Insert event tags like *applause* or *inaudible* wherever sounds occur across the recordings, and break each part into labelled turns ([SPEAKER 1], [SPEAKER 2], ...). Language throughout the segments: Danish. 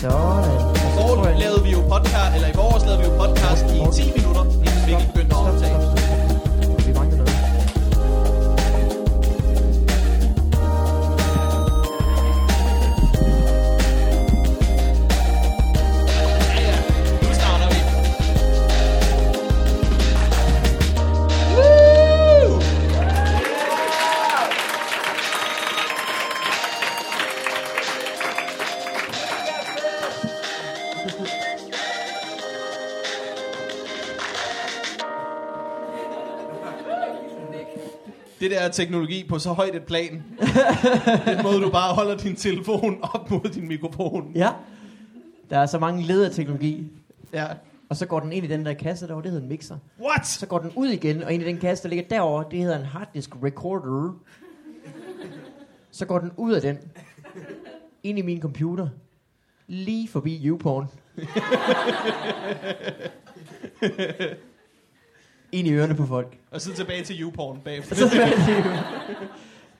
[SPEAKER 1] Sådan.
[SPEAKER 2] I går lavede vi jo podcast, eller i forårs lavede vi jo podcast i 10 minutter, inden vi ikke begyndte at optage.
[SPEAKER 1] Vi mangler noget.
[SPEAKER 2] Ja, ja. Nu starter vi. Woo! Det der er teknologi på så højt et plan. *laughs* Den måde, du bare holder din telefon op mod din mikrofon.
[SPEAKER 1] Ja. Der er så mange led af teknologi.
[SPEAKER 2] Ja.
[SPEAKER 1] Og så går den ind i den der kasse derovre, det hedder en mixer.
[SPEAKER 2] What?
[SPEAKER 1] Så går den ud igen, og ind i den kasse, der ligger derovre, det hedder en harddisk recorder. Så går den ud af den, ind i min computer, lige forbi YouPorn. ind i ørerne på
[SPEAKER 2] *laughs*
[SPEAKER 1] folk.
[SPEAKER 2] Og så tilbage til YouPorn bagefter.
[SPEAKER 1] Så smager det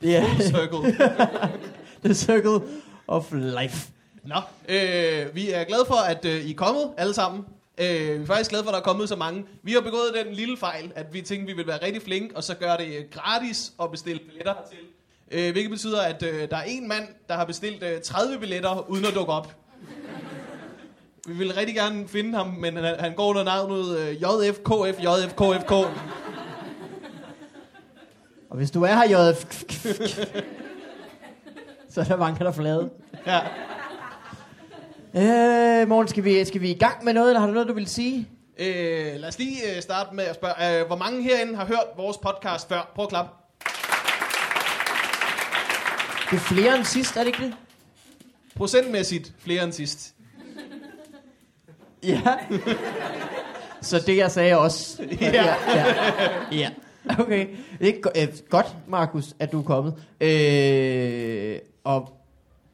[SPEAKER 1] Det er
[SPEAKER 2] Circle.
[SPEAKER 1] *laughs* The Circle of Life.
[SPEAKER 2] Nå, øh, vi er glade for, at øh, I er kommet alle sammen. Øh, vi er faktisk glade for, at der er kommet så mange. Vi har begået den lille fejl, at vi tænkte, at vi ville være rigtig flinke, og så gøre det øh, gratis at bestille billetter hertil. Øh, hvilket betyder, at øh, der er en mand, der har bestilt øh, 30 billetter, uden at dukke op. Vi vil rigtig gerne finde ham, men han, han går under navnet øh, JFKF, JFKFK.
[SPEAKER 1] Og hvis du er her, Jøde, så er der vanker der flade.
[SPEAKER 2] Ja.
[SPEAKER 1] Øh, morgen skal vi, skal vi i gang med noget, eller har du noget, du vil sige?
[SPEAKER 2] Øh, lad os lige øh, starte med at spørge, øh, hvor mange herinde har hørt vores podcast før? Prøv at klappe.
[SPEAKER 1] Det er flere end sidst, er det ikke det?
[SPEAKER 2] Procentmæssigt flere end sidst.
[SPEAKER 1] Ja. så det, jeg sagde også.
[SPEAKER 2] Ja.
[SPEAKER 1] ja. ja. Okay. Det er go- øh, godt, Markus, at du er kommet. Øh, og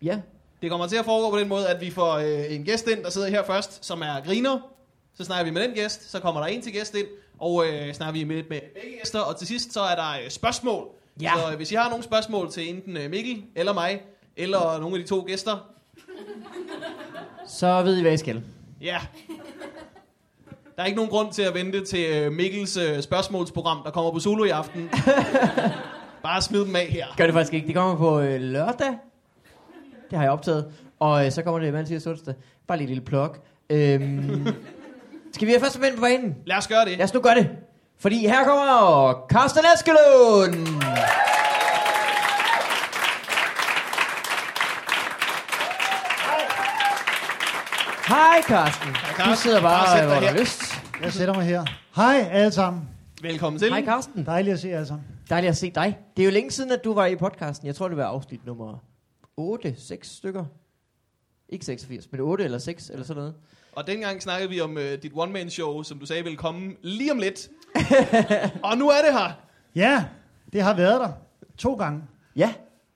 [SPEAKER 1] ja,
[SPEAKER 2] Det kommer til at foregå på den måde, at vi får øh, en gæst ind, der sidder her først, som er griner. Så snakker vi med den gæst, så kommer der en til gæst ind, og øh, snakker vi med, med begge gæster. Og til sidst, så er der øh, spørgsmål.
[SPEAKER 1] Ja.
[SPEAKER 2] Så øh, hvis I har nogle spørgsmål til enten øh, Mikkel eller mig, eller nogle af de to gæster,
[SPEAKER 1] så ved I, hvad I skal.
[SPEAKER 2] ja. Der er ikke nogen grund til at vente til øh, Mikkels øh, spørgsmålsprogram, der kommer på Solo i
[SPEAKER 3] *laughs*
[SPEAKER 2] aften. Bare smid dem af her.
[SPEAKER 1] Gør det faktisk ikke. Det kommer på øh, lørdag. Det har jeg optaget. Og øh, så kommer det mandag, tirsdag, onsdag. Bare lige et lille plug.
[SPEAKER 2] *laughs*
[SPEAKER 1] Øhm, skal vi have første mænd på banen?
[SPEAKER 2] Lad os gøre det.
[SPEAKER 1] Lad os nu gøre det. Fordi her kommer Carsten Askelund. Hej Carsten. Du
[SPEAKER 2] Carsten.
[SPEAKER 1] sidder
[SPEAKER 2] Bare
[SPEAKER 1] bare,
[SPEAKER 2] sæt dig
[SPEAKER 1] hvor du
[SPEAKER 2] her.
[SPEAKER 1] har lyst.
[SPEAKER 3] Jeg sætter mig her. Hej alle sammen.
[SPEAKER 2] Velkommen til.
[SPEAKER 1] Hej Carsten.
[SPEAKER 3] Dejligt at se jer alle sammen.
[SPEAKER 1] Dejligt at se dig. Det er jo længe siden, at du var i podcasten. Jeg tror, det var afsnit nummer 8, 6 stykker. Ikke 86, men 8 eller 6 eller sådan noget.
[SPEAKER 2] Og dengang snakkede vi om øh, dit one-man-show, som du sagde ville komme lige om
[SPEAKER 3] *laughs*
[SPEAKER 2] lidt. og nu er det her.
[SPEAKER 3] Ja, det har været der. To gange.
[SPEAKER 1] Ja,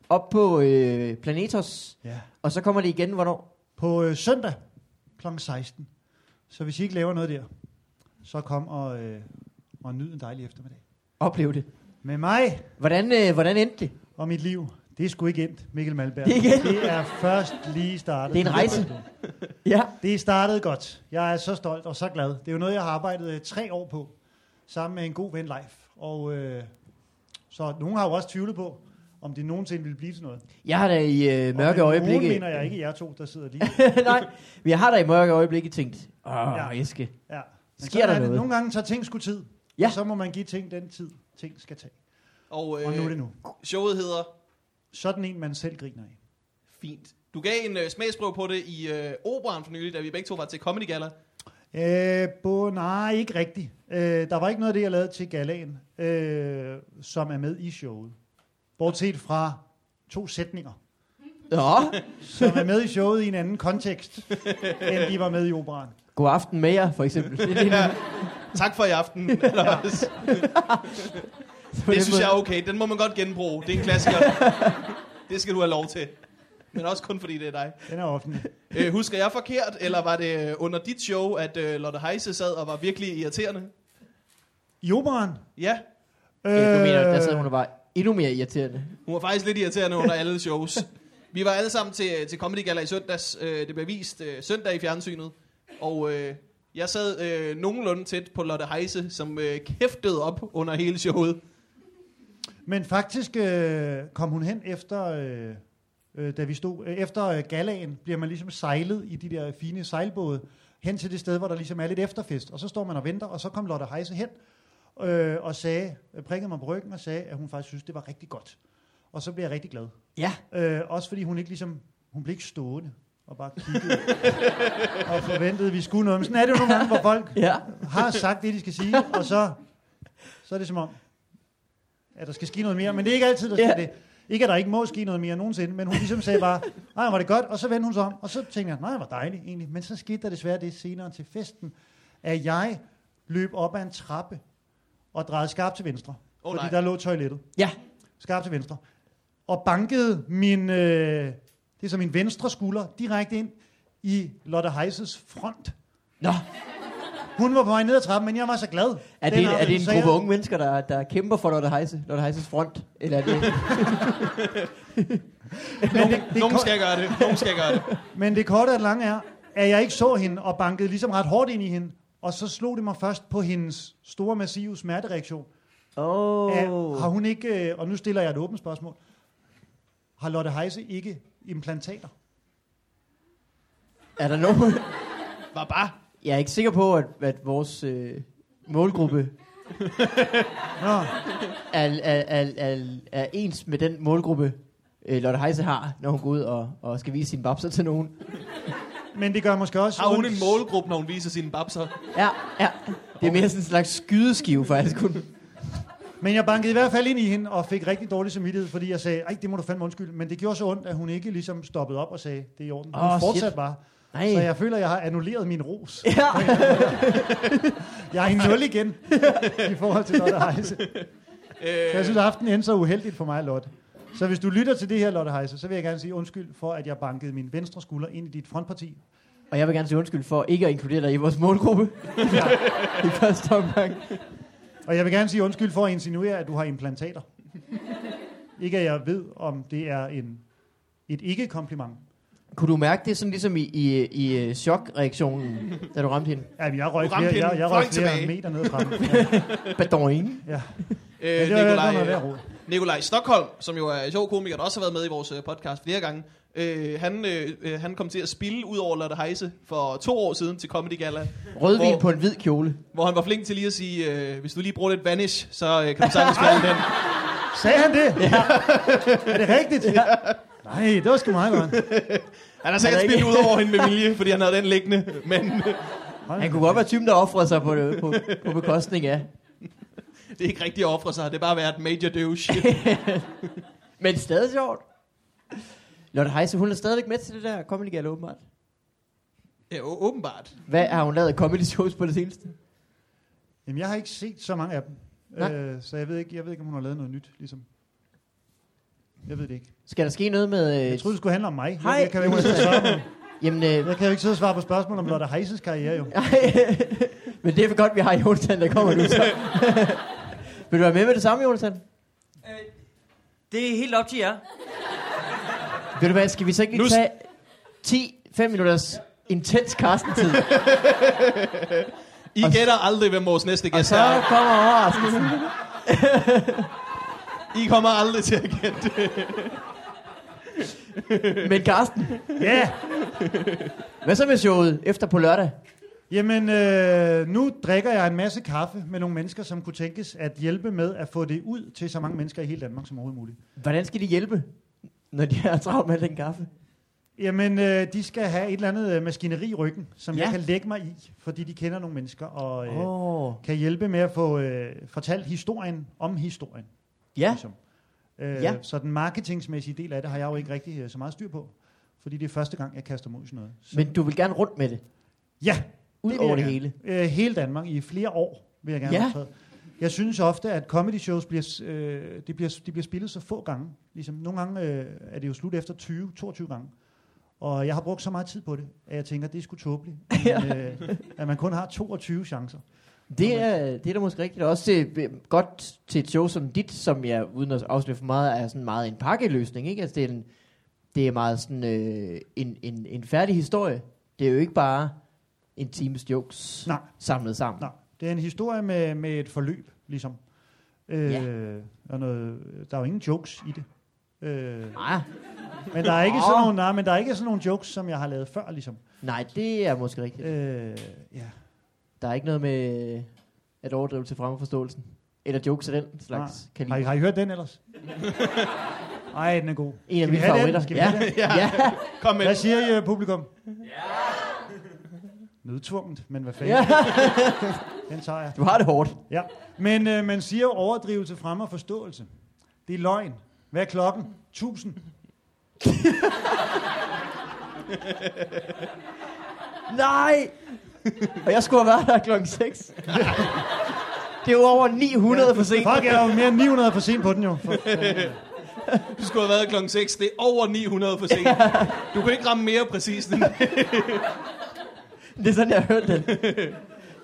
[SPEAKER 1] op på øh, Planetos.
[SPEAKER 3] Ja.
[SPEAKER 1] Og så kommer det igen, hvornår?
[SPEAKER 3] På øh, søndag kl. 16. Så hvis I ikke laver noget der, så kom og, øh, og nyd en dejlig eftermiddag.
[SPEAKER 1] Oplev det.
[SPEAKER 3] Med mig
[SPEAKER 1] Hvordan, øh, hvordan endte det?
[SPEAKER 3] og mit liv. Det er sgu ikke endt, Mikkel Malberg.
[SPEAKER 1] Det er ikke endt.
[SPEAKER 3] det er først lige startet.
[SPEAKER 1] Det er en rejse. Ja.
[SPEAKER 3] Det startede godt. Jeg er så stolt og så glad. Det er jo noget, jeg har arbejdet øh, tre år på, sammen med en god ven live. Og øh, så nogen har jo også tvivlet på, om det nogensinde ville blive til noget.
[SPEAKER 1] Jeg har da i øh, mørke
[SPEAKER 3] Og med
[SPEAKER 1] øjeblikke...
[SPEAKER 3] Nogen mener jeg ikke jer to, der sidder lige.
[SPEAKER 1] *laughs* Nej, men jeg har da i mørke øjeblikke tænkt, åh, ja.
[SPEAKER 3] Ja.
[SPEAKER 1] Eske.
[SPEAKER 3] Ja.
[SPEAKER 1] Sker
[SPEAKER 3] sådan
[SPEAKER 1] der
[SPEAKER 3] er det.
[SPEAKER 1] noget?
[SPEAKER 3] Nogle gange tager ting sgu tid.
[SPEAKER 1] Ja.
[SPEAKER 3] Og så må man give ting den tid, ting skal tage.
[SPEAKER 2] Og, øh,
[SPEAKER 3] Og nu er det nu.
[SPEAKER 2] showet hedder
[SPEAKER 3] Sådan en, man selv griner af.
[SPEAKER 2] Fint. Du gav en øh, smagsprøve på det i øh, operan for nylig, da vi begge to var til Comedy Gala.
[SPEAKER 3] Øh, bo, nej, ikke rigtigt. Øh, der var ikke noget af det, jeg lavede til galaen, øh, som er med i showet. Bortset fra to sætninger.
[SPEAKER 1] Nå,
[SPEAKER 3] som er med i showet i en anden kontekst, end de var med i operan.
[SPEAKER 1] god aften med jer, for eksempel. Det, er lige nu.
[SPEAKER 2] Tak for i
[SPEAKER 3] *laughs*
[SPEAKER 2] aften. Anders.
[SPEAKER 1] På den
[SPEAKER 2] det synes
[SPEAKER 1] måde.
[SPEAKER 2] jeg er okay. Den må man godt genbruge. Det er en klassiker. det skal du have lov til. Men også kun fordi det er dig.
[SPEAKER 3] Den er offentlig.
[SPEAKER 2] Øh, husker jeg forkert, eller var det øh, under dit show, at øh, Lotte Heise sad og var virkelig irriterende?
[SPEAKER 3] I operan?
[SPEAKER 2] Ja,
[SPEAKER 3] Øh,
[SPEAKER 1] Ja, du mener, der sad hun og var endnu mere irriterende.
[SPEAKER 2] hun var faktisk lidt irriterende under alle shows. Vi Vi var alle sammen til, øh, til Comedy Gala i søndags. Øh, det blev vist øh, søndag i fjernsynet. Og øh, jeg sad øh, nogenlunde tæt på Lotte Heise, som øh, kæftede op under hele showet.
[SPEAKER 3] Men faktisk øh, kom hun hen efter, øh, øh, da vi stod, øh, efter øh, galaen, bliver man ligesom sejlet i de der fine sejlbåde, hen til det sted, hvor der ligesom er lidt efterfest. Og så står man og venter, og så kom Lotte Heise hen øh, og sagde, øh, prikkede mig på ryggen og sagde, at hun faktisk synes, det var rigtig godt. Og så blev jeg rigtig glad.
[SPEAKER 1] Ja.
[SPEAKER 3] Øh, også fordi hun ikke ligesom, hun blev ikke stående og bare kiggede og forventede, at vi skulle noget. Men sådan er det jo nogle gange, hvor folk
[SPEAKER 1] Ja.
[SPEAKER 3] har sagt det, de skal sige, og så, så er det som om, at der skal ske noget mere. Men det er ikke altid, der skal
[SPEAKER 1] Ja.
[SPEAKER 3] det. Ikke, at der ikke må ske noget mere nogensinde, men hun ligesom sagde bare, nej, var det godt, og så vendte hun sig om, og så tænkte jeg, nej, hvor dejligt egentlig. Men så skete der desværre det senere til festen, at jeg løb op ad en trappe og drejede skarpt til venstre,
[SPEAKER 2] Åh,
[SPEAKER 3] fordi
[SPEAKER 2] nej.
[SPEAKER 3] der lå toilettet
[SPEAKER 1] Ja.
[SPEAKER 3] skarpt til venstre, og bankede min, øh, det er så min venstre skulder direkte ind i Lotte Heises front.
[SPEAKER 1] Nå,
[SPEAKER 3] Hun var på vej ned ad trappen, men jeg var så glad.
[SPEAKER 1] er det,
[SPEAKER 3] Den
[SPEAKER 1] en, er det
[SPEAKER 3] aften,
[SPEAKER 1] en
[SPEAKER 3] så
[SPEAKER 1] gruppe
[SPEAKER 3] jeg-
[SPEAKER 1] unge mennesker, der, der kæmper for Lotte Heise, Lotte Heises front? Eller er det...
[SPEAKER 3] Men det, det,
[SPEAKER 2] Nogen
[SPEAKER 3] ko-
[SPEAKER 2] skal gøre det. Nogen skal gøre det.
[SPEAKER 3] men det korte og det lange er, at jeg ikke så hende og bankede ligesom ret hårdt ind i hende, og så slog det mig først på hendes store, massive smertereaktion.
[SPEAKER 1] Åh.
[SPEAKER 3] Oh. Har
[SPEAKER 1] Oh.
[SPEAKER 3] hun ikke, øh, og nu stiller jeg et åbent spørgsmål, har Lotte Heise ikke implantater?
[SPEAKER 1] Er der nogen...
[SPEAKER 2] Var bare.
[SPEAKER 1] Jeg er ikke sikker på, at, at vores øh, målgruppe
[SPEAKER 3] Nå,
[SPEAKER 1] er, er, er, er, er ens med den målgruppe, øh, Lotte Heise har, når hun går ud og, og skal vise sine babser til nogen.
[SPEAKER 3] men det gør måske også...
[SPEAKER 2] Har hun en
[SPEAKER 3] ondt-
[SPEAKER 2] målgruppe, når hun viser sine babser?
[SPEAKER 1] Ja, ja. Det er mere sådan en slags skydeskive, faktisk. Kun.
[SPEAKER 3] Men jeg bankede i hvert fald ind i hende og fik rigtig dårlig samvittighed, fordi jeg sagde, ej, det må du fandme undskylde. Men det gjorde så ondt, at hun ikke ligesom stoppede op og sagde, det er i orden. Hun
[SPEAKER 1] Åh,
[SPEAKER 3] oh,
[SPEAKER 1] shit.
[SPEAKER 3] fortsat bare.
[SPEAKER 1] Nej.
[SPEAKER 3] Så jeg føler, at jeg har annulleret min ros.
[SPEAKER 1] Ja.
[SPEAKER 3] Jeg er i nul igen *laughs* i forhold til Lotte Heise. Så jeg synes, at aftenen endte så uheldigt for mig, Lotte. Så hvis du lytter til det her, Lotte Heise, så vil jeg gerne sige undskyld for, at jeg bankede min venstre skulder ind i dit frontparti.
[SPEAKER 1] Og jeg vil gerne sige undskyld for ikke at inkludere dig i vores målgruppe.
[SPEAKER 3] Ja.
[SPEAKER 1] *laughs* I første omgang.
[SPEAKER 3] Og jeg vil gerne sige undskyld for at insinuere, at du har implantater. Ikke at jeg ved, om det er en, et ikke-kompliment.
[SPEAKER 1] Kunne du mærke det sådan ligesom i, i, i øh, chokreaktionen, da du ramte hende?
[SPEAKER 3] Ja, men jeg røg
[SPEAKER 2] Du ramte
[SPEAKER 3] flere, jeg,
[SPEAKER 2] hende.
[SPEAKER 3] jeg røg
[SPEAKER 2] Fløj
[SPEAKER 3] flere
[SPEAKER 2] tilbage.
[SPEAKER 3] meter ned *laughs* fra den. Ja,
[SPEAKER 1] Badoing.
[SPEAKER 3] ja.
[SPEAKER 2] Øh,
[SPEAKER 3] ja det var Nikolaj, noget
[SPEAKER 2] øh,
[SPEAKER 3] værd råd.
[SPEAKER 2] Nikolaj Stockholm, som jo er sjov komiker, der også har været med i vores øh, podcast flere gange, øh, han, øh, øh, han kom til at spille ud over Lotte Heise for to år siden til Comedy Gala,
[SPEAKER 1] Rødvin
[SPEAKER 2] Hvor-
[SPEAKER 1] på en hvid kjole.
[SPEAKER 2] hvor han var flink til lige at sige, øh, hvis du lige bruger lidt vanish, så øh, kan du sagtens fjerne den.
[SPEAKER 3] Sagde han det? Ja. *laughs* er det rigtigt? Ja. Nej, det var sgu meget godt.
[SPEAKER 2] Han har sikkert
[SPEAKER 1] Han er
[SPEAKER 2] spillet
[SPEAKER 1] ikke-
[SPEAKER 2] ud over hende med vilje, fordi han havde den liggende, men øh,
[SPEAKER 1] Han
[SPEAKER 3] Hold da.
[SPEAKER 1] kunne godt være typen, der offrede sig på, det, på, på bekostning af.
[SPEAKER 2] det er ikke rigtigt at ofre sig, det er bare været major douche.
[SPEAKER 1] Men stadig sjovt. Lotte Heise, hun er stadigvæk med til det der Comedy Gala, åbenbart.
[SPEAKER 2] ja, å- åbenbart.
[SPEAKER 1] Hvad har hun lavet af comedy shows på det seneste?
[SPEAKER 3] Jamen, jeg har ikke set så mange af dem.
[SPEAKER 1] Nej.
[SPEAKER 3] Øh, så jeg ved, ikke, jeg ved ikke, om hun har lavet noget nyt, ligesom. Jeg ved det ikke.
[SPEAKER 1] Skal der ske noget med... Øh,
[SPEAKER 3] Jeg troede, det skulle handle om mig. Jeg-
[SPEAKER 1] Hej,
[SPEAKER 3] Jeg, kan
[SPEAKER 1] *laughs*
[SPEAKER 3] jo ikke
[SPEAKER 1] Jonas.
[SPEAKER 3] sidde og svare på-
[SPEAKER 1] jamen, øh,
[SPEAKER 3] jeg kan jo ikke sidde og svare på spørgsmål om Lotte Heises karriere, jo.
[SPEAKER 1] nej, *laughs* men det er for godt, vi har Jonathan, der kommer nu. Så. Vil du være med med det samme, Jonathan?
[SPEAKER 4] Øh, Det er helt op til jer.
[SPEAKER 1] Ved du hvad, skal vi så ikke lige
[SPEAKER 2] Nu s-
[SPEAKER 1] tage 10-5 minutters intens karstentid?
[SPEAKER 2] I
[SPEAKER 1] Og s-
[SPEAKER 2] gætter aldrig, hvem vores næste
[SPEAKER 1] Og
[SPEAKER 2] gæst
[SPEAKER 1] så
[SPEAKER 2] er.
[SPEAKER 1] kommer overraskelsen.
[SPEAKER 2] I kommer aldrig til at gætte det.
[SPEAKER 1] Men Karsten,
[SPEAKER 3] Ja!
[SPEAKER 1] hvad så med showet efter på lørdag?
[SPEAKER 3] Jamen, øh, nu drikker jeg en masse kaffe med nogle mennesker, som kunne tænkes at hjælpe med at få det ud til så mange mennesker i hele Danmark som overhovedet muligt.
[SPEAKER 1] Hvordan skal de hjælpe, når de har travlt med den kaffe?
[SPEAKER 3] Jamen, øh, de skal have et eller andet øh, maskineri i ryggen, som ja.
[SPEAKER 1] Ja.
[SPEAKER 3] jeg kan lægge mig i, fordi de kender nogle mennesker og øh, oh.
[SPEAKER 1] Åh, oh,
[SPEAKER 3] kan hjælpe med at få øh, fortalt historien om historien.
[SPEAKER 1] ja.
[SPEAKER 3] Ligesom. Øh,
[SPEAKER 1] Ja.
[SPEAKER 3] ja. Så den marketingsmæssige del af det har jeg jo ikke rigtig øh, så meget styr på, fordi det er første gang, jeg kaster mig ud i sådan noget. Så,
[SPEAKER 1] Men du vil gerne rundt med det,
[SPEAKER 3] ja,
[SPEAKER 1] ud
[SPEAKER 3] vil
[SPEAKER 1] over
[SPEAKER 3] jeg
[SPEAKER 1] det
[SPEAKER 3] gerne.
[SPEAKER 1] hele.
[SPEAKER 3] øh, hele Danmark i flere år, vil jeg gerne
[SPEAKER 1] Ja.
[SPEAKER 3] ja. optræde. Jeg synes ofte, at comedy shows bliver, øh, de bliver, de bliver spillet så få gange. Ligesom, nogle gange øh, er det jo slut efter 20-22 gange. Og jeg har brugt så meget tid på det, at jeg tænker, det er sgu tåbeligt, ja. men, øh, at man kun har 22 chancer.
[SPEAKER 1] Det er, det er da måske rigtigt. Også til, øh, godt til et show som dit, som jeg, uden at afsløre for meget, er sådan meget en pakkeløsning. Ikke? Altså, det, er en, det er meget sådan øh, en, en, en færdig historie. Det er jo ikke bare en times jokes
[SPEAKER 3] Nej.
[SPEAKER 1] samlet sammen.
[SPEAKER 3] Nej, det er en historie med, med et forløb, ligesom. Øh,
[SPEAKER 1] Ja.
[SPEAKER 3] og noget, øh, der er jo ingen jokes i det. Øh,
[SPEAKER 1] Nej,
[SPEAKER 3] men der er ikke
[SPEAKER 1] Nå.
[SPEAKER 3] sådan nogle, nej, men der er ikke sådan nogle jokes, som jeg har lavet før, ligesom.
[SPEAKER 1] nej, det er måske rigtigt.
[SPEAKER 3] Øh, ja.
[SPEAKER 1] Der er ikke noget med øh, at overdrive til fremme forståelsen. Eller jokes af den slags. Nej. Kan
[SPEAKER 3] har, I,
[SPEAKER 1] lide.
[SPEAKER 3] har I hørt
[SPEAKER 1] *laughs*
[SPEAKER 3] den ellers? Ej, den er god.
[SPEAKER 1] En af
[SPEAKER 3] vi
[SPEAKER 1] mine
[SPEAKER 3] have den?
[SPEAKER 1] favoritter.
[SPEAKER 3] Skal vi
[SPEAKER 1] ja.
[SPEAKER 3] have den?
[SPEAKER 1] *laughs* ja.
[SPEAKER 2] Kom med.
[SPEAKER 3] Hvad siger I, øh, publikum? Ja. Nødtvunget, men hvad fanden?
[SPEAKER 1] ja.
[SPEAKER 3] *laughs* Den tager jeg.
[SPEAKER 1] Du har det hårdt.
[SPEAKER 3] Ja. Men øh, man siger jo overdrivelse frem og forståelse. Det er løgn. Hvad er klokken? 1000.
[SPEAKER 1] Nej! Og jeg skulle have været der klokken 6. det er jo over 900 for sent.
[SPEAKER 3] Fuck, jeg er jo mere end 900 for sent på den jo.
[SPEAKER 1] *laughs*
[SPEAKER 3] For, øh,
[SPEAKER 2] Du skulle have været klokken 6. Det er over 900 for sent. Du kan ikke ramme mere præcist end det.
[SPEAKER 1] Det er sådan, jeg har hørt den.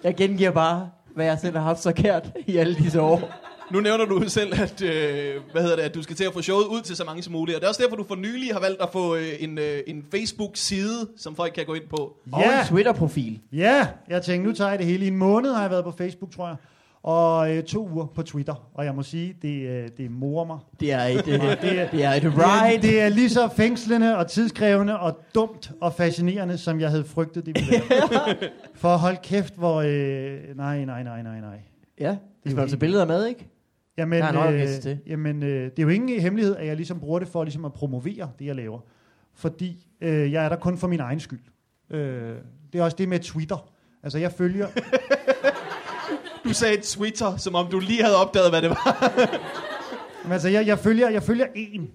[SPEAKER 1] Jeg gengiver bare, hvad jeg selv har haft så kært i alle disse år.
[SPEAKER 2] Nu nævner du selv, at, øh, hvad hedder det, at du skal til at få showet ud til så mange som muligt. Og det er også derfor, du for nylig har valgt at få øh, en, øh, en Facebook-side, som folk kan gå ind på.
[SPEAKER 1] Og
[SPEAKER 3] ja,
[SPEAKER 1] en Twitter-profil.
[SPEAKER 3] ja, jeg tænkte, nu tager jeg det hele. I en måned har jeg været på Facebook, tror jeg. Og øh, to uger på Twitter. Og jeg må sige, det, øh, det morer mig.
[SPEAKER 1] Det er et, øh,
[SPEAKER 3] Nej, det er-
[SPEAKER 1] det er et
[SPEAKER 3] Det er,
[SPEAKER 1] ride.
[SPEAKER 3] det er lige så fængslende og tidskrævende og dumt og fascinerende, som jeg havde frygtet det ville være.
[SPEAKER 1] *laughs*
[SPEAKER 3] For hold kæft, hvor... Øh, nej, nej, nej, nej, nej.
[SPEAKER 1] Ja,
[SPEAKER 3] Det er
[SPEAKER 1] det
[SPEAKER 3] jo
[SPEAKER 1] skal altså
[SPEAKER 3] helt-
[SPEAKER 1] billeder med, ikke?
[SPEAKER 3] Jamen,
[SPEAKER 1] Der er en
[SPEAKER 3] øh,
[SPEAKER 1] orkester til.
[SPEAKER 3] jamen øh, det er jo ingen hemmelighed, at jeg ligesom bruger det for ligesom at promovere det, jeg laver. Fordi øh, jeg er der kun for min egen skyld. Øh, det er også det med Twitter. Altså, jeg
[SPEAKER 1] *laughs*
[SPEAKER 3] følger...
[SPEAKER 2] Du sagde Twitter, som om du lige havde opdaget, hvad det var.
[SPEAKER 3] men altså, jeg, jeg følger jeg følger en.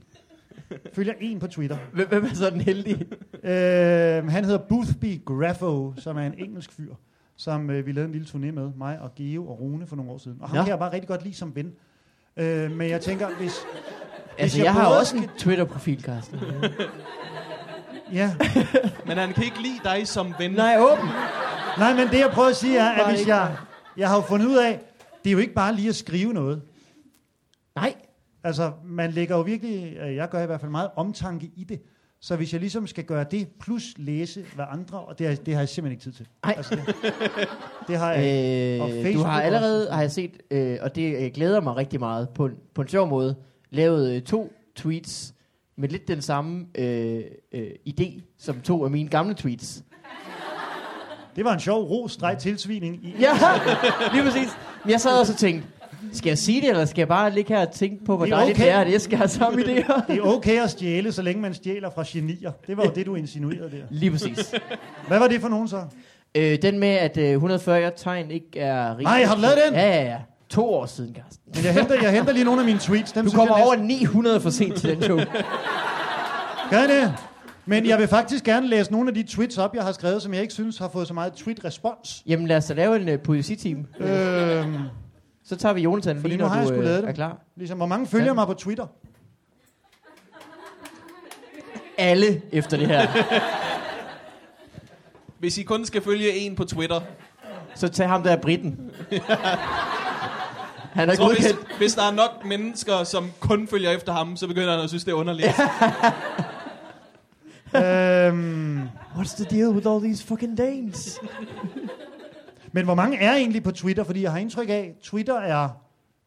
[SPEAKER 3] følger en på Twitter.
[SPEAKER 1] Hvem, hvem er så den heldige?
[SPEAKER 3] Øh, han hedder Boothby Graffo, som er en engelsk fyr, som øh, vi lavede en lille turné med, mig og Geo og Rune for nogle år siden. Og ham
[SPEAKER 1] Ja.
[SPEAKER 3] ja. kan jeg bare rigtig godt lide som ven. Øh, men jeg tænker, hvis...
[SPEAKER 1] Altså,
[SPEAKER 3] jeg
[SPEAKER 1] jeg, har
[SPEAKER 3] både
[SPEAKER 1] også en Twitter-profil, Carsten.
[SPEAKER 3] Ja,
[SPEAKER 2] Men han kan ikke lide dig som ven.
[SPEAKER 1] Nej, åben.
[SPEAKER 3] Nej, men det jeg prøver at sige er,
[SPEAKER 1] Bare
[SPEAKER 3] at hvis
[SPEAKER 1] ikke.
[SPEAKER 3] jeg, jeg har jo fundet ud af, det er jo ikke bare lige at skrive noget.
[SPEAKER 1] Nej.
[SPEAKER 3] Altså, man lægger jo virkelig, øh, jeg gør i hvert fald meget omtanke i det. Så hvis jeg ligesom skal gøre det, plus læse hvad andre, og det, har- det har jeg simpelthen ikke tid til.
[SPEAKER 1] Ej.
[SPEAKER 3] Altså, det, det har jeg ikke. Og
[SPEAKER 1] Øh, du
[SPEAKER 3] Facebook
[SPEAKER 1] har
[SPEAKER 3] også.
[SPEAKER 1] allerede, har jeg set, øh, og det øh, glæder mig rigtig meget på en, på en sjov måde, lavet øh, to tweets med lidt den samme øh, øh, idé som to af mine gamle
[SPEAKER 3] *laughs*
[SPEAKER 1] tweets.
[SPEAKER 3] Det var en sjov ro-tilsvining. I,
[SPEAKER 1] Ja, *laughs* lige præcis. Men jeg sad også og tænkte, skal jeg sige det, eller skal jeg bare ligge her og tænke på, hvor
[SPEAKER 3] Det er
[SPEAKER 1] dejligt
[SPEAKER 3] okay.
[SPEAKER 1] det er, at jeg skal have
[SPEAKER 3] *laughs*
[SPEAKER 1] samme idéer?
[SPEAKER 3] Det er okay at stjæle, så længe man stjæler fra genier. Det var jo det, du insinuerede der.
[SPEAKER 1] Lige præcis.
[SPEAKER 3] Hvad var det for nogen så?
[SPEAKER 1] Øh, den med, at øh, 140 tegn ikke er rigtigt.
[SPEAKER 3] Nej, har du lavet den?
[SPEAKER 1] Ja, ja, ja. To år siden, Carsten.
[SPEAKER 3] Men jeg henter, jeg henter lige nogle af mine tweets. Dem
[SPEAKER 1] Du
[SPEAKER 3] synes
[SPEAKER 1] kommer
[SPEAKER 3] jeg
[SPEAKER 1] over 900 for sent til den
[SPEAKER 3] *laughs*
[SPEAKER 1] show.
[SPEAKER 3] Gør jeg det? Men jeg vil faktisk gerne læse nogle af de tweets op, jeg har skrevet, som jeg ikke synes har fået så meget tweet-respons.
[SPEAKER 1] Jamen lad os da lave en uh, poesiteam.
[SPEAKER 3] Øhm,
[SPEAKER 1] Så tager vi Jonathan
[SPEAKER 3] Fordi
[SPEAKER 1] lige,
[SPEAKER 3] nu
[SPEAKER 1] når
[SPEAKER 3] har jeg
[SPEAKER 1] du
[SPEAKER 3] sgu
[SPEAKER 1] øh,
[SPEAKER 3] lavet dem.
[SPEAKER 1] er klar.
[SPEAKER 3] ligesom, hvor mange følger
[SPEAKER 1] Ja.
[SPEAKER 3] mig på Twitter?
[SPEAKER 1] Alle efter det her.
[SPEAKER 2] Hvis I kun skal følge en på Twitter.
[SPEAKER 1] Så tag ham der er britten. Han er
[SPEAKER 2] Jeg tror,
[SPEAKER 1] godkendt.
[SPEAKER 2] hvis, hvis der er nok mennesker, som kun følger efter ham, så begynder han at synes, det er underligt.
[SPEAKER 3] øhm,
[SPEAKER 1] What's the deal with all these fucking Danes?
[SPEAKER 3] men hvor mange er egentlig på Twitter? Fordi jeg har indtryk af, Twitter er...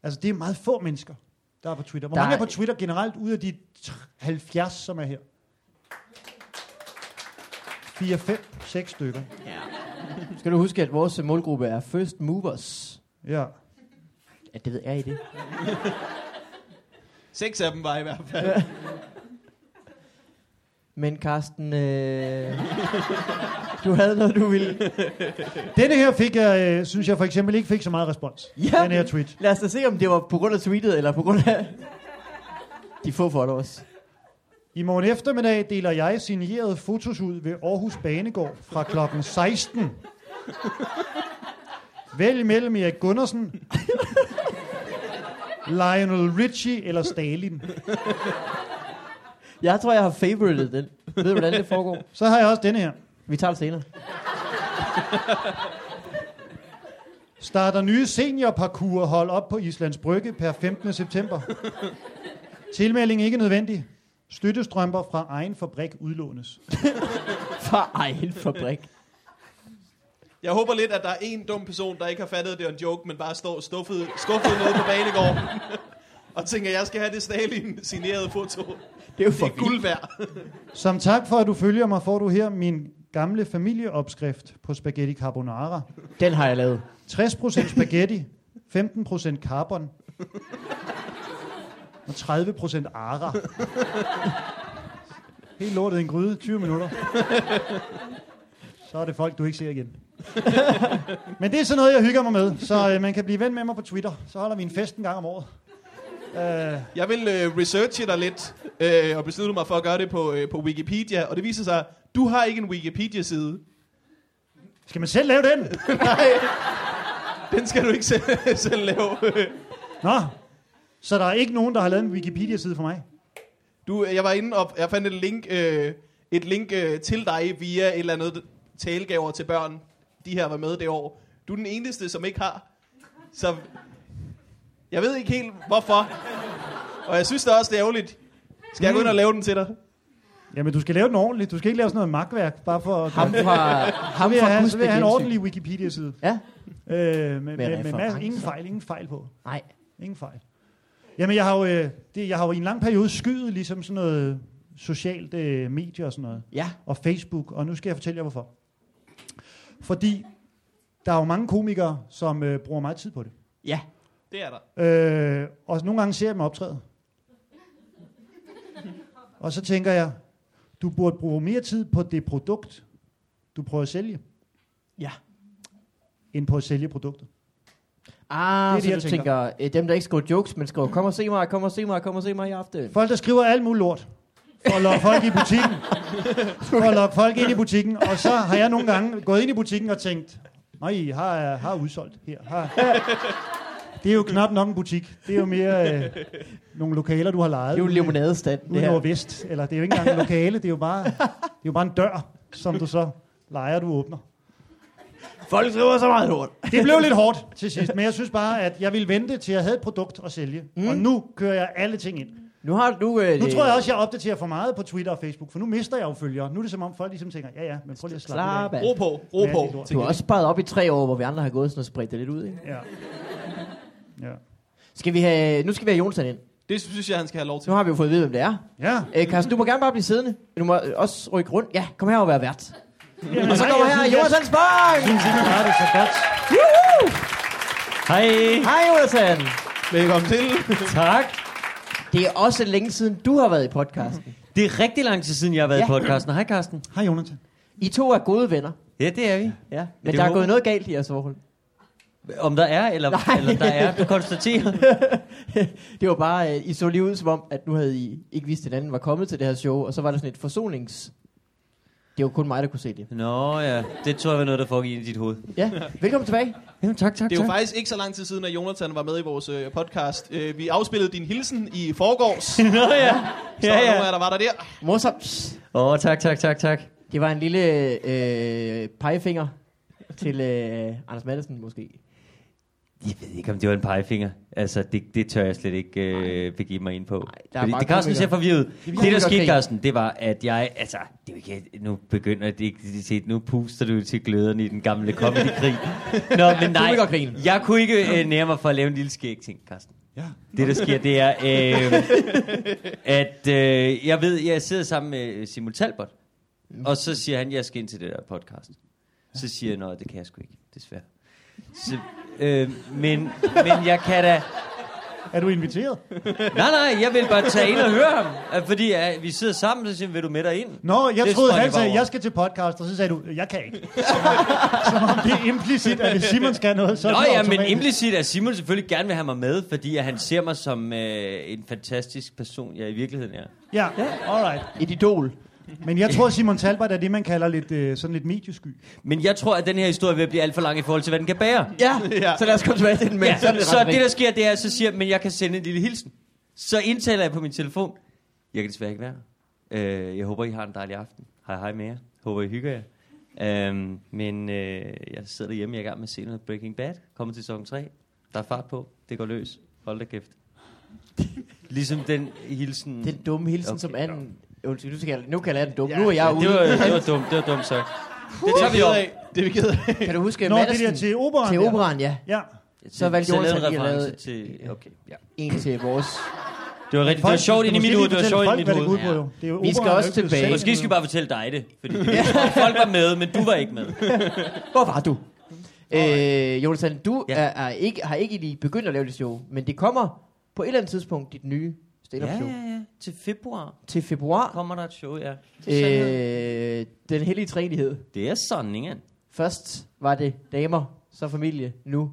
[SPEAKER 3] Altså, det er meget få mennesker, der er på Twitter. Hvor
[SPEAKER 1] Der
[SPEAKER 3] mange er
[SPEAKER 1] er-
[SPEAKER 3] på Twitter generelt ud af de tr- 70, som er her? 4, 5, 6 stykker.
[SPEAKER 1] Skal du huske, at vores øh, målgruppe er first movers.
[SPEAKER 3] Ja.
[SPEAKER 1] Ja, det ved jeg, er I det?
[SPEAKER 2] Seks af dem var i hvert fald.
[SPEAKER 1] Men Carsten, øh... du havde noget, du ville.
[SPEAKER 3] Denne her fik jeg, øh, synes jeg for eksempel ikke fik så meget respons.
[SPEAKER 1] Ja.
[SPEAKER 3] Den her tweet.
[SPEAKER 1] Lad os da se, om det var på grund af tweetet, eller på grund af de få followers.
[SPEAKER 3] I morgen eftermiddag deler jeg signerede fotos ud ved Aarhus Banegård fra klokken 16. Vælg mellem Erik Gundersen, Lionel Richie eller Stalin.
[SPEAKER 1] Jeg tror, jeg har favoritet den. Ved du, hvordan det foregår?
[SPEAKER 3] Så har jeg også denne her.
[SPEAKER 1] Vi tager det senere.
[SPEAKER 3] Starter nye seniorparkourhold op på Islands Brygge per 15. september. Tilmelding ikke nødvendig. Støttestrømper fra egen fabrik udlånes.
[SPEAKER 1] Fra egen fabrik.
[SPEAKER 2] Jeg håber lidt, at der er en dum person, der ikke har fattet at det er en joke, men bare står stuffet, skuffet nede på banegården. og tænker, jeg skal have det Stalin signerede foto.
[SPEAKER 1] Det er jo
[SPEAKER 2] Det er
[SPEAKER 1] for vildt.
[SPEAKER 2] guld værd.
[SPEAKER 3] Som tak for, at du følger mig, får du her min gamle familieopskrift på spaghetti carbonara.
[SPEAKER 1] Den har jeg lavet.
[SPEAKER 3] 60% spaghetti, 15% carbon og 30% ara. Helt lortet i en gryde, 20 minutter. Så er det folk, du ikke ser igen. Men det er sådan noget, jeg hygger mig med, så øh, man kan blive ven med mig på Twitter. Så holder vi en fest en gang om året. Øh,
[SPEAKER 2] Jeg vil øh, researche dig lidt, øh, og beslutte mig for at gøre det på, øh, på Wikipedia. Og det viser sig, du har ikke en Wikipedia-side.
[SPEAKER 3] skal man selv lave den?
[SPEAKER 2] Nej, den skal du ikke *laughs* selv, selv lave.
[SPEAKER 3] Nå, så der er ikke nogen, der har lavet en Wikipedia-side for mig?
[SPEAKER 2] Du, øh, jeg var inde og jeg fandt et link, øh, et link øh, til dig via et eller andet talegaver til børn. De her var med det år. Du er den eneste, som ikke har. Så jeg ved ikke helt, hvorfor. Og jeg synes da også, det er ærgerligt. Skal jeg gå ind og lave den til dig?
[SPEAKER 3] Jamen, du skal lave den ordentligt. Du skal ikke lave sådan noget magtværk, bare for at...
[SPEAKER 1] Ham fra,
[SPEAKER 3] Så
[SPEAKER 1] ham
[SPEAKER 3] vil jeg
[SPEAKER 1] fra
[SPEAKER 3] have, så
[SPEAKER 1] Gudsbæk
[SPEAKER 3] vil jeg have en
[SPEAKER 1] Indsø.
[SPEAKER 3] ordentlig Wikipedia-side.
[SPEAKER 1] Ja?
[SPEAKER 3] Øh, med, med, med,
[SPEAKER 1] referencer.
[SPEAKER 3] masser- ingen fejl, ingen fejl på.
[SPEAKER 1] Nej.
[SPEAKER 3] Ingen fejl. Jamen, jeg har jo, øh, det, jeg har jo i en lang periode skyet ligesom sådan noget socialt øh, medie og sådan noget.
[SPEAKER 1] Ja.
[SPEAKER 3] Og Facebook, og nu skal jeg fortælle jer, hvorfor. Fordi der er jo mange komikere, som øh, bruger meget tid på det.
[SPEAKER 1] Ja.
[SPEAKER 2] Det er der.
[SPEAKER 3] Øh, og nogle gange ser jeg dem optræde. Og så tænker jeg, du burde bruge mere tid på det produkt, du prøver at sælge,
[SPEAKER 1] Ja.
[SPEAKER 3] end på at sælge produktet.
[SPEAKER 1] Ah,
[SPEAKER 3] Det
[SPEAKER 1] det
[SPEAKER 3] er det,
[SPEAKER 1] så det,
[SPEAKER 3] jeg
[SPEAKER 1] du tænker, øh, dem der ikke skriver jokes, men skriver, kom og se mig, kom og se mig, kom og se mig i aften.
[SPEAKER 3] Folk, der skriver alt muligt lort, for at lokke folk i butikken. For at lokke folk ind i butikken. Og så har jeg nogle gange gået ind i butikken og tænkt, nej, har jeg har jeg udsolgt her. Har, det er jo knap nok en butik. Det er jo mere øh, nogle lokaler, du har lejet.
[SPEAKER 1] Det er jo en lemonadestand,
[SPEAKER 3] ude
[SPEAKER 1] det
[SPEAKER 3] ja.
[SPEAKER 1] her.
[SPEAKER 3] nordvest, eller det er jo ikke engang et lokale, det er jo bare, det er jo bare en dør, som du så leger, du åbner.
[SPEAKER 1] Folk skriver så meget lort.
[SPEAKER 3] Det blev lidt hårdt til sidst, men jeg synes bare, at jeg ville vente til jeg havde et produkt at sælge, mm. og nu kører jeg alle ting ind.
[SPEAKER 1] Nu har du... Øh,
[SPEAKER 3] Nu
[SPEAKER 1] det-
[SPEAKER 3] tror jeg også, jeg opdaterer for meget på Twitter og Facebook, for nu mister jeg jo følgere. Nu er det som om folk ligesom tænker, ja ja, men prøv lige at slappe
[SPEAKER 1] Slap
[SPEAKER 3] lidt
[SPEAKER 1] af.
[SPEAKER 2] Ro på, ro
[SPEAKER 3] Ja, det er
[SPEAKER 2] på.
[SPEAKER 3] lort.
[SPEAKER 1] Du har også sparet op i tre år, hvor vi andre har gået sådan og spredt det lidt ud, ikke?
[SPEAKER 3] af. Ja. Ja.
[SPEAKER 1] Skal vi have, nu skal vi have Jonsson ind.
[SPEAKER 2] Det synes jeg, han skal have lov til.
[SPEAKER 1] Nu har vi jo fået at vide, hvem det er.
[SPEAKER 3] ja.
[SPEAKER 1] Øh, Carsten, du må gerne bare blive siddende. Du må øh, også rykke rundt. Ja, kom her og være vært.
[SPEAKER 3] Jamen,
[SPEAKER 1] Og så kommer her Jonathan Spang!
[SPEAKER 3] Jeg synes, jeg har det så godt.
[SPEAKER 5] Hej.
[SPEAKER 1] Hej, Jonathan!
[SPEAKER 2] Velkommen til.
[SPEAKER 5] Tak.
[SPEAKER 1] Det er også længe siden, du har været i podcasten.
[SPEAKER 5] Det er rigtig lang tid siden, jeg har været ja. i
[SPEAKER 1] Ja.
[SPEAKER 5] podcasten. Hej, Carsten.
[SPEAKER 3] Hej Jonathan.
[SPEAKER 1] I to er gode venner.
[SPEAKER 5] Ja, det er vi.
[SPEAKER 1] Ja, men
[SPEAKER 5] det
[SPEAKER 1] der er
[SPEAKER 5] håber-
[SPEAKER 1] gået noget galt i jeres forhold.
[SPEAKER 5] Om der er, eller,
[SPEAKER 1] Nej.
[SPEAKER 5] eller der er, du konstaterer.
[SPEAKER 1] *laughs* det var bare, øh, I så lige ud som om, at nu havde I ikke vidst, at den anden var kommet til det her show, og så var der sådan et forsonings... Det var kun mig, der kunne se det.
[SPEAKER 5] Nå ja, det tror jeg var noget, der foregik i dit hoved.
[SPEAKER 1] Ja, velkommen tilbage.
[SPEAKER 5] Jamen tak, tak,
[SPEAKER 2] Det er jo
[SPEAKER 5] tak.
[SPEAKER 2] faktisk ikke så lang tid siden, at Jonathan var med i vores øh, podcast. Øh, vi afspillede din hilsen i forgårs. Så
[SPEAKER 5] Nå ja.
[SPEAKER 2] ja,
[SPEAKER 5] Ja,
[SPEAKER 2] ja. nogle af
[SPEAKER 5] ja.
[SPEAKER 2] jer, der var der der.
[SPEAKER 1] Morsomt.
[SPEAKER 5] Åh, oh, tak, tak, tak, tak.
[SPEAKER 1] Det var en lille øh, pegefinger til øh, Anders Maddelsen måske.
[SPEAKER 5] Jeg ved ikke, om det var en pegefinger. Altså, det, det tør jeg slet ikke øh, begive mig ind på.
[SPEAKER 1] der er
[SPEAKER 5] Fordi
[SPEAKER 1] bare
[SPEAKER 5] det Carsten ser
[SPEAKER 1] komikere.
[SPEAKER 5] forvirret.
[SPEAKER 1] er
[SPEAKER 5] ud. Det, der skete,
[SPEAKER 1] komikerkrig.
[SPEAKER 5] Carsten, det var, at jeg... Altså, det er jo ikke, nu begynder det ikke... det- det- Nu puster du til gløderen i den gamle comedy-krig. *laughs* Nå, men nej.
[SPEAKER 1] Komikerkrigen.
[SPEAKER 5] Jeg kunne ikke øh, nære mig for at lave en lille skæg ting, Carsten.
[SPEAKER 3] Ja.
[SPEAKER 5] Det, der sker, det er, øh, *laughs* at øh, jeg ved, jeg sidder sammen med øh, Simon Talbot, og så siger han, jeg skal ind til det der podcast. Så siger jeg, nej, det kan jeg sgu ikke, desværre. Så, øh, men, men jeg kan da...
[SPEAKER 3] Er du inviteret?
[SPEAKER 5] Nej, nej, jeg vil bare tage ind og høre ham. øh, Fordi øh, vi sidder sammen, så siger han, vil du med dig ind?
[SPEAKER 3] Nå, jeg
[SPEAKER 5] Det
[SPEAKER 3] det troede,
[SPEAKER 5] sprang
[SPEAKER 3] han
[SPEAKER 5] jeg bare
[SPEAKER 3] sagde,
[SPEAKER 5] over.
[SPEAKER 3] jeg skal til podcast, og så sagde du, jeg kan ikke. Som om, som om det er implicit, at hvis Simon skal noget, så er
[SPEAKER 5] Nå
[SPEAKER 3] det
[SPEAKER 5] ja, men
[SPEAKER 3] automatisk.
[SPEAKER 5] implicit at Simon selvfølgelig gerne vil have mig med, fordi at han ser mig som øh, en fantastisk person, jeg i virkeligheden er.
[SPEAKER 3] Ja, alright.
[SPEAKER 1] Et idol.
[SPEAKER 3] Men jeg tror, Simon Talbot er det, man kalder lidt, øh, sådan lidt mediesky.
[SPEAKER 5] Men jeg tror, at den her historie vil blive alt for lang i forhold til, hvad den kan bære.
[SPEAKER 1] Ja,
[SPEAKER 2] Ja.
[SPEAKER 1] ja. så lad os komme tilbage til den. Men
[SPEAKER 5] Men ja,
[SPEAKER 1] så er
[SPEAKER 5] så, så
[SPEAKER 1] ret
[SPEAKER 5] det, der sker, det er, så siger jeg, men jeg kan sende en lille hilsen. Så indtaler jeg på min telefon. Jeg kan desværre ikke være her. øh, Jeg håber, I har en dejlig aften. Hej, hej med jer. Håber, I hygger jer. Øhm, men øh, jeg sidder derhjemme, jeg er i gang med at se noget Breaking Bad. Kommer til sæson 3. Der er fart på. Det går løs. Hold da kæft. Ligesom den hilsen.
[SPEAKER 1] Den dumme hilsen,
[SPEAKER 5] Okay,
[SPEAKER 1] okay, som
[SPEAKER 5] nå.
[SPEAKER 1] anden... Undskyld, nu, skal jeg, nu kalder jeg den dum.
[SPEAKER 2] Ja,
[SPEAKER 1] Ja, nu er jeg
[SPEAKER 5] det,
[SPEAKER 1] ude.
[SPEAKER 5] var, det var dumt, det var dumt sagt.
[SPEAKER 2] Det tager vi op. Det er vi *laughs* ked af.
[SPEAKER 1] Kan du huske
[SPEAKER 3] Nå, det
[SPEAKER 1] Madsen
[SPEAKER 3] der til operan.
[SPEAKER 1] til
[SPEAKER 3] der.
[SPEAKER 1] operan, ja.
[SPEAKER 3] Ja.
[SPEAKER 1] Så valgte
[SPEAKER 5] jeg
[SPEAKER 1] Jonas,
[SPEAKER 5] lavede
[SPEAKER 1] at de
[SPEAKER 5] reference
[SPEAKER 1] lavede-
[SPEAKER 5] til... Øh, Okay, ja.
[SPEAKER 1] En til vores.
[SPEAKER 5] Det var rigtigt. Det var sjovt ind i mit hoved. Det var sjovt ind i mit hoved.
[SPEAKER 3] hoved. Det er jo
[SPEAKER 1] Vi skal
[SPEAKER 3] operaen,
[SPEAKER 1] også
[SPEAKER 3] der er
[SPEAKER 1] tilbage.
[SPEAKER 3] jo ikke blevet sendt.
[SPEAKER 5] Måske skal vi bare fortælle dig det. Fordi det, *laughs* folk var med, men du var ikke med.
[SPEAKER 1] Hvor var du? Øh, Jonathan, du
[SPEAKER 5] Ja.
[SPEAKER 1] ja. er, er ikke, har ikke lige begyndt at lave det show, men det kommer på et eller andet tidspunkt, dit nye stand-up show.
[SPEAKER 5] ja. Til februar
[SPEAKER 1] Til februar.
[SPEAKER 5] kommer der et show, ja.
[SPEAKER 1] Øh, den hellige træenighed.
[SPEAKER 5] Det er sandingen.
[SPEAKER 1] Først var det damer, så familie, nu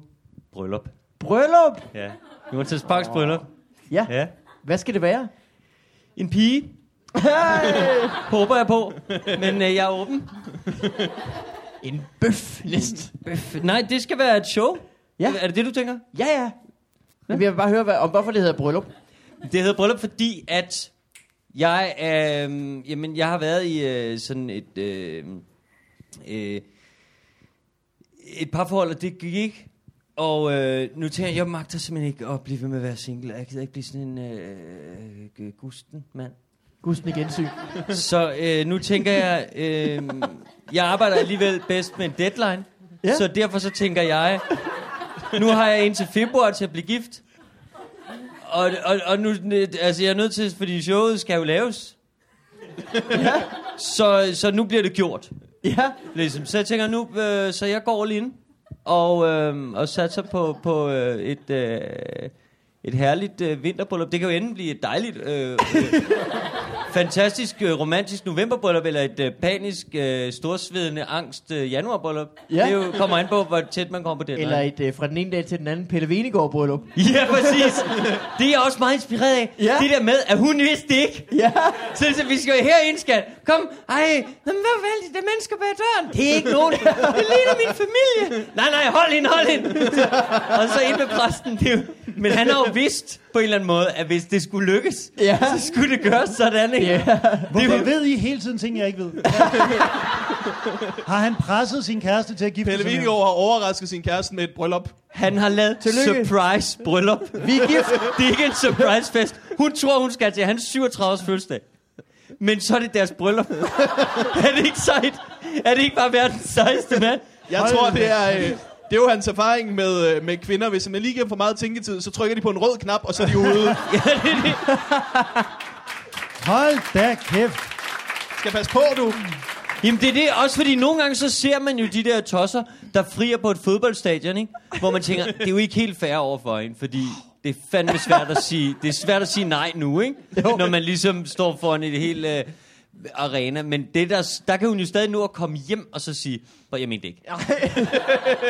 [SPEAKER 5] Bryllup.
[SPEAKER 1] bryllup.
[SPEAKER 5] Ja. Jonathan Sparks bryllup.
[SPEAKER 1] Ja.
[SPEAKER 5] ja.
[SPEAKER 1] Hvad skal det være?
[SPEAKER 5] En pige. Håber jeg på. Men øh, jeg er åben.
[SPEAKER 1] En bøf næst.
[SPEAKER 5] Nej, det skal være et show.
[SPEAKER 1] Ja.
[SPEAKER 5] Er det det, du tænker?
[SPEAKER 1] Ja, ja. Men jeg vil bare høre, hvad, om hvorfor det hedder bryllup.
[SPEAKER 5] Det hedder bryllup, fordi at jeg, øh, jamen, jeg har været i øh, sådan et, øh, øh, et parforhold, og det gik ikke. Og øh, nu tænker jeg, jeg magter simpelthen ikke at blive ved med at være single. Jeg gider ikke blive sådan en øh, øh, gusten mand.
[SPEAKER 1] Gusten i gensyn.
[SPEAKER 5] Så øh, nu tænker jeg, øh, jeg arbejder alligevel bedst med en deadline. Ja.
[SPEAKER 1] Ja.
[SPEAKER 5] Så derfor så tænker jeg, nu har jeg indtil februar til at blive gift. Og, og, og nu, altså jeg er nødt til, fordi showet skal jo laves. Ja. Så, så nu bliver det gjort.
[SPEAKER 1] Ja.
[SPEAKER 5] Ligesom. Så jeg tænker nu, øh, så jeg går lige ind og, øh, og satser på, på øh, et, øh, et herligt øh, vinterbryllup. Det kan jo enten blive et dejligt, øh, øh, fantastisk, øh, romantisk novemberbryllup, eller et øh, panisk, øh, storsvedende, angst øh, januarbryllup. Ja.
[SPEAKER 1] Ja.
[SPEAKER 5] Det jo, kommer an på, hvor tæt man kommer på det.
[SPEAKER 1] Eller et øh, fra den ene dag til den anden Pelle Venegård bryllup.
[SPEAKER 5] Ja, præcis. Det er jeg også meget inspireret af. Ja.
[SPEAKER 1] Ja.
[SPEAKER 5] Det der med, at hun vidste det ikke.
[SPEAKER 1] Ja.
[SPEAKER 5] *laughs* Så, så vi skal jo herind, skat. Kom. Ej, nå, men hvad vel, det er mennesker bag døren. Det er ikke nogen. Det ligner min familie. Nej, nej, hold ind, *laughs* hold ind. Så, og så ind med præsten. Det er jo, men han har jo vidst på en eller anden måde, at hvis det skulle lykkes,
[SPEAKER 1] Ja.
[SPEAKER 5] så skulle det gøres sådan, ikke?
[SPEAKER 1] Ja.
[SPEAKER 3] Hvorfor ved I hele tiden ting, jeg ikke ved? har han presset sin kæreste til at give
[SPEAKER 2] Pelle Viggo har overrasket sin kæreste med et bryllup.
[SPEAKER 5] Han har lavet
[SPEAKER 1] Tillykke.
[SPEAKER 5] surprise bryllup. Vi er gift. *laughs* Det er ikke en surprise fest. Hun tror, hun skal til hans 37-års fødselsdag. Men så er det deres bryllup. *laughs* er det ikke sejt? Er det ikke bare verdens sejeste mand?
[SPEAKER 2] Jeg
[SPEAKER 3] Hold
[SPEAKER 2] tror,
[SPEAKER 3] da
[SPEAKER 2] det er... Øh, det er jo hans erfaring med, øh, med kvinder. Hvis man lige giver dem for meget tænketid, så trykker de på en rød knap, og så er de ude.
[SPEAKER 5] ja, det er det.
[SPEAKER 3] Hold da kæft.
[SPEAKER 2] Skal passe på, du.
[SPEAKER 5] Jamen det er det, også fordi nogle gange så ser man jo de der tosser, der frier på et fodboldstadion, ikke? Hvor man tænker, det er jo ikke helt fair overfor en, fordi det er fandme svært at sige, det er svært at sige nej nu, ikke? Når man ligesom står foran et helt øh, arena. Men det der, der kan hun jo stadig nå at komme hjem og så sige, "Prøv, jeg mente det
[SPEAKER 1] *laughs*
[SPEAKER 5] ikke.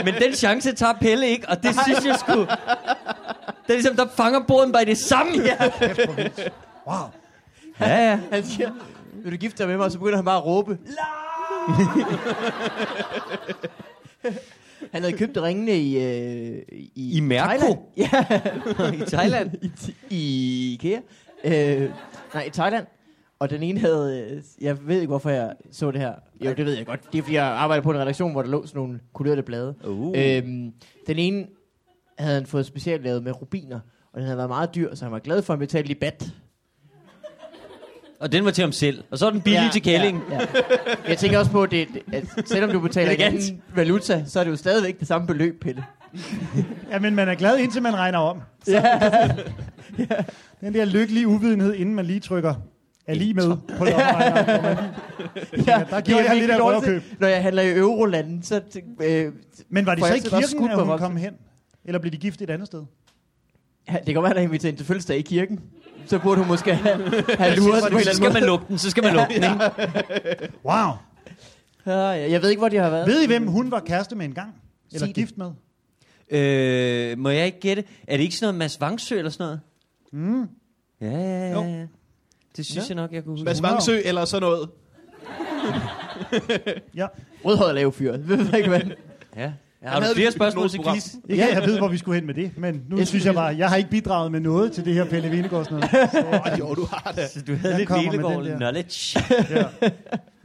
[SPEAKER 5] Men den chance tager Pelle ikke, og det synes jeg sgu... Det er ligesom, der fanger båden bare i det samme. Ja,
[SPEAKER 3] Wow.
[SPEAKER 5] ja.
[SPEAKER 1] *laughs* Han siger, vil du gifte dig med mig? Og så begynder han bare at råbe. *laughs* han havde købt ringene i... Øh, I,
[SPEAKER 5] I Merco?
[SPEAKER 1] Thailand. *laughs* Ja,
[SPEAKER 5] *laughs* I Thailand.
[SPEAKER 1] *laughs* i, Thi- i IKEA. Øh, nej, i Thailand. Og den ene havde... øh, Jeg ved ikke, hvorfor jeg så det her. Jo, det ved jeg godt. Det er, fordi jeg arbejder på en redaktion, hvor der lå sådan nogle kulørte blade.
[SPEAKER 5] Uh.
[SPEAKER 1] Øhm, den ene havde han fået specielt lavet med rubiner. Og den havde været meget dyr, så han var glad for, at han betalte i bat.
[SPEAKER 5] Og den var til ham selv. Og så er den billig til Kælling.
[SPEAKER 1] Ja, ja. Jeg tænker også på, at, det, at selvom du betaler en
[SPEAKER 5] Elegant.
[SPEAKER 1] anden valuta, så er det jo stadigvæk det samme beløb, Pelle.
[SPEAKER 3] Jamen, man er glad, indtil man regner om.
[SPEAKER 1] *laughs* Ja.
[SPEAKER 3] Den der lykkelige uvidenhed, inden man lige trykker er lige med på lommeregneren. hvor man
[SPEAKER 1] *laughs*
[SPEAKER 3] lige-
[SPEAKER 1] ja,
[SPEAKER 3] der giver jeg lidt af røverkøb.
[SPEAKER 1] Når jeg handler i eurolanden, så... tænk- Øh,
[SPEAKER 3] Men var det
[SPEAKER 1] Får
[SPEAKER 3] så
[SPEAKER 1] jeg
[SPEAKER 3] i
[SPEAKER 1] selv også
[SPEAKER 3] kirken,
[SPEAKER 1] skudt
[SPEAKER 3] at
[SPEAKER 1] på
[SPEAKER 3] hun
[SPEAKER 1] voksen?
[SPEAKER 3] kom hen? Eller blev de gift et andet sted?
[SPEAKER 1] ja, det kan godt være, at han inviterer hende til fødselsdag i kirken. Så burde hun måske have, have luret den på en
[SPEAKER 5] Så
[SPEAKER 1] eller
[SPEAKER 5] skal man
[SPEAKER 1] anden
[SPEAKER 5] lukke den, så skal man lukke den, ikke?
[SPEAKER 3] Wow.
[SPEAKER 1] måde. Ja, ja, jeg ved ikke, hvor de har været.
[SPEAKER 3] Ved I, hvem hun var kæreste med engang? Eller
[SPEAKER 1] Sig det.
[SPEAKER 3] gift med?
[SPEAKER 5] Øh, må jeg ikke gætte? Er det ikke sådan noget Mads Vangsø eller sådan noget?
[SPEAKER 3] Mm.
[SPEAKER 5] Ja, ja, ja.
[SPEAKER 3] Jo.
[SPEAKER 5] ja. Det synes ja.
[SPEAKER 3] Ja.
[SPEAKER 5] jeg nok, jeg kunne huske.
[SPEAKER 2] Mads Vangsø eller sådan noget.
[SPEAKER 1] Rødhøjet lave fyr. Jeg ved ikke, hvad.
[SPEAKER 5] Ja.
[SPEAKER 2] Han
[SPEAKER 5] Har du
[SPEAKER 2] havde
[SPEAKER 5] flere
[SPEAKER 2] vi
[SPEAKER 5] spørgsmål
[SPEAKER 2] noget
[SPEAKER 5] til
[SPEAKER 2] program.
[SPEAKER 5] quiz?
[SPEAKER 3] Ikke,
[SPEAKER 1] Ja.
[SPEAKER 3] at jeg ved, hvor vi skulle hen med det, men nu
[SPEAKER 1] Jeg
[SPEAKER 3] synes
[SPEAKER 1] synes,
[SPEAKER 3] jeg
[SPEAKER 1] vi-
[SPEAKER 3] bare, jeg har ikke bidraget med noget til det her Pelle
[SPEAKER 1] *laughs*
[SPEAKER 3] Venegårds noget.
[SPEAKER 2] Åh, jo, du har det.
[SPEAKER 5] Så du havde
[SPEAKER 3] Jeg
[SPEAKER 5] lidt
[SPEAKER 3] kommer med den
[SPEAKER 5] Lillegård
[SPEAKER 3] der.
[SPEAKER 5] knowledge.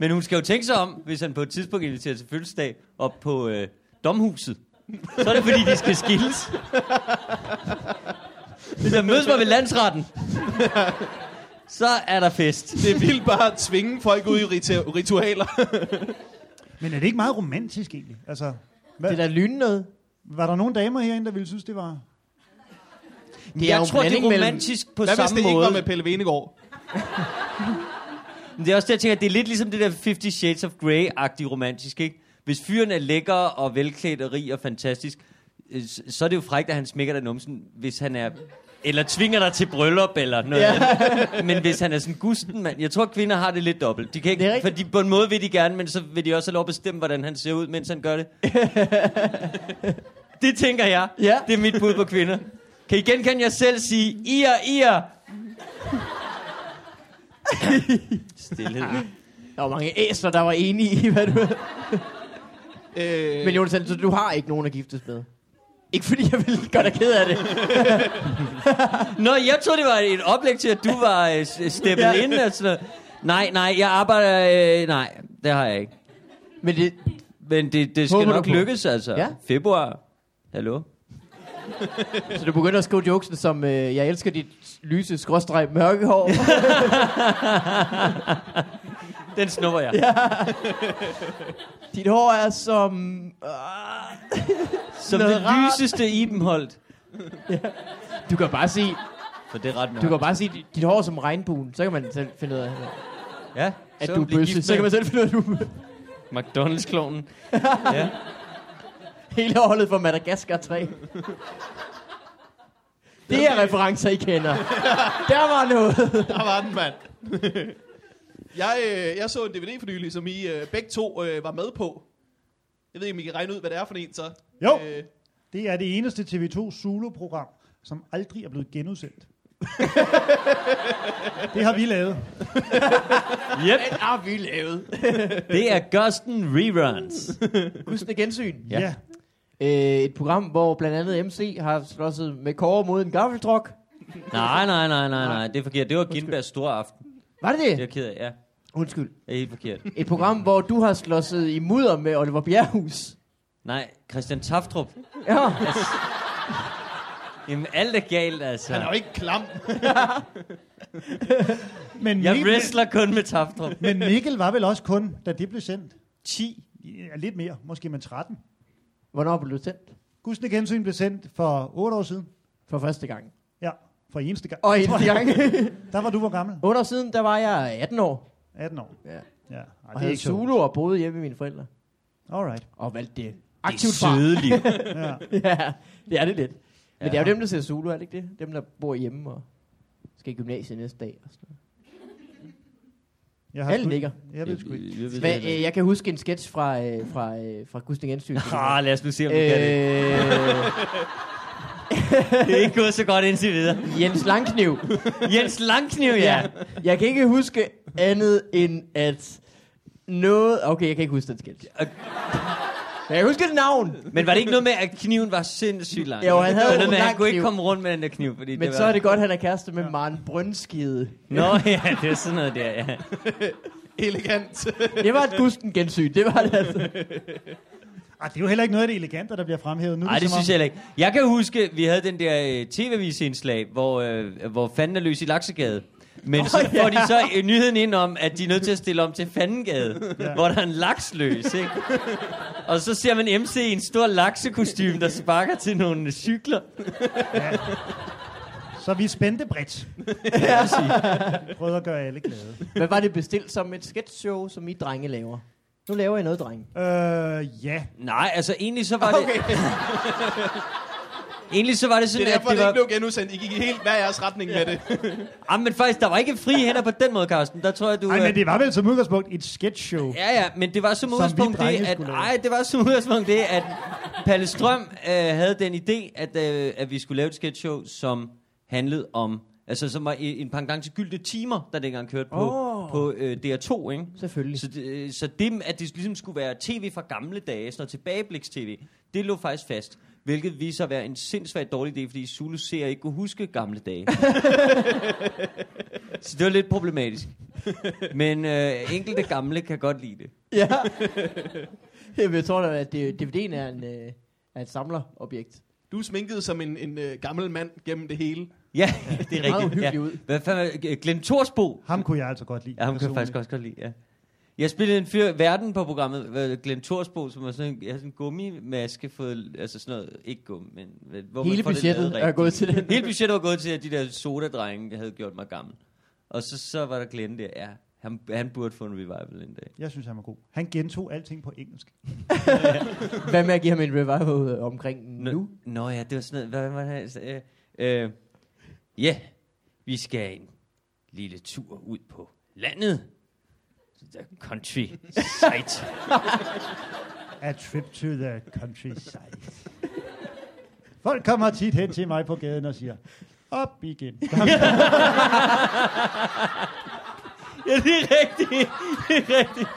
[SPEAKER 5] *laughs* Men hun skal jo tænke sig om, hvis han på et tidspunkt inviterer til fødselsdag op på øh, domhuset. Så er det fordi, de skal skilles. Hvis jeg mødes mig ved landsretten, så er der fest.
[SPEAKER 2] Det er vildt bare at tvinge folk ud i rita- ritualer.
[SPEAKER 3] Men er det ikke meget romantisk egentlig? Altså, hvad,
[SPEAKER 1] Det er da lyn noget.
[SPEAKER 3] var der nogle damer herinde, der ville synes, det var...
[SPEAKER 1] Det er
[SPEAKER 5] jeg
[SPEAKER 1] jo en
[SPEAKER 5] tror, det er
[SPEAKER 1] blanding mellem-
[SPEAKER 5] romantisk på
[SPEAKER 2] Hvad hvis
[SPEAKER 5] samme
[SPEAKER 2] det ikke
[SPEAKER 5] måde.
[SPEAKER 2] var med Pelle Venegård?
[SPEAKER 5] Men det er også det, jeg tænker, det er lidt ligesom det der 50 Shades of Grey-agtige romantisk, ikke? Hvis fyren er lækker og velklædt og rig og fantastisk, øh, s- så er det jo frækt, at han smækker dig i numsen, hvis han er... Eller tvinger dig til bryllup eller noget. Ja. Men hvis han er sådan gusten, mand. Jeg tror, kvinder har det lidt dobbelt. De kan
[SPEAKER 1] Det er
[SPEAKER 5] ikke,
[SPEAKER 1] rigtigt.
[SPEAKER 5] fordi på en måde vil de gerne, men så vil de også have lov at bestemme, hvordan han ser ud, mens han gør det. det tænker jeg.
[SPEAKER 1] Ja.
[SPEAKER 5] Det er mit bud på kvinder. Kan I genkende jer selv sige, I er, I er. Stilhed.
[SPEAKER 1] Der var mange æsler, der var enige i, hvad du...
[SPEAKER 2] Øh,
[SPEAKER 5] Øh.
[SPEAKER 1] Men Jonas, Hansen, så du har ikke nogen at giftes med? Ikke fordi jeg ville gøre dig ked af det.
[SPEAKER 5] Nå, jeg troede, det var et oplæg til, at du var øh, s- steppet
[SPEAKER 1] Ja.
[SPEAKER 5] ja. ind. Og sådan noget. Nej, nej, jeg arbejder... Øh, nej, det har jeg ikke.
[SPEAKER 1] Men det,
[SPEAKER 5] Men det, det skal
[SPEAKER 1] Håber du
[SPEAKER 5] nok
[SPEAKER 1] på?
[SPEAKER 5] lykkes, altså.
[SPEAKER 1] Ja.
[SPEAKER 5] Februar. Hallo?
[SPEAKER 1] så du begynder at skrive jokesen som, øh, jeg elsker dit lyse skråstreg mørke hår.
[SPEAKER 5] Den snupper jeg. Ja.
[SPEAKER 1] *laughs* dit hår er som... Øh,
[SPEAKER 5] Som
[SPEAKER 1] Noget
[SPEAKER 5] det
[SPEAKER 1] rart.
[SPEAKER 5] lyseste Ibenholt.
[SPEAKER 1] du kan bare sige,
[SPEAKER 5] For det er ret
[SPEAKER 1] du kan bare sige dit, dit hår er som regnbuen. Så kan man selv finde ud af,
[SPEAKER 5] Ja,
[SPEAKER 1] at
[SPEAKER 5] så
[SPEAKER 1] du er
[SPEAKER 5] blive
[SPEAKER 1] bøsse.
[SPEAKER 5] gift
[SPEAKER 1] Så kan
[SPEAKER 5] med
[SPEAKER 1] man selv finde ud af, at du er bøsse.
[SPEAKER 5] McDonald's-klonen. ja.
[SPEAKER 1] Hele holdet fra Madagaskar 3. Det er referencer, I kender. Der var noget.
[SPEAKER 2] Der var den, mand. jeg, øh, jeg så en DVD for nylig, som I øh, begge to øh, var med på. Jeg ved ikke, om I kan regne ud, hvad det er for en, så.
[SPEAKER 3] Jo,
[SPEAKER 2] Øh,
[SPEAKER 3] det er det eneste TV2 Zulu-program, som aldrig er blevet genudsendt. *laughs* det har vi lavet.
[SPEAKER 5] Yep.
[SPEAKER 1] Den har vi lavet.
[SPEAKER 5] Det er Gusten Reruns.
[SPEAKER 1] Gudsen af gensyn.
[SPEAKER 5] Ja.
[SPEAKER 3] Ja. ja.
[SPEAKER 1] Øh, et program, hvor blandt andet MC har slåsset med Kåre mod en gaffeltruk.
[SPEAKER 5] Nej, nej, nej, nej, nej. Det er forkert. Det var Gindbergs store aften.
[SPEAKER 1] Var det
[SPEAKER 5] Det er
[SPEAKER 1] det?
[SPEAKER 5] jeg ked af, ja.
[SPEAKER 1] Undskyld.
[SPEAKER 5] Det er helt forkert.
[SPEAKER 1] Et program, hvor du har slåsset i mudder med Oliver Bjerghus.
[SPEAKER 5] Nej, Christian Taftrup.
[SPEAKER 1] Ja.
[SPEAKER 5] Jamen, alt er galt, altså.
[SPEAKER 2] han er jo ikke klam.
[SPEAKER 3] Men,
[SPEAKER 5] Jeg
[SPEAKER 3] Mikkel,
[SPEAKER 5] wrestler kun med Taftrup.
[SPEAKER 3] men Mikkel var vel også kun, da det blev sendt.
[SPEAKER 5] 10.
[SPEAKER 3] Ja, lidt mere, måske men 13.
[SPEAKER 1] Hvornår blev du tændt?
[SPEAKER 3] Gudsen gensyn blev sendt for 8 år siden.
[SPEAKER 1] For første gang.
[SPEAKER 3] Ja, for eneste gang.
[SPEAKER 1] Og eneste gang. *laughs*
[SPEAKER 3] Der var du hvor gammel?
[SPEAKER 1] 8 år siden, der var jeg 18 år.
[SPEAKER 3] 18 år.
[SPEAKER 1] Ja.
[SPEAKER 3] Ja, Ej,
[SPEAKER 1] Og havde
[SPEAKER 3] sjovt.
[SPEAKER 1] solo og boede hjemme med mine forældre.
[SPEAKER 3] Alright.
[SPEAKER 1] Og valgte det
[SPEAKER 5] Det
[SPEAKER 1] aktivt
[SPEAKER 5] er
[SPEAKER 1] fra.
[SPEAKER 5] søde liv.
[SPEAKER 3] Ja.
[SPEAKER 1] *laughs* ja, det er det lidt. Men
[SPEAKER 5] Ja.
[SPEAKER 1] det er jo dem, der ser Zulu, er det ikke det? Dem, der bor hjemme og skal i gymnasiet næste dag. Og sådan noget.
[SPEAKER 3] Jeg
[SPEAKER 1] Alle
[SPEAKER 3] sgu-
[SPEAKER 1] ligger.
[SPEAKER 3] Jeg ved sgu ikke.
[SPEAKER 1] Hvad, øh, jeg kan huske en sketch fra, øh, fra, øh, fra Gusting Gensyn.
[SPEAKER 5] Ah, lad os nu se, om du kan det.
[SPEAKER 1] øh,
[SPEAKER 5] Det er ikke gået så godt indtil videre.
[SPEAKER 1] Øh, Jens Langkniv.
[SPEAKER 5] Jens Langkniv, *laughs* ja.
[SPEAKER 1] Jeg kan ikke huske andet end at noget... Okay, jeg kan ikke huske den sketch. Men jeg kan huske et navn.
[SPEAKER 5] Men var det ikke noget med, at kniven var sindssygt lang?
[SPEAKER 1] Jo, han havde
[SPEAKER 5] Det var
[SPEAKER 1] en
[SPEAKER 5] noget med, at han
[SPEAKER 1] lang
[SPEAKER 5] kunne ikke
[SPEAKER 1] kniv.
[SPEAKER 5] komme rundt med den der kniv. Fordi
[SPEAKER 1] Men
[SPEAKER 5] det
[SPEAKER 1] så
[SPEAKER 5] var...
[SPEAKER 1] er det godt, at han er kæreste med Maren Brøndskide.
[SPEAKER 5] Nå, ja, det er sådan noget der, ja.
[SPEAKER 2] Elegant.
[SPEAKER 1] *laughs* Det var et Gusten Gensyn. Det var det altså.
[SPEAKER 3] Ah, det er jo heller ikke noget af det elegante, der bliver fremhævet nu. er
[SPEAKER 5] Nej, det
[SPEAKER 3] som
[SPEAKER 5] synes
[SPEAKER 3] om-
[SPEAKER 5] jeg heller ikke. Jeg kan huske, vi havde den der øh, tv-avisindslag, hvor, øh, hvor fanden er løs i Laksegade. Men oh, så
[SPEAKER 1] ja.
[SPEAKER 5] får ja. de så øh, nyheden ind om, at de er nødt til at stille om til Fandengade, ja. hvor der er en laks løs, ikke? Og så ser man MC i en stor laksekostume, der sparker til nogle cykler.
[SPEAKER 3] Så vi spændte
[SPEAKER 5] *laughs*
[SPEAKER 3] bredt. Prøvede at gøre alle glade.
[SPEAKER 1] Hvad var det bestilt som et sketchshow, som I drenge laver? Nu laver jeg noget, drenge.
[SPEAKER 3] Øh, ja.
[SPEAKER 5] Nej, altså egentlig så var det... *laughs* egentlig så var det
[SPEAKER 2] Det
[SPEAKER 5] sådan,
[SPEAKER 2] er derfor,
[SPEAKER 5] at
[SPEAKER 2] det,
[SPEAKER 5] det var...
[SPEAKER 2] ikke blev genudsendt. I gik i helt hver jeres retning med det.
[SPEAKER 5] Ah, men faktisk, der var ikke frie hænder på den måde, Carsten. Der tror jeg, du...
[SPEAKER 3] Ej,
[SPEAKER 5] øh,
[SPEAKER 3] men det var vel som udgangspunkt et sketchshow.
[SPEAKER 5] Ja, ja, men det var
[SPEAKER 3] Som
[SPEAKER 5] som,
[SPEAKER 3] vi
[SPEAKER 5] udgangspunkt det,
[SPEAKER 3] drenge
[SPEAKER 5] at...
[SPEAKER 3] skulle lave.
[SPEAKER 5] Ej, det var som udgangspunkt det, at Palle Strøm øh, havde den idé, at, øh, at vi skulle lave et sketchshow, som handlede om... Altså, som var i- en pendant til gyldne timer, der dengang kørte på,
[SPEAKER 1] Åh.
[SPEAKER 5] på øh, DR2, ikke?
[SPEAKER 1] Selvfølgelig.
[SPEAKER 5] Så det, øh, så det, at det ligesom skulle være tv fra gamle dage, sådan noget tilbagebliks-tv, det lå faktisk fast. Hvilket viser at være en sindssygt dårlig idé, fordi Zulu ser ikke kunne huske gamle
[SPEAKER 1] *laughs*
[SPEAKER 5] dage. så det var lidt problematisk. Men øh, enkelte gamle kan godt lide det.
[SPEAKER 1] Ja. *laughs* Jamen, jeg tror da, at det- DVD'en er, en, øh, er et samlerobjekt.
[SPEAKER 2] Du er sminket som en, en øh, gammel mand gennem det hele.
[SPEAKER 5] Ja, det er
[SPEAKER 1] meget
[SPEAKER 5] rigtigt.
[SPEAKER 1] uhyggeligt
[SPEAKER 5] ja.
[SPEAKER 1] ud.
[SPEAKER 5] Hvad fanden er- Glenn Torsbo.
[SPEAKER 3] Ham kunne jeg altså godt lide.
[SPEAKER 5] Ja, ham kan jeg faktisk
[SPEAKER 3] personligt.
[SPEAKER 5] også godt lide, ja. Jeg spillede en fyr, Verden på programmet, hvad- Glenn Torsbo, som var sådan en, jeg havde sådan en gummimaske, fået, altså sådan noget, ikke gummi, men... hvad- Hvor man
[SPEAKER 1] Hele
[SPEAKER 5] får det lavet
[SPEAKER 1] budgettet er
[SPEAKER 5] rigtigt.
[SPEAKER 1] gået til den.
[SPEAKER 5] *laughs* Hele budgettet var gået til, at de der sodadrenge havde gjort mig gammel. Og så, så var der Glenn der, ja. Han, han burde få en revival en dag.
[SPEAKER 3] Jeg synes, han var god. Han gentog alting på engelsk.
[SPEAKER 1] Hvad med at give ham en revival øh, omkring nu? nu?
[SPEAKER 5] Nå ja, det var sådan noget, hvad var det, han sagde? Øh, ja, vi skal en lille tur ud på landet. The country site.
[SPEAKER 3] A trip to the countryside. Folk kommer tit hen til mig på gaden og siger, op igen.
[SPEAKER 5] *laughs* ja, det er rigtigt. Det er rigtigt.